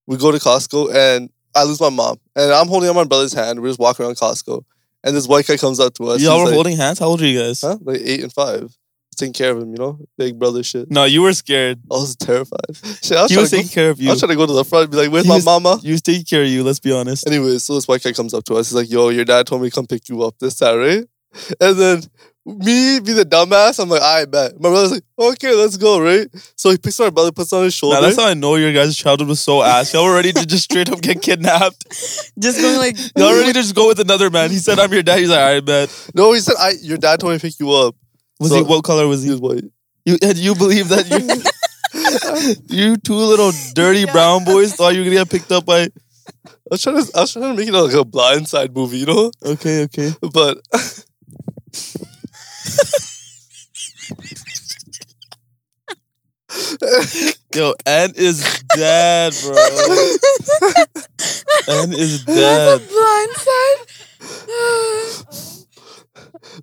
[SPEAKER 2] we go to Costco and I lose my mom. And I'm holding on my brother's hand. We're just walking around Costco. And this white guy comes up to us.
[SPEAKER 4] Y'all
[SPEAKER 2] He's
[SPEAKER 4] were
[SPEAKER 2] like,
[SPEAKER 4] holding hands? How old are you guys?
[SPEAKER 2] huh? Like eight and five. Taking care of him, you know? Big brother shit.
[SPEAKER 4] No, you were scared.
[SPEAKER 2] I was terrified. Shit, I was,
[SPEAKER 4] He
[SPEAKER 2] trying,
[SPEAKER 4] was
[SPEAKER 2] to
[SPEAKER 4] taking care of
[SPEAKER 2] go, I
[SPEAKER 4] you.
[SPEAKER 2] was trying to go to the front and be like, where's
[SPEAKER 4] He
[SPEAKER 2] my
[SPEAKER 4] was-
[SPEAKER 2] mama?
[SPEAKER 4] He was taking care of you, let's be honest.
[SPEAKER 2] Anyway, so this white guy comes up to us. He's like, "Yo, your dad told me to come pick you up this time, right?" And then me, be the dumbass, I'm like, "I bet." My brother's like, "Okay, let's go, right?" So he picks my brother, puts on his shoulder.
[SPEAKER 4] Now, that's how I know your guys' childhood was so ass. Y'all were ready to just straight up get kidnapped.
[SPEAKER 3] Just going like,
[SPEAKER 4] Y'all ready to just go with another man. He said, I'm your dad. He's like, all right, bet.
[SPEAKER 2] no, he said, "I your dad told me to pick you up."
[SPEAKER 4] Was
[SPEAKER 2] So-
[SPEAKER 4] he, what color was
[SPEAKER 2] He
[SPEAKER 4] he?
[SPEAKER 2] was white.
[SPEAKER 4] You, and you believe that you, you two little dirty
[SPEAKER 5] Yeah.
[SPEAKER 4] brown boys thought you were going to get picked up by.
[SPEAKER 2] I was trying to, I was trying to make it like a blind side movie, you know?
[SPEAKER 4] Okay, okay.
[SPEAKER 2] But
[SPEAKER 4] Yo, N is dead, bro. N is dead.
[SPEAKER 3] blind side.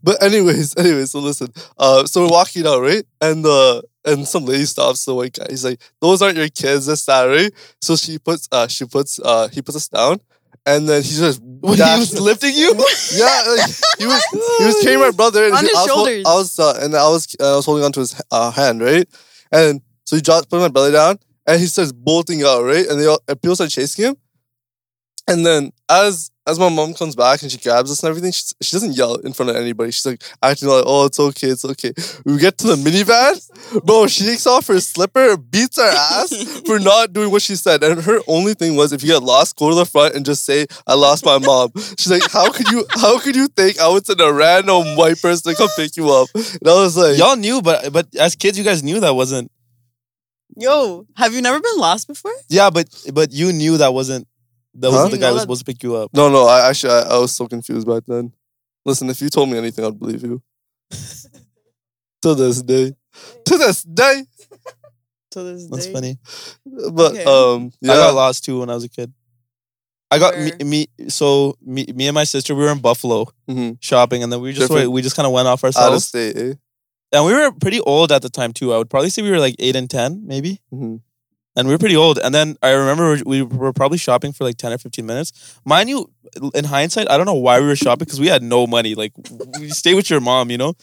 [SPEAKER 2] but anyways, anyways, so listen. Uh, so we're walking out, right? And uh, and some lady stops the white guy. He's like, "Those aren't your kids, that's that, right?" So she puts, uh, she puts, uh, he puts us down, and then he just
[SPEAKER 4] When he was lifting you?
[SPEAKER 2] yeah, like, he was he was carrying my brother and
[SPEAKER 3] On
[SPEAKER 2] he-
[SPEAKER 3] his
[SPEAKER 2] I was, hol-
[SPEAKER 3] shoulders.
[SPEAKER 2] I was uh, and I was uh, I was holding onto his uh, hand, right? And so he drops, put my brother down, and he starts bolting out, right? And they all, and people start chasing him. And then as as my mom comes back and she grabs us and everything, she, she doesn't yell in front of anybody. She's like acting like, oh, it's okay, it's okay. We get to the minivan, bro. She takes off her slipper, beats her ass for not doing what she said. And her only thing was, if you get lost, go to the front and just say, I lost my mom. She's like, how could you, how could you think I would send a random white person to come pick you up? And I was like,
[SPEAKER 4] Y'all knew, but but as kids, you guys knew that wasn't.
[SPEAKER 3] Yo, have you never been lost before?
[SPEAKER 4] Yeah, but but you knew that wasn't. That wasn't
[SPEAKER 2] Huh?
[SPEAKER 4] the
[SPEAKER 3] You
[SPEAKER 4] guy
[SPEAKER 3] know
[SPEAKER 4] who was
[SPEAKER 3] that-
[SPEAKER 4] supposed to pick you up.
[SPEAKER 2] no, no, I actually, I, I was so confused back then. Listen, if you told me anything, I'd believe you. to this day, to this day.
[SPEAKER 3] To this
[SPEAKER 4] That's
[SPEAKER 3] day.
[SPEAKER 4] funny.
[SPEAKER 2] But
[SPEAKER 3] Okay.
[SPEAKER 2] um, yeah,
[SPEAKER 4] I got lost too when I was a kid. I got me,
[SPEAKER 3] Where?
[SPEAKER 4] me so me, me and my sister we were in Buffalo
[SPEAKER 2] Mhm.
[SPEAKER 4] shopping and then we just
[SPEAKER 2] Different-
[SPEAKER 4] we just kind of went off
[SPEAKER 2] out of
[SPEAKER 4] ourselves
[SPEAKER 2] state. Eh?
[SPEAKER 4] and we were pretty old at the time too. I would probably say we were like eight and ten maybe.
[SPEAKER 2] Mhm.
[SPEAKER 4] And we were pretty old. And then I remember we we were probably shopping for like 10 or 15 minutes. Mind you, in hindsight, I don't know why we were shopping because we had no money. Like, we stay with your mom, you know?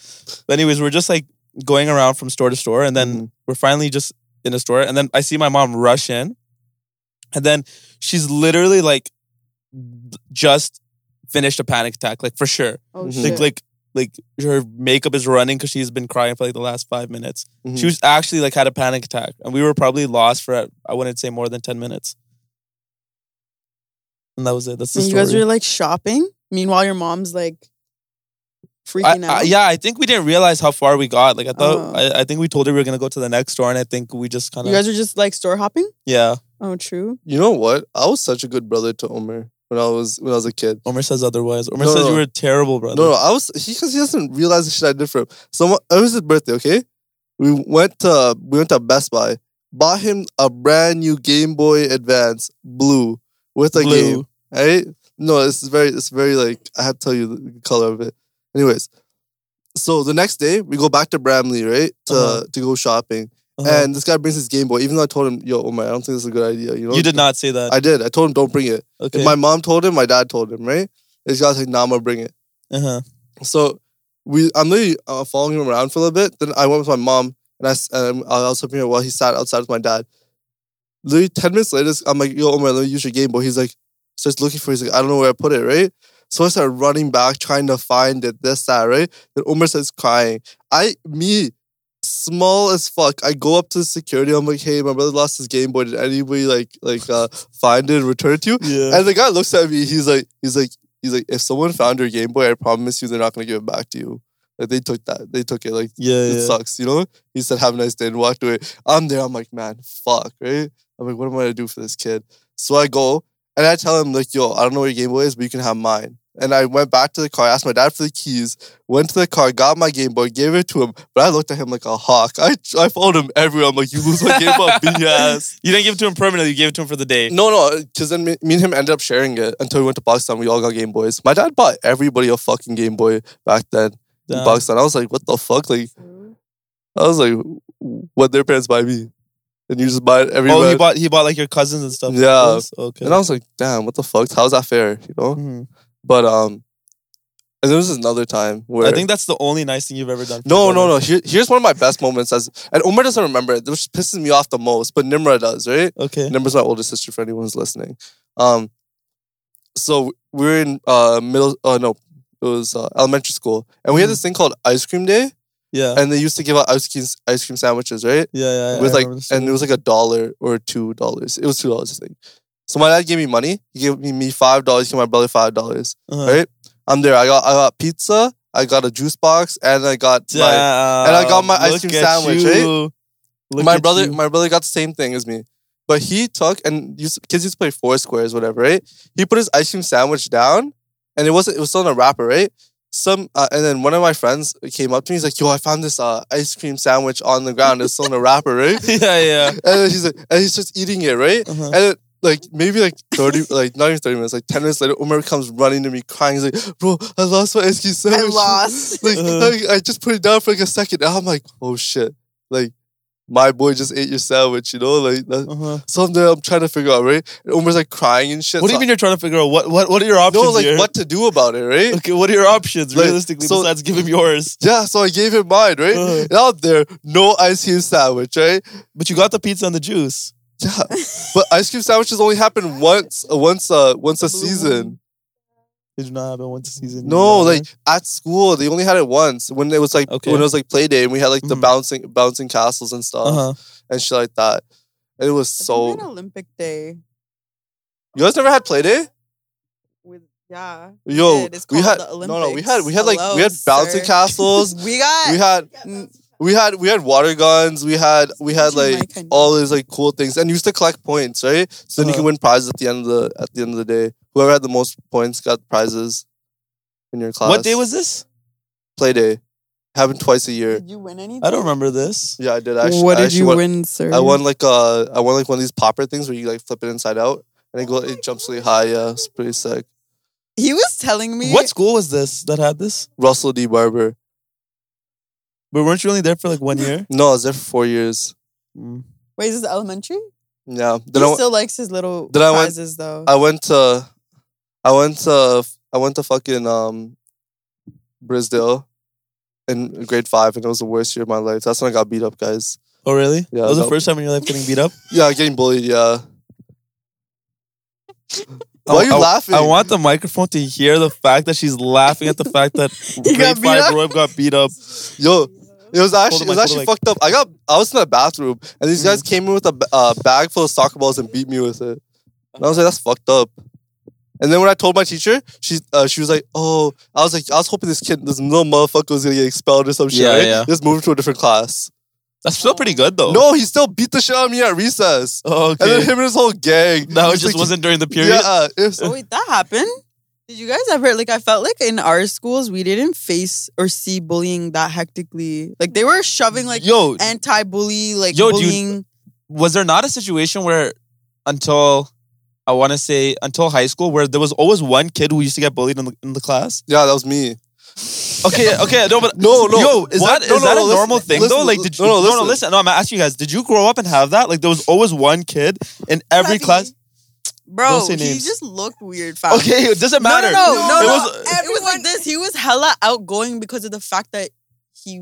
[SPEAKER 4] But, anyways, we're just like going around from store to store. And then
[SPEAKER 2] Mm-hmm.
[SPEAKER 4] we're finally just in a store. And then I see my mom rush in. And then she's literally like just finished a panic attack, like for sure.
[SPEAKER 3] Oh,
[SPEAKER 2] Mhm.
[SPEAKER 3] shit.
[SPEAKER 4] Mm-hmm. Like, like, like her makeup is running because she's been crying for like the last five minutes.
[SPEAKER 3] Mm-hmm.
[SPEAKER 2] Mhm.
[SPEAKER 4] She was actually like had a panic attack, and we were probably lost for I wouldn't say more than ten minutes. And that was it. That's the
[SPEAKER 3] And you
[SPEAKER 4] story.
[SPEAKER 3] guys were like shopping. Meanwhile, your mom's like
[SPEAKER 4] I-
[SPEAKER 3] freaking
[SPEAKER 4] I-
[SPEAKER 3] out.
[SPEAKER 4] yeah, I think we didn't realize how far we got. Like I thought,
[SPEAKER 3] Oh.
[SPEAKER 4] I, I think we told her we were gonna go to the next store, and I think we just kind
[SPEAKER 3] You
[SPEAKER 4] of
[SPEAKER 3] guys are just like store hopping?
[SPEAKER 4] yeah.
[SPEAKER 3] Oh, true.
[SPEAKER 2] You know what? I was such a good brother to Omer when I was when I was a kid.
[SPEAKER 4] Omer says otherwise. Omer
[SPEAKER 2] No,
[SPEAKER 4] says
[SPEAKER 2] no.
[SPEAKER 4] you were terrible, brother.
[SPEAKER 2] No, no, I was he because he doesn't realize the shit I did for him. Someone it was his birthday, okay? We went to we went to Best Buy, bought him a brand new Game Boy Advance blue with a
[SPEAKER 4] Blue.
[SPEAKER 2] game. Right? No, this is very it's very like I have to tell you the color of it. Anyways, so the next day we go back to Bramley, right? To
[SPEAKER 4] Uh-huh.
[SPEAKER 2] to go shopping.
[SPEAKER 4] Uh-huh.
[SPEAKER 2] And this guy brings his Game Boy, even though I told him, yo, Omer, I don't think this is a good idea. You know?
[SPEAKER 4] you did not say that.
[SPEAKER 2] I did. I told him don't bring it.
[SPEAKER 4] okay.
[SPEAKER 2] If my mom told him, my dad told him, right? This guy's like, nah, I'm gonna bring it.
[SPEAKER 4] uh-huh.
[SPEAKER 2] So we, I'm literally uh, following him around for a little bit. Then I went with my mom and I, s- and I was helping her while he sat outside with my dad. Literally 10 minutes later, I'm like, yo, Omar, let me use your Game Boy. He's like, starts looking for it. He's like, I don't know where I put it, right? So I start running back, trying to find it, this, that, right? Then Omar starts crying. I, me, small as fuck, I go up to the security. I'm like, hey, my brother lost his Game Boy. Did anybody like, like, uh, find it and return it to you?
[SPEAKER 4] Yeah.
[SPEAKER 2] And the guy looks at me. He's like, he's like, he's like, if someone found your Game Boy, I promise you, they're not gonna give it back to you. Like they took that, they took it. Like
[SPEAKER 4] yeah.
[SPEAKER 2] it
[SPEAKER 4] yeah.
[SPEAKER 2] sucks, you know. He said, have a nice day, and walked away. I'm there. I'm like, man, fuck, right? I'm like, what am I gonna do for this kid? So I go and I tell him like, yo, I don't know where your Game Boy is, but you can have mine. And I went back to the car, asked my dad for the keys, went to the car, got my Game Boy, gave it to him. But I looked at him like a hawk. I, I followed him everywhere. I'm like, you lose my Game Boy, I'll beat your ass.
[SPEAKER 4] You didn't give it to him permanently. You gave it to him for the day.
[SPEAKER 2] No, no, because then me, me and him ended up sharing it until we went to Pakistan. We all got Game Boys. My dad bought everybody a fucking Game Boy back then in
[SPEAKER 4] Damn.
[SPEAKER 2] Pakistan. I was like, what the fuck? Like, I was like, what their parents buy me? and you just buy it everywhere.
[SPEAKER 4] Oh, he bought he bought like your cousins and stuff.
[SPEAKER 2] Yeah.
[SPEAKER 4] Okay.
[SPEAKER 2] and I was like, damn, what the fuck? How's that fair? You know?
[SPEAKER 4] Mhm.
[SPEAKER 2] But um, and there was another time where
[SPEAKER 4] I think that's the only nice thing you've ever done. for
[SPEAKER 2] No,
[SPEAKER 4] your
[SPEAKER 2] no,
[SPEAKER 4] brother.
[SPEAKER 2] no. Here, here's one of my best moments as and Umar doesn't remember it, which pisses me off the most, but Nimra does, right?
[SPEAKER 4] Okay.
[SPEAKER 2] Nimra's my older sister for anyone who's listening. Um so we were in uh middle uh no, it was uh, elementary school. And we had
[SPEAKER 4] Mm-hmm.
[SPEAKER 2] this thing called ice cream day,
[SPEAKER 4] Yeah.
[SPEAKER 2] and they used to give out ice cream ice cream sandwiches, right?
[SPEAKER 4] yeah, yeah. I
[SPEAKER 2] with like
[SPEAKER 4] remember this
[SPEAKER 2] and it was like a dollar or two dollars. It was two dollars, I think. So my dad gave me money. He gave me me five dollars, he gave my brother five dollars.
[SPEAKER 4] Uh-huh.
[SPEAKER 2] Right? I'm there. I got I got pizza, I got a juice box, and I got my
[SPEAKER 4] and
[SPEAKER 2] I got my ice cream sandwich, right? my brother, my brother got the same thing as me, but he took and used, kids used to play four squares, whatever, right? He put his ice cream sandwich down, and it wasn't. It was still in a wrapper, right? Some uh, and then one of my friends came up to me. He's like, "Yo, I found this uh, ice cream sandwich on the ground. It's still in a wrapper, right?"
[SPEAKER 4] yeah, yeah.
[SPEAKER 2] And then he's like, and he's just eating it, right?
[SPEAKER 4] Uh-huh.
[SPEAKER 2] And then, like maybe like thirty, like not even thirty minutes, like ten minutes later, Umar comes running to me crying. He's like, "Bro, I lost my ice cream
[SPEAKER 3] I
[SPEAKER 2] sandwich."
[SPEAKER 3] lost.
[SPEAKER 2] like
[SPEAKER 4] Uh.
[SPEAKER 2] I, I just put it down for like a second. And I'm like, oh shit, like my boy just ate your sandwich, you know, like that,
[SPEAKER 4] Uh-huh.
[SPEAKER 2] something I'm trying to figure out, right? And Umar's like crying and shit.
[SPEAKER 4] What do you
[SPEAKER 2] So
[SPEAKER 4] mean you're trying to figure out what what what are your
[SPEAKER 2] I
[SPEAKER 4] options
[SPEAKER 2] know like
[SPEAKER 4] here?
[SPEAKER 2] what to do about it, right?
[SPEAKER 4] Okay, what are your options
[SPEAKER 2] Like,
[SPEAKER 4] realistically
[SPEAKER 2] so-
[SPEAKER 4] besides give him yours?
[SPEAKER 2] Yeah, so I gave him mine, right?
[SPEAKER 4] Uh.
[SPEAKER 2] And out there, no ice cream sandwich, right?
[SPEAKER 4] But you got the pizza and the juice.
[SPEAKER 2] Yeah, but ice cream sandwiches only happen once, uh, once, uh, once a
[SPEAKER 4] Blue
[SPEAKER 2] season.
[SPEAKER 4] It did not happen once a season.
[SPEAKER 2] No, like at school, they only had it once when it was like
[SPEAKER 4] Okay.
[SPEAKER 2] when it was like play day, and we had like the
[SPEAKER 4] Mhm.
[SPEAKER 2] bouncing bouncing castles and stuff
[SPEAKER 4] uh huh.
[SPEAKER 2] and shit like that. And it was
[SPEAKER 3] So
[SPEAKER 2] so
[SPEAKER 3] Olympic Day
[SPEAKER 2] You guys never had play day?
[SPEAKER 3] with yeah.
[SPEAKER 2] Yo,
[SPEAKER 3] did. It's
[SPEAKER 2] we had
[SPEAKER 3] called the
[SPEAKER 2] no, no. We had we had like we
[SPEAKER 3] Olympics.
[SPEAKER 2] had
[SPEAKER 3] Hello, sir.
[SPEAKER 2] bouncing castles.
[SPEAKER 3] We got
[SPEAKER 2] we had we had we had water guns. We had we had
[SPEAKER 3] Imagine
[SPEAKER 2] like
[SPEAKER 3] my kind-
[SPEAKER 2] all these like cool things, and you used to collect points, right? So then you
[SPEAKER 4] Uh-huh.
[SPEAKER 2] can win prizes at the end of the at the end of the day. Whoever had the most points got prizes in your class.
[SPEAKER 4] What day was this?
[SPEAKER 2] play day? Happened twice a year.
[SPEAKER 3] Did you win anything?
[SPEAKER 4] I don't remember this.
[SPEAKER 2] Yeah, I did actually.
[SPEAKER 3] what
[SPEAKER 2] I
[SPEAKER 3] did
[SPEAKER 2] actually
[SPEAKER 3] you
[SPEAKER 2] won,
[SPEAKER 3] win, sir?
[SPEAKER 2] I won like uh I won like one of these popper things where you like flip it inside out and it go it jumps really high. Yeah, it's pretty sick.
[SPEAKER 3] He was telling me
[SPEAKER 4] What school was this that had this?
[SPEAKER 2] Russell D Barber.
[SPEAKER 4] But weren't you only there for like one year?
[SPEAKER 2] No, I was there for four years. Mm.
[SPEAKER 3] Wait, is this elementary?
[SPEAKER 2] Yeah.
[SPEAKER 3] he
[SPEAKER 2] Then I went-
[SPEAKER 3] still likes his little
[SPEAKER 2] Then I went-
[SPEAKER 3] prizes, though.
[SPEAKER 2] I went to, I went to, I went to fucking um, Brisdale, in grade five, and it was the worst year of my life. That's when I got beat up, guys.
[SPEAKER 4] Oh really?
[SPEAKER 2] Yeah,
[SPEAKER 4] that was the
[SPEAKER 2] that-
[SPEAKER 4] first time in your life getting beat up.
[SPEAKER 2] Yeah, getting bullied. Yeah. Why are you
[SPEAKER 4] I-
[SPEAKER 2] laughing?
[SPEAKER 4] I want the microphone to hear the fact that she's laughing at the fact that
[SPEAKER 3] He got
[SPEAKER 4] grade
[SPEAKER 3] beat
[SPEAKER 4] five
[SPEAKER 3] up?
[SPEAKER 4] Roy got beat up.
[SPEAKER 2] Yo, it was actually
[SPEAKER 4] the
[SPEAKER 2] it was
[SPEAKER 4] mic, hold the
[SPEAKER 2] actually
[SPEAKER 4] mic. Mm-hmm.
[SPEAKER 2] fucked up. I got I was in the bathroom, and these guys came in with a ba- uh, bag full of soccer balls and beat me with it. And I was like, that's fucked up. And then when I told my teacher, she uh, she was like, "Oh, I was like, I was hoping this kid, this little motherfucker, was gonna get expelled or some shit.
[SPEAKER 4] Yeah,
[SPEAKER 2] right?
[SPEAKER 4] yeah.
[SPEAKER 2] Just moved to a different class.
[SPEAKER 4] That's still pretty good though.
[SPEAKER 2] No, he still beat the shit out of me at recess.
[SPEAKER 4] Oh, okay.
[SPEAKER 2] And then him and his whole gang.
[SPEAKER 4] No, it
[SPEAKER 2] He's
[SPEAKER 4] just
[SPEAKER 2] like,
[SPEAKER 4] wasn't during the period.
[SPEAKER 2] Yeah, uh, it's-
[SPEAKER 3] oh, wait, that happened? Did you guys ever, like, I felt like in our schools, we didn't face or see bullying that hectically. Like, they were shoving, like,
[SPEAKER 4] Yo,
[SPEAKER 2] eh.
[SPEAKER 3] anti bully, like,
[SPEAKER 4] Yo, do you-
[SPEAKER 3] bullying.
[SPEAKER 4] was there not a situation where until I want to say until high school where there was always one kid who used to get bullied in the, in the class?
[SPEAKER 2] yeah, that was me.
[SPEAKER 4] Okay, okay, no, but
[SPEAKER 2] No, no.
[SPEAKER 4] yo, is
[SPEAKER 2] What?
[SPEAKER 4] that is
[SPEAKER 2] No, no,
[SPEAKER 4] that
[SPEAKER 2] no,
[SPEAKER 4] a
[SPEAKER 2] listen,
[SPEAKER 4] normal thing
[SPEAKER 2] listen,
[SPEAKER 4] though? Like, did you,
[SPEAKER 2] no, no, listen.
[SPEAKER 4] no, I'm asking you guys, did you grow up and have that? Like, there was always one kid in every
[SPEAKER 3] Preppy.
[SPEAKER 4] class.
[SPEAKER 3] Bro,
[SPEAKER 4] Don't say
[SPEAKER 3] he
[SPEAKER 4] names.
[SPEAKER 3] just looked weird, fam.
[SPEAKER 4] Okay, it doesn't
[SPEAKER 3] Ah. No,
[SPEAKER 4] matter.
[SPEAKER 3] no, no, Oh, no,
[SPEAKER 4] It
[SPEAKER 3] no.
[SPEAKER 4] was-
[SPEAKER 3] It was like this. He was hella outgoing because of the fact that he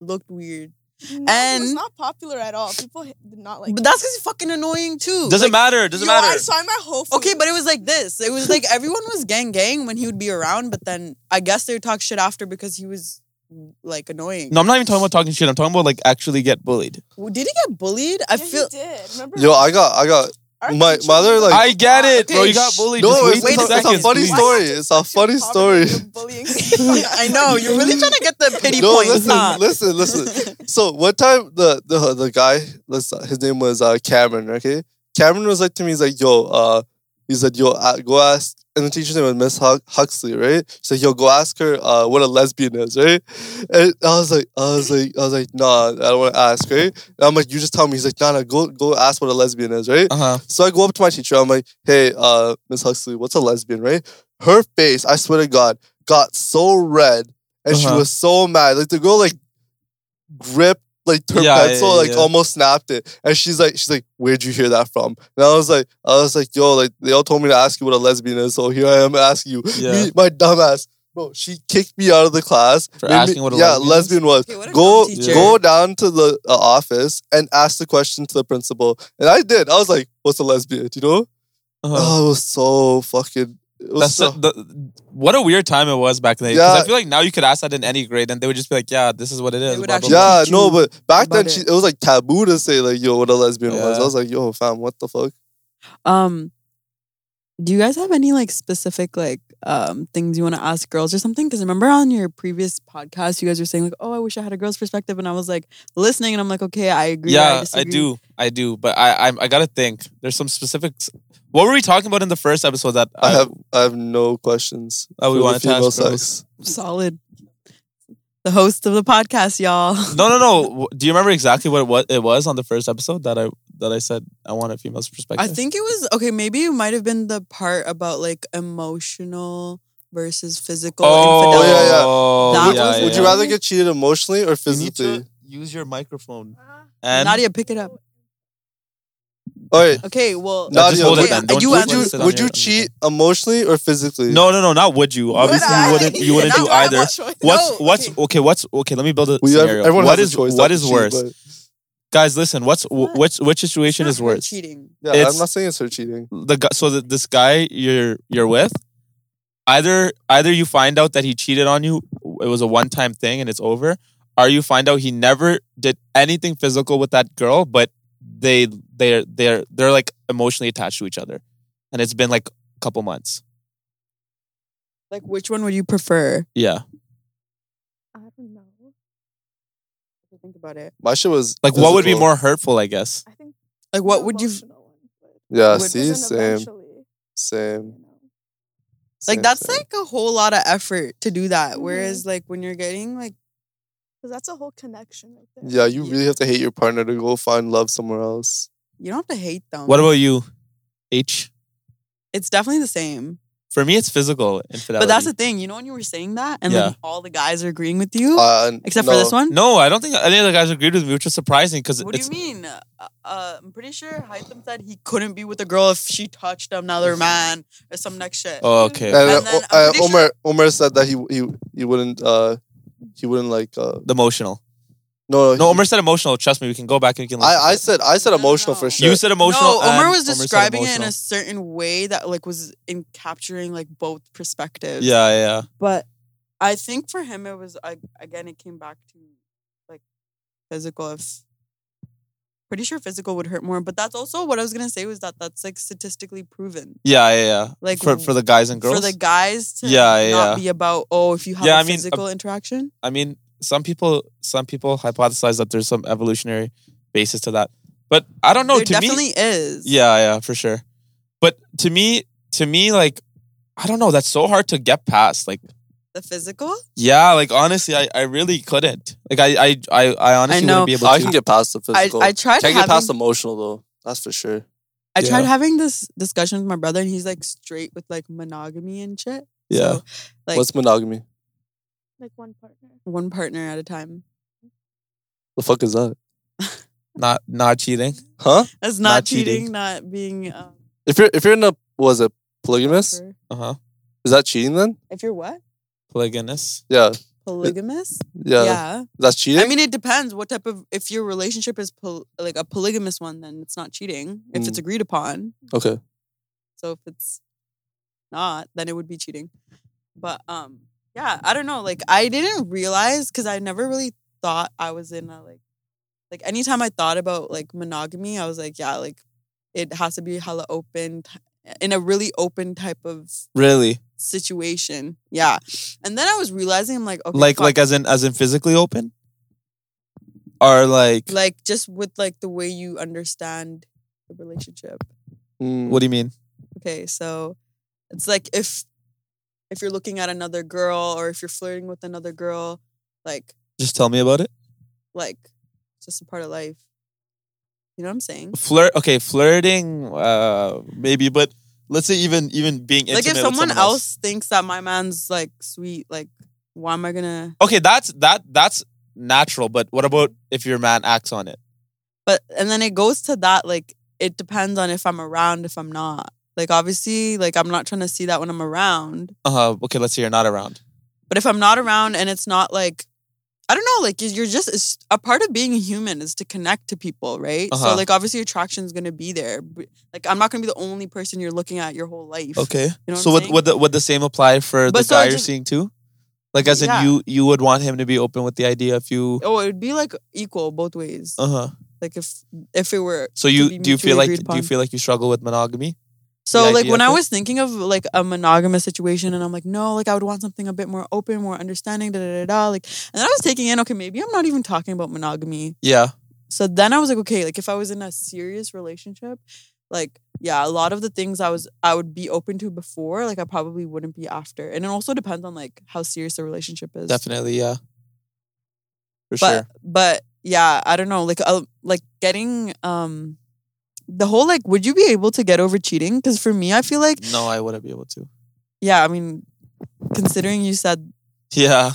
[SPEAKER 3] looked weird.
[SPEAKER 5] and
[SPEAKER 3] And-
[SPEAKER 5] it's not popular at all. People h- did not like.
[SPEAKER 3] But
[SPEAKER 5] it.
[SPEAKER 3] that's because he's fucking annoying too.
[SPEAKER 4] Doesn't
[SPEAKER 3] Like,
[SPEAKER 4] matter. Doesn't
[SPEAKER 5] Yo, I
[SPEAKER 4] matter.
[SPEAKER 5] saw him at Whole Foods.
[SPEAKER 3] Okay, but it was like this. It was like everyone was gang gang when he would be around, but then I guess they would talk shit after because he was like annoying.
[SPEAKER 4] No, I'm not even talking about talking shit. I'm talking about like actually get bullied.
[SPEAKER 3] No. Did he get bullied? I
[SPEAKER 5] Yeah, he
[SPEAKER 3] feel
[SPEAKER 5] did. Remember?
[SPEAKER 2] Yo, I got I got
[SPEAKER 5] Our
[SPEAKER 2] my-
[SPEAKER 5] teacher
[SPEAKER 2] my other,
[SPEAKER 5] was
[SPEAKER 2] like-
[SPEAKER 4] I get it,
[SPEAKER 3] Okay,
[SPEAKER 4] bro. You got
[SPEAKER 3] shh.
[SPEAKER 4] bullied.
[SPEAKER 2] no.
[SPEAKER 4] Just
[SPEAKER 2] It's,
[SPEAKER 4] wait
[SPEAKER 3] wait a
[SPEAKER 2] it's, a,
[SPEAKER 4] two
[SPEAKER 2] it's a
[SPEAKER 4] seconds,
[SPEAKER 2] funny
[SPEAKER 4] please.
[SPEAKER 2] story. It's a funny story.
[SPEAKER 5] poverty, you're bullying.
[SPEAKER 3] I know. You're really trying to get the pity
[SPEAKER 2] No,
[SPEAKER 3] points,
[SPEAKER 2] listen,
[SPEAKER 3] huh?
[SPEAKER 2] listen, listen. So one time the the the guy, let's his name was uh, Cameron. Okay, Cameron was like to me, he's like, "Yo, uh, he said, yo, uh, go ask." And the teacher's name was Miss Hux- Huxley, right? She's like, "Yo, go ask her uh, what a lesbian is, right?" And I was like, I was like, I was like, "Nah, I don't want to ask, right?" And I'm like, "You just tell me." He's like, "Nah, nah, go go ask what a lesbian is, right?"
[SPEAKER 4] Uh huh.
[SPEAKER 2] So I go up to my teacher. I'm like, hey, uh, Miss Huxley, what's a lesbian, right? Her face, I swear to God, got so red and she
[SPEAKER 4] Uh-huh.
[SPEAKER 2] was so mad. Like the girl like gripped like her
[SPEAKER 4] Yeah, yeah,
[SPEAKER 2] pencil
[SPEAKER 4] yeah,
[SPEAKER 2] like
[SPEAKER 4] yeah.
[SPEAKER 2] almost snapped it. And she's like, she's like, where'd you hear that from? And I was like, I was like, yo, like they all told me to ask you what a lesbian is, so here I am asking you.
[SPEAKER 4] Yeah.
[SPEAKER 2] Me, my dumbass. Bro, she kicked me out of the class.
[SPEAKER 4] For
[SPEAKER 2] made me-
[SPEAKER 4] asking what a
[SPEAKER 2] yeah,
[SPEAKER 4] lesbian is?
[SPEAKER 2] lesbian was.
[SPEAKER 3] Okay, what a
[SPEAKER 2] Go
[SPEAKER 3] dumb teacher.
[SPEAKER 2] go down to the uh, office and ask the question to the principal. And I did. I was like, what's a lesbian? You know?
[SPEAKER 4] Uh-huh.
[SPEAKER 2] Oh, it was so fucking. It was
[SPEAKER 4] That's
[SPEAKER 2] so,
[SPEAKER 4] the, the- what a weird time it was back then. Because
[SPEAKER 2] Yeah.
[SPEAKER 4] I feel like now you could ask that in any grade and they would just be like, yeah, this is what it is.
[SPEAKER 3] would
[SPEAKER 4] blah, blah,
[SPEAKER 3] actually-
[SPEAKER 4] blah.
[SPEAKER 2] yeah,
[SPEAKER 3] teach
[SPEAKER 2] no,
[SPEAKER 3] you
[SPEAKER 2] but back then
[SPEAKER 3] about
[SPEAKER 2] she,
[SPEAKER 3] it.
[SPEAKER 2] it was like taboo to say like, "Yo, what a lesbian was." I
[SPEAKER 4] Yeah.
[SPEAKER 2] was like, "Yo, fam, what the fuck?"
[SPEAKER 3] Um, do you guys have any like specific like um things you want to ask girls or something? Because remember on your previous podcast, you guys were saying like, "Oh, I wish I had a girl's perspective," and I was like listening, and I'm like, "Okay, I agree." or
[SPEAKER 4] Yeah, I
[SPEAKER 3] disagree."
[SPEAKER 4] do. I do. But I, I I gotta think. There's some specifics. What were we talking about in the first episode that
[SPEAKER 2] I have I have no questions.
[SPEAKER 4] Oh,
[SPEAKER 2] for
[SPEAKER 4] we
[SPEAKER 2] the
[SPEAKER 4] wanted to
[SPEAKER 2] female
[SPEAKER 4] ask girls.
[SPEAKER 2] sex.
[SPEAKER 3] Solid. The host of the podcast, y'all.
[SPEAKER 4] No, no, no. W- Do you remember exactly what what it was on the first episode that I that I said I want a female's perspective?
[SPEAKER 3] I think it was okay. Maybe it might have been the part about like emotional versus physical
[SPEAKER 4] Oh,
[SPEAKER 3] infidelity.
[SPEAKER 2] yeah, yeah.
[SPEAKER 4] yeah,
[SPEAKER 3] That
[SPEAKER 2] Would,
[SPEAKER 4] yeah.
[SPEAKER 3] was
[SPEAKER 4] yeah,
[SPEAKER 2] would you
[SPEAKER 4] yeah.
[SPEAKER 2] rather get cheated emotionally or
[SPEAKER 4] You need to
[SPEAKER 2] physically?
[SPEAKER 4] use your microphone
[SPEAKER 5] Uh,
[SPEAKER 4] and
[SPEAKER 3] Nadia, pick it up.
[SPEAKER 2] All right,
[SPEAKER 3] Okay, well,
[SPEAKER 2] No,
[SPEAKER 4] Yeah, just
[SPEAKER 2] Nadia,
[SPEAKER 4] hold
[SPEAKER 2] would-
[SPEAKER 4] it then.
[SPEAKER 3] I
[SPEAKER 4] Don't
[SPEAKER 3] do
[SPEAKER 4] just
[SPEAKER 2] would
[SPEAKER 4] let
[SPEAKER 2] you
[SPEAKER 4] it sit on
[SPEAKER 2] would
[SPEAKER 4] your-
[SPEAKER 2] you cheat emotionally or physically?
[SPEAKER 4] No, no, no, not would you. Obviously,
[SPEAKER 5] I?
[SPEAKER 4] you wouldn't. You wouldn't
[SPEAKER 5] That's
[SPEAKER 4] do
[SPEAKER 5] what I'm
[SPEAKER 4] either.
[SPEAKER 5] not sure.
[SPEAKER 4] What's
[SPEAKER 3] No,
[SPEAKER 4] what's okay. What's okay? Let me build a
[SPEAKER 2] We have-
[SPEAKER 4] scenario.
[SPEAKER 2] everyone
[SPEAKER 4] What
[SPEAKER 2] has
[SPEAKER 4] is
[SPEAKER 2] a choice not
[SPEAKER 4] what
[SPEAKER 2] to
[SPEAKER 4] is
[SPEAKER 2] cheat,
[SPEAKER 4] worse,
[SPEAKER 2] but-
[SPEAKER 4] guys? Listen, what's
[SPEAKER 3] What?
[SPEAKER 4] which which situation
[SPEAKER 3] It's
[SPEAKER 4] is
[SPEAKER 3] not
[SPEAKER 4] worse?
[SPEAKER 3] Cheating.
[SPEAKER 2] yeah,
[SPEAKER 4] It's-
[SPEAKER 2] I'm not saying it's her cheating.
[SPEAKER 4] the guy, so that this guy you're you're with, either either you find out that he cheated on you, it was a one time thing and it's over, or you find out he never did anything physical with that girl, but they they're they're they're like emotionally attached to each other, and it's been like a couple months.
[SPEAKER 3] Like, which one would you prefer?
[SPEAKER 4] Yeah,
[SPEAKER 5] I don't know.
[SPEAKER 3] Think about it.
[SPEAKER 2] My shit was
[SPEAKER 4] like what would be
[SPEAKER 2] physical.
[SPEAKER 4] more hurtful? I guess.
[SPEAKER 5] I think.
[SPEAKER 3] Like, what would you
[SPEAKER 2] Yeah,
[SPEAKER 3] would-
[SPEAKER 2] see,
[SPEAKER 5] Because
[SPEAKER 2] same,
[SPEAKER 5] then eventually, you
[SPEAKER 2] same.
[SPEAKER 5] know.
[SPEAKER 2] same,
[SPEAKER 3] like? That's
[SPEAKER 2] same.
[SPEAKER 3] like a whole lot of effort to do that. Whereas, like, when you're getting like,
[SPEAKER 5] Because that's a whole connection right there.
[SPEAKER 2] Yeah, you really have to hate your partner to go find love somewhere else.
[SPEAKER 3] you don't have to hate them.
[SPEAKER 4] What about you, H?
[SPEAKER 3] It's definitely the same.
[SPEAKER 4] For me, it's physical infidelity.
[SPEAKER 3] But that's the thing. You know, when you were saying that, and
[SPEAKER 4] Yeah.
[SPEAKER 3] like all the guys are agreeing with you,
[SPEAKER 2] Uh,
[SPEAKER 3] except
[SPEAKER 2] no.
[SPEAKER 3] for this one.
[SPEAKER 4] no. I don't think any of the guys agreed with me, which was surprising because
[SPEAKER 3] What do
[SPEAKER 4] it's
[SPEAKER 3] you mean? Uh, uh, I'm pretty sure Haitham said he couldn't be with a girl if she touched another man or some next shit.
[SPEAKER 4] oh, okay.
[SPEAKER 2] And,
[SPEAKER 3] And
[SPEAKER 2] uh,
[SPEAKER 3] then
[SPEAKER 2] O-
[SPEAKER 3] I'm
[SPEAKER 2] uh,
[SPEAKER 3] pretty
[SPEAKER 2] Omar Omar said that he he he wouldn't uh he wouldn't like uh
[SPEAKER 4] The emotional.
[SPEAKER 2] no
[SPEAKER 4] No,
[SPEAKER 2] he-
[SPEAKER 4] Omar said emotional. Trust me, we can go back and we can. listen
[SPEAKER 2] I I
[SPEAKER 4] to it.
[SPEAKER 2] said I said
[SPEAKER 3] No, no,
[SPEAKER 2] emotional
[SPEAKER 3] no.
[SPEAKER 2] for sure.
[SPEAKER 4] You said emotional.
[SPEAKER 3] No, Omar
[SPEAKER 4] and
[SPEAKER 3] was
[SPEAKER 4] said
[SPEAKER 3] describing it in
[SPEAKER 4] emotional.
[SPEAKER 3] a certain way that like was in capturing like both perspectives.
[SPEAKER 4] Yeah, yeah.
[SPEAKER 3] but I think for him it was like again it came back to like physical. If pretty sure physical would hurt more, but that's also what I was gonna say was that that's like statistically proven.
[SPEAKER 4] Yeah, yeah, yeah.
[SPEAKER 3] Like
[SPEAKER 4] for for the guys and girls.
[SPEAKER 3] for the guys to
[SPEAKER 4] Yeah, yeah,
[SPEAKER 3] not
[SPEAKER 4] yeah.
[SPEAKER 3] be about oh if you have
[SPEAKER 4] Yeah,
[SPEAKER 3] a
[SPEAKER 4] I mean, uh,
[SPEAKER 3] physical interaction.
[SPEAKER 4] I mean, some people some people hypothesize that there's some evolutionary basis to that. But I don't know.
[SPEAKER 3] there
[SPEAKER 4] to
[SPEAKER 3] definitely
[SPEAKER 4] me,
[SPEAKER 3] is.
[SPEAKER 4] yeah, yeah, for sure. But to me, to me, like, I don't know. That's so hard to get past. Like,
[SPEAKER 3] the physical.
[SPEAKER 4] yeah, like honestly, I, I really couldn't. Like, I I I, I honestly
[SPEAKER 3] know.
[SPEAKER 4] wouldn't be able to.
[SPEAKER 2] I can get past the
[SPEAKER 3] I,
[SPEAKER 2] physical.
[SPEAKER 3] I tried
[SPEAKER 2] Can't
[SPEAKER 3] having,
[SPEAKER 2] get past emotional though. That's for sure.
[SPEAKER 3] I tried
[SPEAKER 4] Yeah.
[SPEAKER 3] having this discussion with my brother, and he's like straight with like monogamy and shit.
[SPEAKER 4] yeah.
[SPEAKER 3] So, like
[SPEAKER 2] What's monogamy?
[SPEAKER 5] Like one partner.
[SPEAKER 3] one partner at a time.
[SPEAKER 2] The fuck is that?
[SPEAKER 4] not not cheating.
[SPEAKER 2] Huh?
[SPEAKER 3] That's
[SPEAKER 4] Not
[SPEAKER 3] not, cheating,
[SPEAKER 4] cheating.
[SPEAKER 3] not being. Um,
[SPEAKER 2] If you're if you're in a was it polygamous?
[SPEAKER 3] for-
[SPEAKER 4] Uh huh.
[SPEAKER 2] Is that cheating then?
[SPEAKER 3] if you're what
[SPEAKER 4] Oh Polygynous.
[SPEAKER 2] Yeah,
[SPEAKER 3] polygamous?
[SPEAKER 2] yeah. That's cheating.
[SPEAKER 3] I mean, it depends what type of. If your relationship is pol- like a polygamous one, then it's not cheating if it's agreed upon.
[SPEAKER 2] okay.
[SPEAKER 3] So if it's not, then it would be cheating. But um, yeah, I don't know. Like I didn't realize because I never really thought I was in a like, like anytime I thought about like monogamy, I was like, yeah, like it has to be hella open, t- in a really open type of
[SPEAKER 4] Really?
[SPEAKER 3] situation. Yeah, and then I was realizing I'm like, okay,
[SPEAKER 4] like
[SPEAKER 3] fuck.
[SPEAKER 4] like as in as in physically open? Or like
[SPEAKER 3] like just with like the way you understand the relationship.
[SPEAKER 2] Mm.
[SPEAKER 4] what do you mean?
[SPEAKER 3] okay so it's like if if you're looking at another girl or if you're flirting with another girl like
[SPEAKER 4] Just tell me about it.
[SPEAKER 3] like it's just a part of life you know what i'm saying
[SPEAKER 4] Flirt okay, flirting, uh maybe, but let's say even even being intimate
[SPEAKER 3] like if
[SPEAKER 4] with
[SPEAKER 3] someone
[SPEAKER 4] someone
[SPEAKER 3] else, thinks that my man's like sweet like why am i gonna
[SPEAKER 4] Okay, that's that that's natural, but what about if your man acts on it?
[SPEAKER 3] But and then it goes to that like it depends on if I'm around, if I'm not. Like obviously, like I'm not trying to see that when I'm around.
[SPEAKER 4] Uh huh. Okay, let's say you're not around.
[SPEAKER 3] But if I'm not around and it's not like I don't know, like you're just it's, a part of being a human is to connect to people, right?
[SPEAKER 4] Uh-huh.
[SPEAKER 3] So like obviously attraction is gonna be there. B- Like I'm not gonna be the only person you're looking at your whole life.
[SPEAKER 4] Okay.
[SPEAKER 3] You know what
[SPEAKER 4] so
[SPEAKER 3] I'm
[SPEAKER 4] would,
[SPEAKER 3] saying?
[SPEAKER 4] would the would the same apply for
[SPEAKER 3] But
[SPEAKER 4] the
[SPEAKER 3] so
[SPEAKER 4] guy
[SPEAKER 3] it
[SPEAKER 4] you're
[SPEAKER 3] just-
[SPEAKER 4] seeing too? Like as
[SPEAKER 3] Yeah.
[SPEAKER 4] in you you would want him to be open with the idea if you
[SPEAKER 3] Oh, it would be like equal both ways.
[SPEAKER 4] uh huh.
[SPEAKER 3] Like if if it were
[SPEAKER 4] So
[SPEAKER 3] be
[SPEAKER 4] you do you
[SPEAKER 3] mutually
[SPEAKER 4] feel like
[SPEAKER 3] agreed
[SPEAKER 4] do you
[SPEAKER 3] upon.
[SPEAKER 4] feel like you struggle with monogamy?
[SPEAKER 3] So
[SPEAKER 4] the
[SPEAKER 3] like
[SPEAKER 4] idea
[SPEAKER 3] when
[SPEAKER 4] of
[SPEAKER 3] I
[SPEAKER 4] it?
[SPEAKER 3] was thinking of like a monogamous situation, and I'm like, no, like I would want something a bit more open, more understanding, da da da da. Like, and then I was taking in, okay, maybe I'm not even talking about monogamy.
[SPEAKER 4] Yeah.
[SPEAKER 3] So then I was like, okay, like if I was in a serious relationship, like yeah, a lot of the things I was I would be open to before, like I probably wouldn't be after, and it also depends on like how serious the relationship is.
[SPEAKER 4] Definitely. Yeah. For
[SPEAKER 3] but
[SPEAKER 4] sure.
[SPEAKER 3] but yeah, I don't know, like uh, like getting um the whole like, would you be able to get over cheating? Because for me, I feel like
[SPEAKER 4] No, I wouldn't be able to.
[SPEAKER 3] yeah, I mean, considering you said
[SPEAKER 4] Yeah.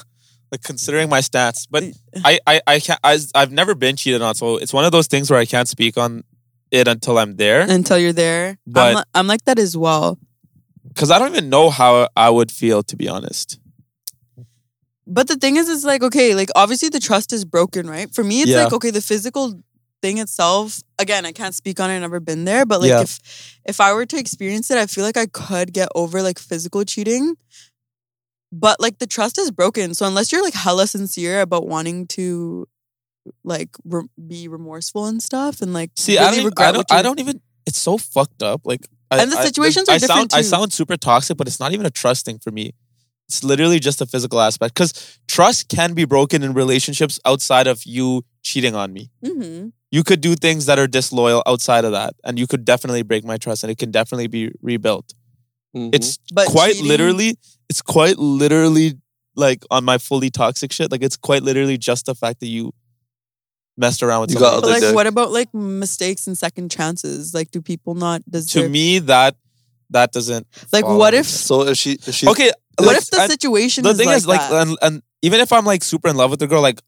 [SPEAKER 4] Like considering my stats, but I I I can't. I, I've never been cheated on, so it's one of those things where I can't speak on it until I'm there.
[SPEAKER 3] until you're there,
[SPEAKER 4] But-
[SPEAKER 3] I'm, li- I'm like that as well.
[SPEAKER 4] because I don't even know how I would feel to be honest.
[SPEAKER 3] But the thing is, it's like okay, like obviously the trust is broken, right? For me, it's
[SPEAKER 4] Yeah.
[SPEAKER 3] like okay, the physical thing itself. Again, I can't speak on it. I've never been there, but like
[SPEAKER 4] Yeah.
[SPEAKER 3] if if I were to experience it, I feel like I could get over like physical cheating. But like the trust is broken, so unless you're like hella sincere about wanting to, like re- be remorseful and stuff, and like
[SPEAKER 4] See,
[SPEAKER 3] really
[SPEAKER 4] I don't. Even,
[SPEAKER 3] regret
[SPEAKER 4] I don't.
[SPEAKER 3] what you-
[SPEAKER 4] I don't even. It's so fucked up. Like, I-
[SPEAKER 3] And the
[SPEAKER 4] I-
[SPEAKER 3] situations
[SPEAKER 4] I,
[SPEAKER 3] are different,
[SPEAKER 4] sound, I
[SPEAKER 3] too.
[SPEAKER 4] sound super toxic, but it's not even a trust thing for me. It's literally just a physical aspect because trust can be broken in relationships outside of you cheating on me.
[SPEAKER 3] Mhm.
[SPEAKER 4] You could do things that are disloyal outside of that, and you could definitely break my trust, and it can definitely be rebuilt.
[SPEAKER 3] Mm-hmm.
[SPEAKER 2] mm-hmm.
[SPEAKER 4] It's
[SPEAKER 3] But
[SPEAKER 4] quite
[SPEAKER 3] cheating-
[SPEAKER 4] literally, it's quite literally like on my fully toxic shit. Like it's quite literally just the fact that you messed around with
[SPEAKER 2] You
[SPEAKER 4] somebody
[SPEAKER 2] got
[SPEAKER 3] But
[SPEAKER 2] other
[SPEAKER 4] else.
[SPEAKER 3] like,
[SPEAKER 2] dick.
[SPEAKER 3] what about like mistakes and second chances? Like, do people not does
[SPEAKER 4] to
[SPEAKER 3] their-
[SPEAKER 4] me oh, that that doesn't
[SPEAKER 3] like
[SPEAKER 4] follow
[SPEAKER 3] what
[SPEAKER 4] me.
[SPEAKER 3] if
[SPEAKER 2] So if she, if she,
[SPEAKER 4] okay.
[SPEAKER 3] what
[SPEAKER 4] like,
[SPEAKER 3] if the
[SPEAKER 4] and
[SPEAKER 3] situation
[SPEAKER 4] the
[SPEAKER 3] is
[SPEAKER 4] thing
[SPEAKER 3] like,
[SPEAKER 4] is like
[SPEAKER 3] that?
[SPEAKER 4] and, and even if I'm like super in love with the girl, like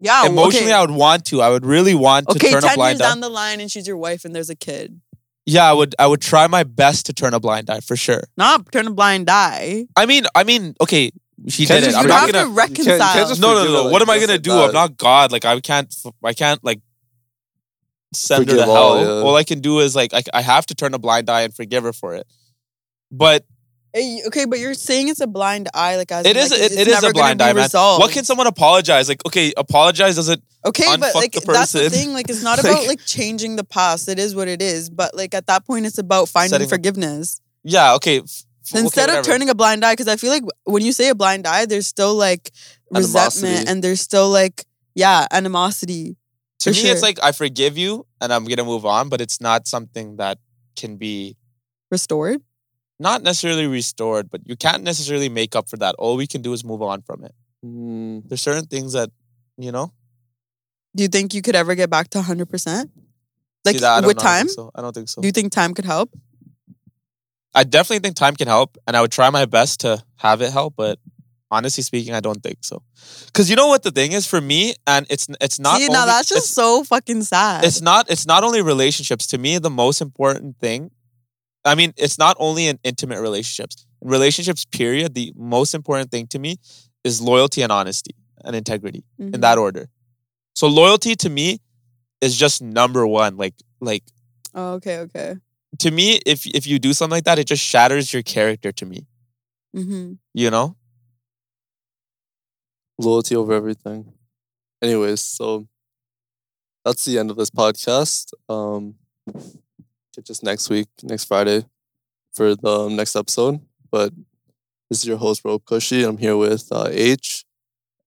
[SPEAKER 3] yeah well,
[SPEAKER 4] emotionally
[SPEAKER 3] Oh, okay.
[SPEAKER 4] I would want to. I would really want to
[SPEAKER 3] okay
[SPEAKER 4] turn a
[SPEAKER 3] ten years
[SPEAKER 4] blind eye.
[SPEAKER 3] down the line and she's your wife and there's a kid
[SPEAKER 4] yeah, I would. I would try my best to turn a blind eye for sure.
[SPEAKER 3] not turn a blind eye
[SPEAKER 4] I mean, I mean, okay, she
[SPEAKER 2] Can't
[SPEAKER 4] did it.
[SPEAKER 2] just
[SPEAKER 3] you have
[SPEAKER 2] forgive-
[SPEAKER 4] I'm not
[SPEAKER 3] to
[SPEAKER 4] gonna.
[SPEAKER 2] you can't- you
[SPEAKER 3] reconcile
[SPEAKER 2] can't just
[SPEAKER 4] No, no,
[SPEAKER 2] forgive
[SPEAKER 4] no.
[SPEAKER 2] her like
[SPEAKER 4] what am I
[SPEAKER 2] this
[SPEAKER 4] gonna
[SPEAKER 2] and
[SPEAKER 4] do?
[SPEAKER 2] that.
[SPEAKER 4] I'm not God. Like I can't. I can't like send her
[SPEAKER 2] Forgive
[SPEAKER 4] to hell.
[SPEAKER 2] all,
[SPEAKER 4] All,
[SPEAKER 2] yeah.
[SPEAKER 4] I can do is like I, I have to turn a blind eye and forgive her for it. But
[SPEAKER 3] Eh, okay but you're saying it's a blind eye like as
[SPEAKER 4] it
[SPEAKER 3] in,
[SPEAKER 4] is
[SPEAKER 3] like,
[SPEAKER 4] it,
[SPEAKER 3] it's
[SPEAKER 4] it is
[SPEAKER 3] never
[SPEAKER 4] a
[SPEAKER 3] gonna
[SPEAKER 4] blind
[SPEAKER 3] be
[SPEAKER 4] eye, man.
[SPEAKER 3] resolved.
[SPEAKER 4] What can someone apologize? Like okay, apologize doesn't.
[SPEAKER 3] okay but
[SPEAKER 4] unfuck
[SPEAKER 3] like
[SPEAKER 4] the
[SPEAKER 3] that's the
[SPEAKER 4] person?
[SPEAKER 3] thing like it's not
[SPEAKER 4] Like-
[SPEAKER 3] about like changing the past it is what it is but like at that point it's about finding
[SPEAKER 4] Setting-
[SPEAKER 3] forgiveness
[SPEAKER 4] Yeah. Okay. f- f- okay,
[SPEAKER 3] instead of
[SPEAKER 4] whatever.
[SPEAKER 3] turning a blind eye because i feel like when you say a blind eye there's still like resentment
[SPEAKER 2] Animosity.
[SPEAKER 3] and there's still like yeah animosity
[SPEAKER 4] to
[SPEAKER 3] for
[SPEAKER 4] me, it's
[SPEAKER 3] sure.
[SPEAKER 4] like I forgive you and I'm gonna move on, but it's not something that can be
[SPEAKER 3] restored
[SPEAKER 4] not necessarily restored, but you can't necessarily make up for that. All we can do is move on from it.
[SPEAKER 2] Mm,
[SPEAKER 4] There's certain things that you know.
[SPEAKER 3] Do you think you could ever get back to 100%?
[SPEAKER 4] see
[SPEAKER 3] Like
[SPEAKER 4] that, I don't
[SPEAKER 3] with
[SPEAKER 4] know, I
[SPEAKER 3] time?
[SPEAKER 4] don't think so I don't think so.
[SPEAKER 3] Do you think time could help?
[SPEAKER 4] I definitely think time can help, and I would try my best to have it help. But honestly speaking, I don't think so. Because you know what the thing is for me, and it's it's not
[SPEAKER 3] See,
[SPEAKER 4] only,
[SPEAKER 3] now that's just
[SPEAKER 4] it's-
[SPEAKER 3] so fucking sad.
[SPEAKER 4] it's not it's not only relationships. To me, the most important thing, I mean, it's not only in intimate relationships. In relationships, period. The most important thing to me is loyalty and honesty and integrity in
[SPEAKER 3] Mhm.
[SPEAKER 4] that order. So loyalty to me is just number one. Like like
[SPEAKER 3] Oh, okay, okay.
[SPEAKER 4] to me, if if you do something like that, it just shatters your character. To me,
[SPEAKER 3] hmm
[SPEAKER 4] you know.
[SPEAKER 2] loyalty over everything. Anyways, so that's the end of this podcast. Um, catch us next week, next Friday, for the um, next episode. But this is your host, Rob Cushy. I'm here with uh, H,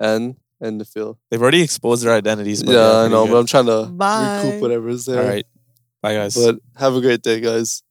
[SPEAKER 2] N, and Nafil.
[SPEAKER 4] They've already exposed their identities. but
[SPEAKER 2] Yeah, I
[SPEAKER 4] pretty
[SPEAKER 2] know,
[SPEAKER 4] good.
[SPEAKER 2] but uh, I'm trying to
[SPEAKER 3] Bye.
[SPEAKER 2] recoup whatever is there.
[SPEAKER 4] All right. Bye, guys.
[SPEAKER 2] But have a great day, guys.